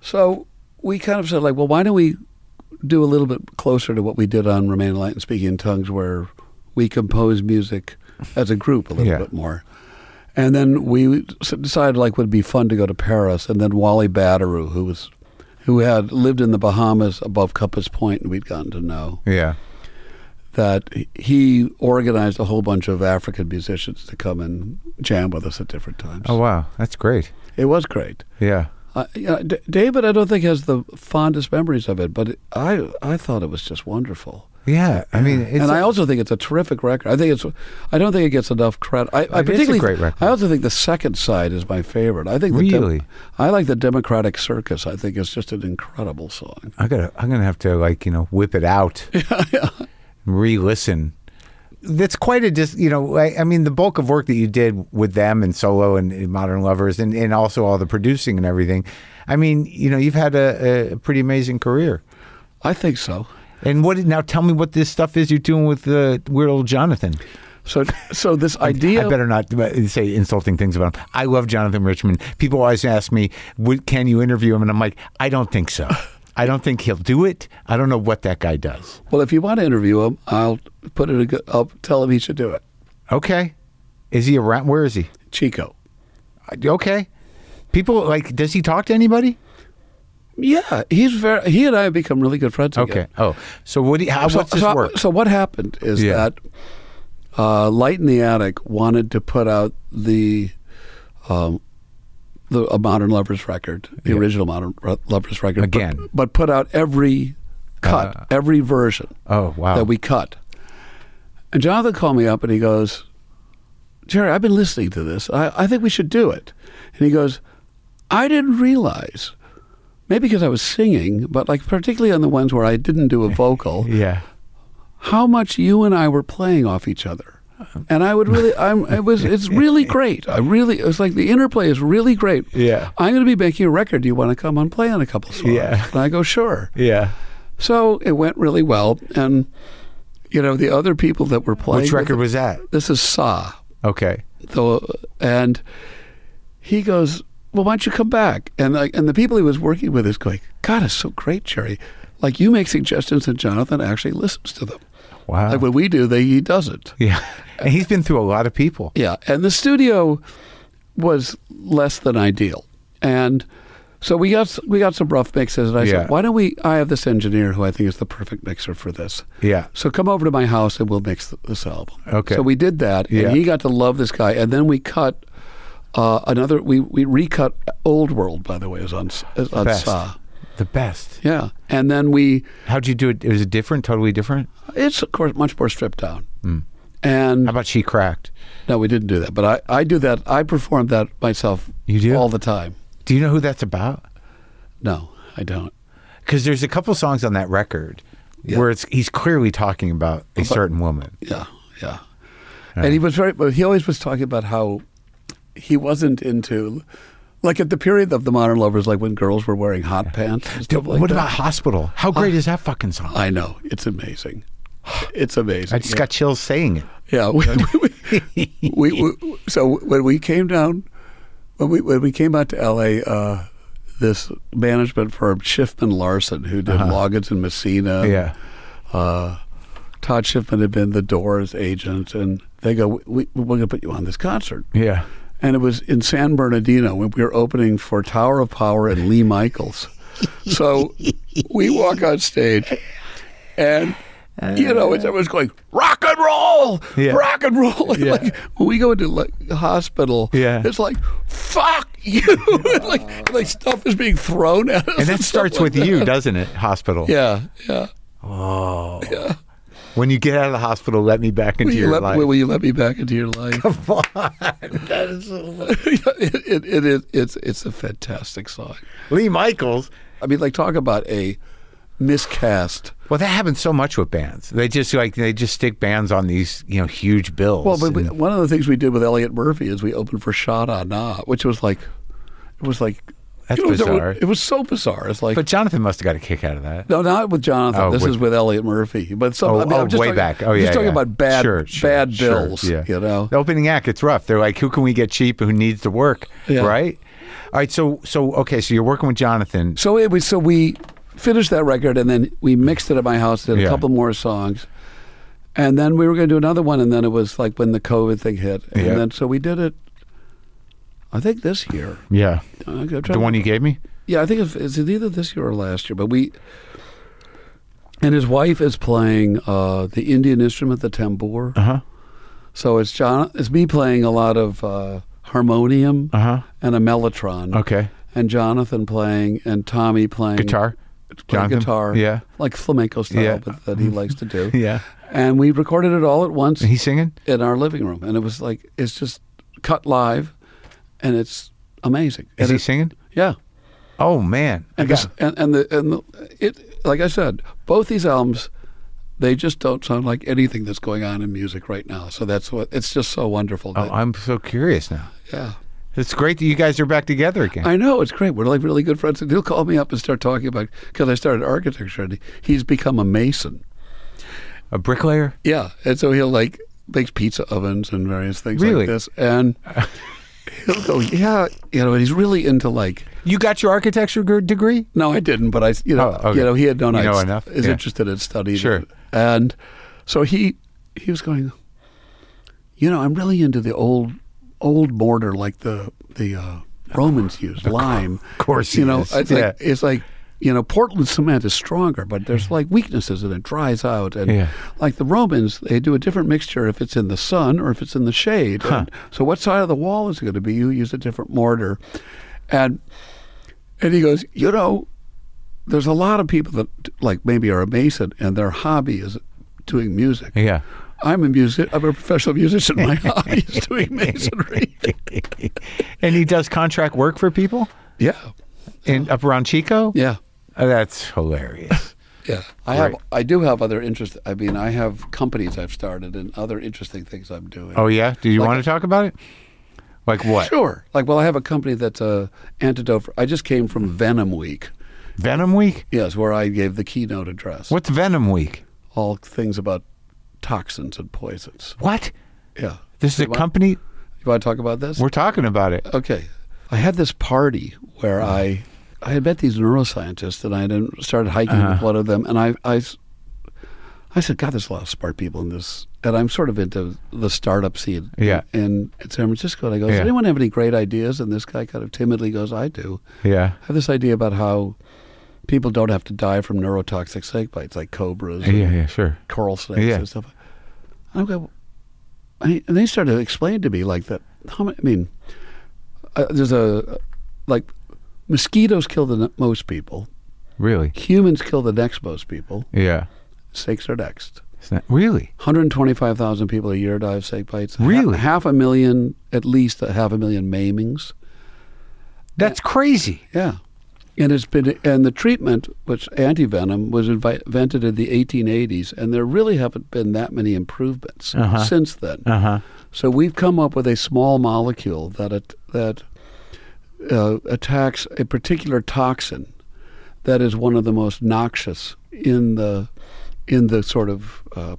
[SPEAKER 2] so we kind of said like, well, why don't we do a little bit closer to what we did on Remain Light and Speaking in Tongues, where we compose music as a group a little
[SPEAKER 1] Yeah.
[SPEAKER 2] bit more. And then we s- decided like would be fun to go to Paris, and then Wally Batteroo, who was who had lived in the Bahamas above Compass Point, and we'd gotten to know
[SPEAKER 1] Yeah.
[SPEAKER 2] that he organized a whole bunch of African musicians to come and jam with us at different times.
[SPEAKER 1] Oh wow, that's great.
[SPEAKER 2] It was great.
[SPEAKER 1] Yeah.
[SPEAKER 2] I, you know, Uh, D- David, I don't think has the fondest memories of it, but it- I I thought it was just wonderful.
[SPEAKER 1] Yeah. I mean, it's
[SPEAKER 2] and I also think it's a terrific record. I think it's I don't think it gets enough credit. I, I
[SPEAKER 1] It is a
[SPEAKER 2] particularly
[SPEAKER 1] great record.
[SPEAKER 2] I also think the second side is my favorite. I think the
[SPEAKER 1] Really?
[SPEAKER 2] I like the Democratic Circus. I think it's just an incredible song.
[SPEAKER 1] I gotta, I'm gonna have to like you know whip it
[SPEAKER 2] [laughs]
[SPEAKER 1] out, re-listen. That's quite a dis. You know, I, I mean, the bulk of work that you did with them and solo and, and Modern Lovers, and, and also all the producing and everything. I mean, you know, you've had a, a pretty amazing career.
[SPEAKER 2] I think so.
[SPEAKER 1] And what now? Tell me what this stuff is you're doing with uh, Weird Old Jonathan.
[SPEAKER 2] So, so this
[SPEAKER 1] [laughs]
[SPEAKER 2] idea.
[SPEAKER 1] I better not uh, say insulting things about him. I love Jonathan Richmond. People always ask me, "Would- "Can you interview him?" And I'm like, "I don't think
[SPEAKER 2] [laughs]
[SPEAKER 1] so. I don't think he'll do it. I don't know what that guy does."
[SPEAKER 2] Well, if you want to interview him, I'll put it. ag- I'll tell him he should do it.
[SPEAKER 1] Okay, is he around? Where is he?
[SPEAKER 2] Chico.
[SPEAKER 1] Okay, people like, does he talk to anybody?
[SPEAKER 2] Yeah, he's very. He and I have become really good friends.
[SPEAKER 1] Okay.
[SPEAKER 2] Again.
[SPEAKER 1] Oh, so what? Do you, how,
[SPEAKER 2] So,
[SPEAKER 1] what's this
[SPEAKER 2] so,
[SPEAKER 1] work?
[SPEAKER 2] so what happened is
[SPEAKER 1] Yeah.
[SPEAKER 2] that uh, Light in the Attic wanted to put out the um, the a Modern Lovers record, the
[SPEAKER 1] Yeah.
[SPEAKER 2] original Modern Ro- Lovers record but-
[SPEAKER 1] Again. Uh.
[SPEAKER 2] but, put out every cut, every version
[SPEAKER 1] oh wow.
[SPEAKER 2] that we cut. And Jonathan called me up and he goes, Jerry, I've been listening to this. I, I think we should do it. And he goes, I didn't realize, maybe because I was singing, but like particularly on the ones where I didn't do a vocal,
[SPEAKER 1] yeah.
[SPEAKER 2] how much you and I were playing off each other. And I would really, I'm, it was, it's really great. I really, it's like the interplay is really great.
[SPEAKER 1] Yeah.
[SPEAKER 2] I'm going to be making a record. Do you want to come and play on a couple songs?
[SPEAKER 1] Yeah.
[SPEAKER 2] And I go, sure.
[SPEAKER 1] Yeah.
[SPEAKER 2] So it went really well, and you know the other people that were playing.
[SPEAKER 1] Which
[SPEAKER 2] with
[SPEAKER 1] record
[SPEAKER 2] it-
[SPEAKER 1] was that?
[SPEAKER 2] this is Sa,
[SPEAKER 1] Okay.
[SPEAKER 2] though, and he goes, "Well, why don't you come back?" And like, and the people he was working with is going, "God, it's so great, Jerry. Like you make suggestions, and Jonathan actually listens to them.
[SPEAKER 1] Wow.
[SPEAKER 2] Like when we do, they he doesn't.
[SPEAKER 1] Ah. yeah. And he's been through a lot of people.
[SPEAKER 2] Yeah, and the studio was less than ideal, and so we got s- we got some rough mixes, and I
[SPEAKER 1] Yeah.
[SPEAKER 2] said, "Why don't we? I have this engineer who I think is the perfect mixer for this."
[SPEAKER 1] Yeah.
[SPEAKER 2] So come over to my house and we'll mix th- this album.
[SPEAKER 1] Okay.
[SPEAKER 2] So we did that, and
[SPEAKER 1] Yeah.
[SPEAKER 2] he got to love this guy. And then we cut uh, another. We we recut Old World. By the way, is on s- is on
[SPEAKER 1] Best.
[SPEAKER 2] Sa.
[SPEAKER 1] The best.
[SPEAKER 2] Yeah, and then we.
[SPEAKER 1] How'd you do it? Was it different? Totally different?
[SPEAKER 2] It's of course much more stripped down.
[SPEAKER 1] Hmm.
[SPEAKER 2] And
[SPEAKER 1] How about she cracked?
[SPEAKER 2] no, we didn't do that. But I I do that. I perform that myself.
[SPEAKER 1] You do?
[SPEAKER 2] all the time.
[SPEAKER 1] Do you know who that's about?
[SPEAKER 2] No, I don't.
[SPEAKER 1] Because there's a couple songs on that record where it's he's clearly talking about a certain woman.
[SPEAKER 2] Yeah, yeah. And he was very. But he always was talking about how he wasn't into, like at the period of the modern lovers, like when girls were wearing hot pants. And stuff like
[SPEAKER 1] what
[SPEAKER 2] that.
[SPEAKER 1] about Hospital? How great is that fucking song?
[SPEAKER 2] I know it's amazing.
[SPEAKER 1] [sighs]
[SPEAKER 2] It's amazing.
[SPEAKER 1] I just got chills saying it.
[SPEAKER 2] yeah. [laughs] We, we, we, we- so when we came down, when we when we came out to L.A., uh, this management firm Schiffman Larson, who did Loggins and Messina,
[SPEAKER 1] Yeah.
[SPEAKER 2] uh, Todd Schiffman had been the Doors agent, and they go, we, we, "We're going to put you on this concert."
[SPEAKER 1] Yeah.
[SPEAKER 2] And it was in San Bernardino when we were opening for Tower of Power and Lee Michaels. So we walk on stage, and you know, it's everyone's going rock and roll,
[SPEAKER 1] Uh. Yeah.
[SPEAKER 2] rock and roll. [laughs]
[SPEAKER 1] Yeah.
[SPEAKER 2] Like when we go into like hospital,
[SPEAKER 1] Yeah.
[SPEAKER 2] it's like fuck you, [laughs] And, like like stuff is being thrown at us.
[SPEAKER 1] And
[SPEAKER 2] [laughs]
[SPEAKER 1] that
[SPEAKER 2] stuff
[SPEAKER 1] starts
[SPEAKER 2] like
[SPEAKER 1] with
[SPEAKER 2] that.
[SPEAKER 1] you, doesn't it? Hospital.
[SPEAKER 2] Yeah, yeah.
[SPEAKER 1] When you get out of the hospital, let me back into
[SPEAKER 2] Will you,
[SPEAKER 1] your
[SPEAKER 2] let,
[SPEAKER 1] life.
[SPEAKER 2] will you let me back into your life?
[SPEAKER 1] [laughs]
[SPEAKER 2] [laughs] it, it, it, it, it's, it's a fantastic song.
[SPEAKER 1] Lee Michaels.
[SPEAKER 2] I mean, like talk about a miscast.
[SPEAKER 1] Well, that happens so much with bands. They just like they just stick bands on these you know huge bills.
[SPEAKER 2] Well, but we,
[SPEAKER 1] and-
[SPEAKER 2] one of the things we did with Elliot Murphy is we opened for Sha Na Na, which was like, it was like,
[SPEAKER 1] That's
[SPEAKER 2] it was,
[SPEAKER 1] bizarre.
[SPEAKER 2] It was so bizarre. It's like,
[SPEAKER 1] but Jonathan must have got a kick out of that.
[SPEAKER 2] no, not with Jonathan.
[SPEAKER 1] Oh,
[SPEAKER 2] this
[SPEAKER 1] with-
[SPEAKER 2] is with Elliot Murphy. But some,
[SPEAKER 1] Oh,
[SPEAKER 2] I mean,
[SPEAKER 1] oh,
[SPEAKER 2] I'm just
[SPEAKER 1] way
[SPEAKER 2] talking,
[SPEAKER 1] back. Oh,
[SPEAKER 2] I'm
[SPEAKER 1] yeah.
[SPEAKER 2] Just talking
[SPEAKER 1] yeah.
[SPEAKER 2] about bad,
[SPEAKER 1] Sure, sure,
[SPEAKER 2] bad
[SPEAKER 1] sure,
[SPEAKER 2] bills. You know.
[SPEAKER 1] the opening act. It's rough. They're like, who can we get cheap? Who needs to work?
[SPEAKER 2] Yeah.
[SPEAKER 1] Right. All right. So, so okay. So you're working with Jonathan.
[SPEAKER 2] So it was. So we finished that record, and then we mixed it at my house. Did a
[SPEAKER 1] Yeah.
[SPEAKER 2] couple more songs, and then we were going to do another one. And then it was like when the COVID thing hit, and
[SPEAKER 1] Yeah.
[SPEAKER 2] then so we did it. I think this year.
[SPEAKER 1] Yeah.
[SPEAKER 2] I'm trying
[SPEAKER 1] The
[SPEAKER 2] to-
[SPEAKER 1] one you gave me.
[SPEAKER 2] yeah, I think it's, it's either this year or last year. But we and his wife is playing uh, the Indian instrument, the tambour.
[SPEAKER 1] Uh huh.
[SPEAKER 2] So it's John. It's me playing a lot of uh, harmonium
[SPEAKER 1] Uh huh.
[SPEAKER 2] and a mellotron.
[SPEAKER 1] Okay.
[SPEAKER 2] And Jonathan playing, and Tommy playing
[SPEAKER 1] Guitar.
[SPEAKER 2] playing
[SPEAKER 1] Jonathan?
[SPEAKER 2] guitar,
[SPEAKER 1] Yeah.
[SPEAKER 2] like flamenco style,
[SPEAKER 1] Yeah.
[SPEAKER 2] but that he likes to do.
[SPEAKER 1] [laughs] Yeah.
[SPEAKER 2] And we recorded it all at once
[SPEAKER 1] And he's singing.
[SPEAKER 2] in our living room, and it was like it's just cut live, and it's amazing.
[SPEAKER 1] Is
[SPEAKER 2] and
[SPEAKER 1] he
[SPEAKER 2] it-
[SPEAKER 1] singing?
[SPEAKER 2] Yeah,
[SPEAKER 1] Oh man. I
[SPEAKER 2] and,
[SPEAKER 1] got-
[SPEAKER 2] this, and and the and the, it like I said, both these albums, they just don't sound like anything that's going on in music right now. So that's what it's just so wonderful.
[SPEAKER 1] oh,
[SPEAKER 2] that-
[SPEAKER 1] I'm so curious now.
[SPEAKER 2] yeah.
[SPEAKER 1] It's great that you guys are back together again.
[SPEAKER 2] I know it's great. We're like really good friends. And he'll call me up and start talking about because I started architecture, and he's become a mason.
[SPEAKER 1] a bricklayer.
[SPEAKER 2] Yeah, and so he'll like makes pizza ovens and various things
[SPEAKER 1] Really?
[SPEAKER 2] like this.
[SPEAKER 1] [laughs]
[SPEAKER 2] And he'll go, yeah, you know, and he's really into like.
[SPEAKER 1] You got your architecture gr- degree?
[SPEAKER 2] No, I didn't, but I, you know,
[SPEAKER 1] Oh, okay.
[SPEAKER 2] you know, he had known
[SPEAKER 1] You
[SPEAKER 2] I
[SPEAKER 1] know
[SPEAKER 2] s-
[SPEAKER 1] enough,
[SPEAKER 2] is
[SPEAKER 1] yeah.
[SPEAKER 2] interested in studying,
[SPEAKER 1] Sure.
[SPEAKER 2] it. and so he he was going, you know, I'm really into the old old mortar like the the uh, Romans used lime. Of
[SPEAKER 1] course
[SPEAKER 2] you
[SPEAKER 1] he
[SPEAKER 2] know,
[SPEAKER 1] is,
[SPEAKER 2] it's
[SPEAKER 1] yeah.
[SPEAKER 2] like it's like you know, Portland cement is stronger, but there's like weaknesses and it dries out. And
[SPEAKER 1] Yeah.
[SPEAKER 2] like the Romans, they do a different mixture if it's in the sun or if it's in the shade. And so what side of the wall is it going to be? You use a different mortar, and and he goes, you know, there's a lot of people that like maybe are a mason and their hobby is doing music.
[SPEAKER 1] Yeah.
[SPEAKER 2] I'm a music. I'm a professional
[SPEAKER 1] [laughs]
[SPEAKER 2] musician. My hobby is doing masonry.
[SPEAKER 1] and he does contract work for people
[SPEAKER 2] yeah,
[SPEAKER 1] in up around Chico?
[SPEAKER 2] yeah,
[SPEAKER 1] Oh, that's hilarious.
[SPEAKER 2] yeah. I have. I do have other interest. I mean, I have companies I've started and other interesting things I'm doing.
[SPEAKER 1] oh yeah? Do you want to talk about it? Like what?
[SPEAKER 2] sure. Like, well, I have a company that's a antidote. For, I just came from Venom Week.
[SPEAKER 1] Venom Week?
[SPEAKER 2] Yes, where I gave the keynote address.
[SPEAKER 1] What's Venom Week?
[SPEAKER 2] All things about toxins and poisons.
[SPEAKER 1] What?
[SPEAKER 2] Yeah.
[SPEAKER 1] This is a
[SPEAKER 2] what?
[SPEAKER 1] company
[SPEAKER 2] You want to talk about this?
[SPEAKER 1] we're talking about it.
[SPEAKER 2] okay. I had this party where I I had met these neuroscientists and I had started hiking with
[SPEAKER 1] Uh-huh.
[SPEAKER 2] one of them and I I s- I said, God, there's a lot of smart people in this, and I'm sort of into the startup scene
[SPEAKER 1] Yeah.
[SPEAKER 2] in, in San Francisco. And I go, Does
[SPEAKER 1] Yeah.
[SPEAKER 2] anyone have any great ideas? And this guy kind of timidly goes, I do.
[SPEAKER 1] Yeah.
[SPEAKER 2] I have this idea about how people don't have to die from neurotoxic snake bites, like cobras, and
[SPEAKER 1] Yeah, yeah, sure.
[SPEAKER 2] coral snakes
[SPEAKER 1] Yeah.
[SPEAKER 2] and stuff. And I'm going, I mean, and they started to explain to me like that. How many, I mean, uh, there's a like mosquitoes kill the n- most people,
[SPEAKER 1] Really?
[SPEAKER 2] humans kill the next most people,
[SPEAKER 1] Yeah.
[SPEAKER 2] snakes are next.
[SPEAKER 1] It's not- really?
[SPEAKER 2] 125,000 people a year die of snake bites. Ha-
[SPEAKER 1] Really?
[SPEAKER 2] half a million, at least a half a million maimings.
[SPEAKER 1] That's crazy.
[SPEAKER 2] Yeah. And it's been and the treatment, which antivenom, was invi- invented in the 1880s, and there really haven't been that many improvements since then.
[SPEAKER 1] Uh-huh.
[SPEAKER 2] So we've come up with a small molecule that it, that uh, attacks a particular toxin that is one of the most noxious in the in the sort of uh,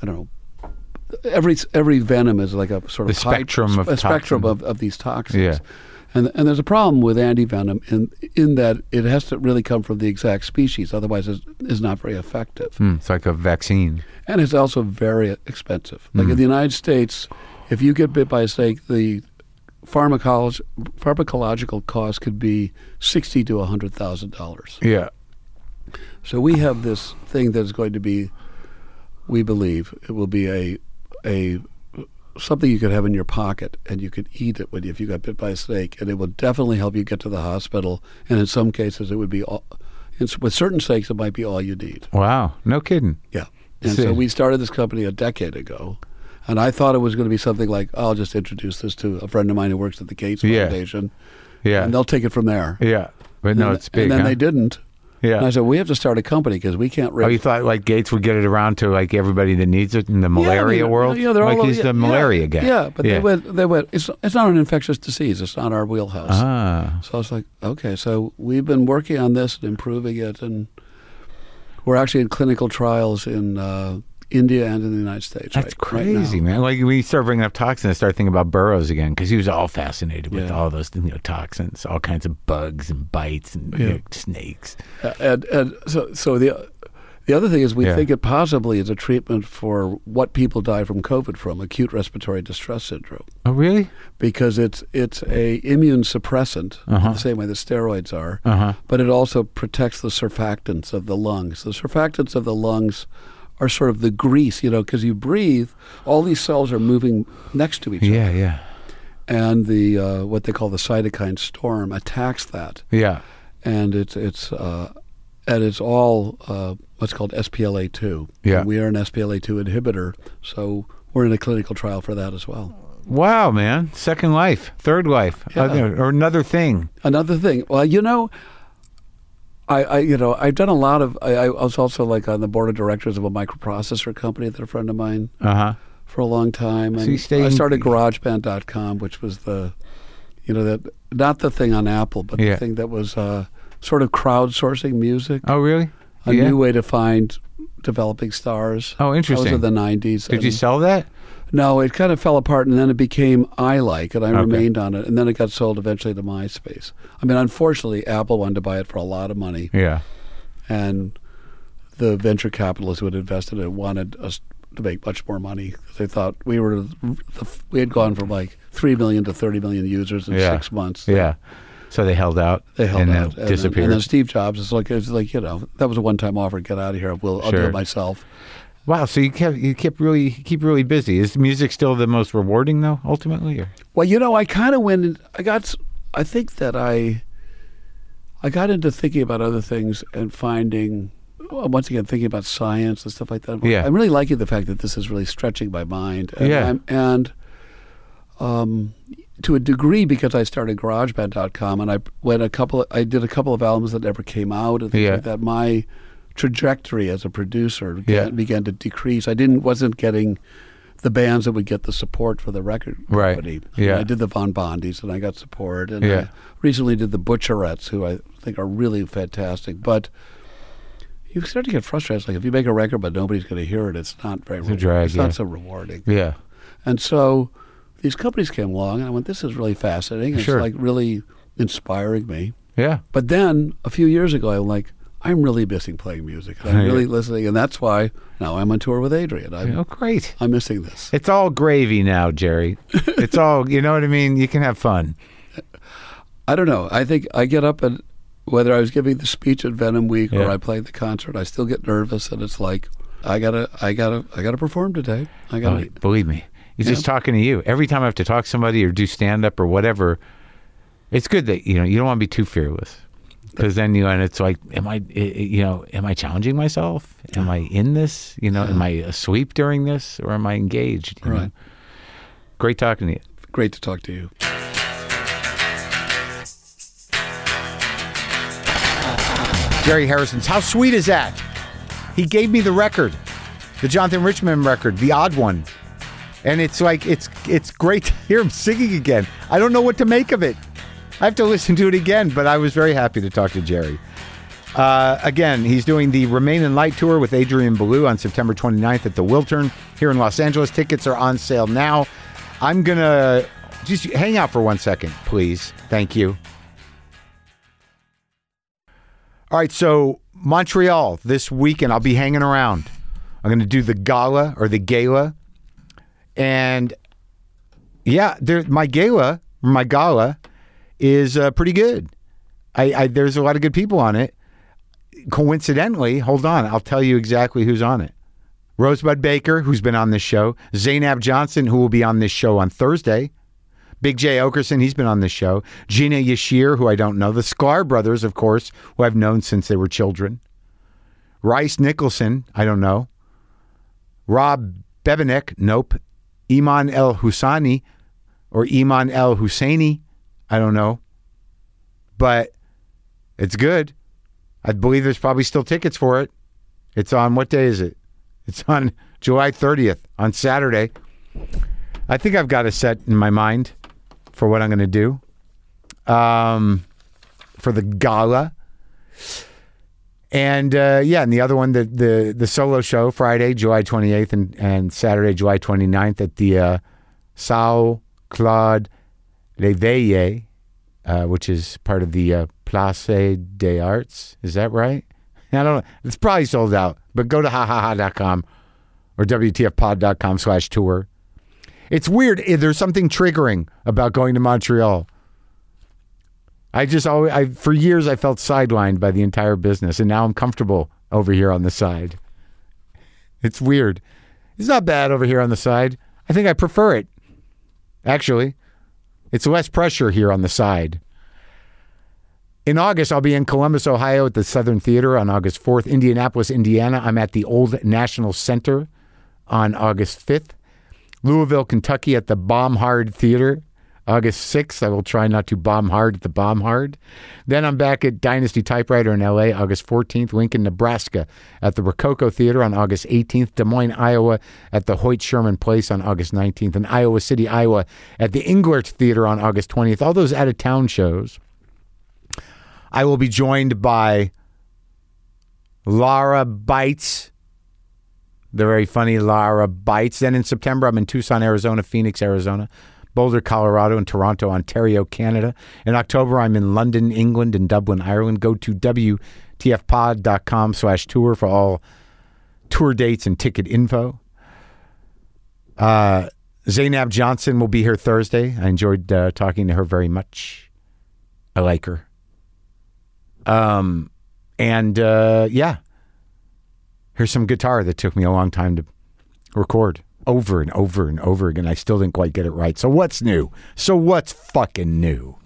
[SPEAKER 2] I don't know. Every every venom is like a sort
[SPEAKER 1] The
[SPEAKER 2] of high-
[SPEAKER 1] spectrum of
[SPEAKER 2] a spectrum
[SPEAKER 1] toxin.
[SPEAKER 2] of, of these toxins.
[SPEAKER 1] Yeah.
[SPEAKER 2] And, and there's a problem with antivenom in in that it has to really come from the exact species, otherwise it's, it's not very effective
[SPEAKER 1] Hmm, it's like a vaccine.
[SPEAKER 2] and it's also very expensive. Like in the United States, if you get bit by a snake, the pharmacolog- pharmacological cost could be sixty to hundred thousand dollars.
[SPEAKER 1] Yeah.
[SPEAKER 2] So we have this thing that is going to be, we believe, it will be a a something you could have in your pocket and you could eat it when you, if you got bit by a snake, and it will definitely help you get to the hospital. And in some cases, it would be all. in s- With certain snakes, it might be all you need.
[SPEAKER 1] Wow. No kidding.
[SPEAKER 2] Yeah. And
[SPEAKER 1] See.
[SPEAKER 2] so we started this company a decade ago. And I thought it was going to be something like, "Oh, I'll just introduce this to a friend of mine who works at the Gates
[SPEAKER 1] Yeah.
[SPEAKER 2] Foundation.
[SPEAKER 1] Yeah.
[SPEAKER 2] And they'll take it from there.
[SPEAKER 1] yeah. But no,
[SPEAKER 2] And-
[SPEAKER 1] it's big.
[SPEAKER 2] And then
[SPEAKER 1] huh?
[SPEAKER 2] they didn't.
[SPEAKER 1] Yeah.
[SPEAKER 2] And I said, we have to start a company because we can't
[SPEAKER 1] Oh,
[SPEAKER 2] raise.
[SPEAKER 1] you thought like Gates would get it around to like everybody that needs it in the
[SPEAKER 2] Yeah, I mean,
[SPEAKER 1] malaria world?
[SPEAKER 2] Yeah, they're
[SPEAKER 1] like
[SPEAKER 2] all
[SPEAKER 1] he's
[SPEAKER 2] yeah,
[SPEAKER 1] the
[SPEAKER 2] yeah,
[SPEAKER 1] malaria guy.
[SPEAKER 2] Yeah, but they went. They went. It's it's not an infectious disease. It's not our wheelhouse.
[SPEAKER 1] Ah.
[SPEAKER 2] So I was like, okay, so we've been working on this and improving it, and we're actually in clinical trials in uh, India and in the United States.
[SPEAKER 1] That's
[SPEAKER 2] right, right now.
[SPEAKER 1] crazy, man. Like when you start bringing up toxins, I start thinking about Burroughs again because he was all fascinated with
[SPEAKER 2] Yeah.
[SPEAKER 1] all those you know, toxins, all kinds of bugs and bites and you know, snakes.
[SPEAKER 2] Uh, and and so so the the other thing is we
[SPEAKER 1] Yeah.
[SPEAKER 2] think it possibly is a treatment for what people die from COVID from acute respiratory distress syndrome
[SPEAKER 1] Oh, really?
[SPEAKER 2] because it's it's a immune suppressant the same way the steroids are,
[SPEAKER 1] Uh-huh.
[SPEAKER 2] but it also protects the surfactants of the lungs. The surfactants of the lungs are sort of the grease, you know, because you breathe, all these cells are moving next to each other,
[SPEAKER 1] Yeah, yeah,
[SPEAKER 2] and the uh, what they call the cytokine storm attacks that
[SPEAKER 1] yeah.
[SPEAKER 2] and it's it's uh, and it's all uh, what's called SPLA two.
[SPEAKER 1] Yeah.
[SPEAKER 2] we are an SPLA two inhibitor, so we're in a clinical trial for that as well.
[SPEAKER 1] Wow, man. Second life, third life, other- or another thing.
[SPEAKER 2] Another thing, well, you know. I, I, you know, I've done a lot of. I, I was also like on the board of directors of a microprocessor company that a friend of mine
[SPEAKER 1] Uh huh.
[SPEAKER 2] for a long time. And
[SPEAKER 1] you stay
[SPEAKER 2] I
[SPEAKER 1] in-
[SPEAKER 2] started GarageBand.com, which was the, you know, that not the thing on Apple, but
[SPEAKER 1] Yeah.
[SPEAKER 2] the thing that was uh, sort of crowdsourcing music.
[SPEAKER 1] Oh, really?
[SPEAKER 2] a
[SPEAKER 1] Yeah.
[SPEAKER 2] new way to find developing stars.
[SPEAKER 1] Oh,
[SPEAKER 2] Those
[SPEAKER 1] interesting.
[SPEAKER 2] are the 90s.
[SPEAKER 1] Did you
[SPEAKER 2] And-
[SPEAKER 1] sell that?
[SPEAKER 2] No, it kind of fell apart, and then it became I Like, and I remained on it, and then it got sold eventually to MySpace. I mean, unfortunately, Apple wanted to buy it for a lot of money,
[SPEAKER 1] Yeah.
[SPEAKER 2] and the venture capitalists who had invested in it wanted us to make much more money. They thought we were we had gone from like three million to thirty million users in
[SPEAKER 1] Yeah.
[SPEAKER 2] six months.
[SPEAKER 1] Yeah. So they held out.
[SPEAKER 2] They held
[SPEAKER 1] and
[SPEAKER 2] out
[SPEAKER 1] Then
[SPEAKER 2] and Then,
[SPEAKER 1] disappeared.
[SPEAKER 2] and then Steve Jobs is like, it's like you know, that was a one-time offer. Get out of here. We'll, I'll do
[SPEAKER 1] Sure.
[SPEAKER 2] it myself.
[SPEAKER 1] wow. So you kept you kept really you keep really busy. Is music still the most rewarding though? Ultimately, or
[SPEAKER 2] Well, you know, I kind of went. in- I got. s- I think that I. I got into thinking about other things and finding, well, once again, thinking about science and stuff like that.
[SPEAKER 1] Yeah.
[SPEAKER 2] I'm really liking the fact that this is really stretching my mind. And
[SPEAKER 1] Yeah.
[SPEAKER 2] I'm, and um, to a degree, because I started GarageBand.com and I went a couple. I did a couple of albums that never came out and things
[SPEAKER 1] Yeah.
[SPEAKER 2] like that. My trajectory as a producer
[SPEAKER 1] Yeah.
[SPEAKER 2] began, began to decrease. I didn't wasn't getting the bands that would get the support for the record
[SPEAKER 1] Right.
[SPEAKER 2] company.
[SPEAKER 1] Yeah.
[SPEAKER 2] I did the Von Bondies and I got support. And
[SPEAKER 1] Yeah.
[SPEAKER 2] I recently did the Butcherettes, who I think are really fantastic. But you start to get frustrated. It's like if you make a record but nobody's going to hear it, it's not very
[SPEAKER 1] a
[SPEAKER 2] rewarding.
[SPEAKER 1] drag,
[SPEAKER 2] it's
[SPEAKER 1] yeah.
[SPEAKER 2] not so rewarding.
[SPEAKER 1] yeah,
[SPEAKER 2] And so these companies came along and I went, this is really fascinating. It's
[SPEAKER 1] Sure.
[SPEAKER 2] like really inspiring me.
[SPEAKER 1] yeah,
[SPEAKER 2] But then a few years ago, I'm like, I'm really missing playing music. I'm
[SPEAKER 1] [laughs] Yeah.
[SPEAKER 2] really listening. And that's why now I'm on tour with Adrian. I'm,
[SPEAKER 1] Oh, great.
[SPEAKER 2] I'm missing this.
[SPEAKER 1] It's all gravy now, Jerry. It's all you know what I mean. You can have fun.
[SPEAKER 2] I don't know. I think I get up and whether I was giving the speech at Venom Week
[SPEAKER 1] Yeah.
[SPEAKER 2] or I played the concert, I still get nervous and it's like I gotta I gotta I gotta perform today. I
[SPEAKER 1] Oh,
[SPEAKER 2] gotta
[SPEAKER 1] believe me. He's just talking to you. Every time I have to talk to somebody or do stand up or whatever, it's good that you know you don't want to be too fearless because then you and it's like, am I, i- i- you know, am I challenging myself? Am I in this? You know, am I asleep during this or am I engaged? you know?
[SPEAKER 2] Right.
[SPEAKER 1] Great talking to you.
[SPEAKER 2] great to talk to you.
[SPEAKER 1] Jerry Harrison's. How sweet is that? He gave me the record, the Jonathan Richman record, the odd one. And it's like it's it's great to hear him singing again. I don't know what to make of it. I have to listen to it again, but I was very happy to talk to Jerry. Uh, again, he's doing the Remain in Light tour with Adrian Ballou on September 29th at the Wiltern here in Los Angeles. Tickets are on sale now. I'm gonna just hang out for one second, please. Thank you. All right, so Montreal this weekend. I'll be hanging around. I'm going to do the gala or the gala, and yeah, there, my gala, my gala, is uh, pretty good. I, I there's a lot of good people on it. Coincidentally, hold on, I'll tell you exactly who's on it. Rosebud Baker, who's been on this show, Zainab Johnson, who will be on this show on Thursday. Big J. Okerson, he's been on this show. Gina Yashir, who I don't know. The Sklar brothers, of course, who I've known since they were children. Rice Nicholson, I don't know. Rob Bebenek, nope. Iman El Husani or Iman El Husseini, I don't know. But it's good. I believe there's probably still tickets for it. It's on, what day is it? It's on July 30th, on Saturday. I think I've got a set in my mind for what I'm going to do um, for the gala. And uh, yeah, and the other one, the, the the solo show Friday, July 28th, and, and Saturday, July 29th at the uh, Sao Claude Leveille, uh, which is part of the uh, Place des Arts. Is that right? [laughs] I don't know. It's probably sold out, but go to hahaha.com or WTFpod.com slash tour. It's weird. eh, There's something triggering about going to Montreal. I just always, I for years I felt sidelined by the entire business, and now I'm comfortable over here on the side. It's weird. It's not bad over here on the side. I think I prefer it. Actually, it's less pressure here on the side. In August, I'll be in Columbus, Ohio at the Southern Theater on August 4th, Indianapolis, Indiana. I'm at the Old National Center on August 5th, Louisville, Kentucky at the Baumhard Theater. August 6th, I will try not to bomb hard at the bomb hard. Then I'm back at Dynasty Typewriter in LA, August 14th, Lincoln, Nebraska at the Rococo Theater on August 18th, Des Moines, Iowa at the Hoyt Sherman Place on August 19th, and Iowa City, Iowa at the Englert Theater on August 20th. All those out of town shows. I will be joined by Lara Bites. The very funny Lara Bites. Then in September, I'm in Tucson, Arizona, Phoenix, Arizona, Boulder, Colorado, and Toronto, Ontario, Canada. In October, I'm in London, England, and Dublin, Ireland. Go to WTFpod.com slash tour for all tour dates and ticket info. Uh, Zainab Johnson will be here Thursday. I enjoyed uh, talking to her very much. I like her. Um, and uh, yeah, here's some guitar that took me a long time to record over and over and over again. I still didn't quite get it right. So what's new? So what's fucking new?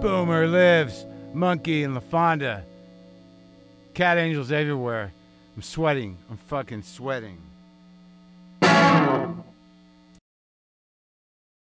[SPEAKER 1] Boomer lives. Monkey and LaFonda. Cat angels everywhere. I'm sweating. I'm fucking sweating.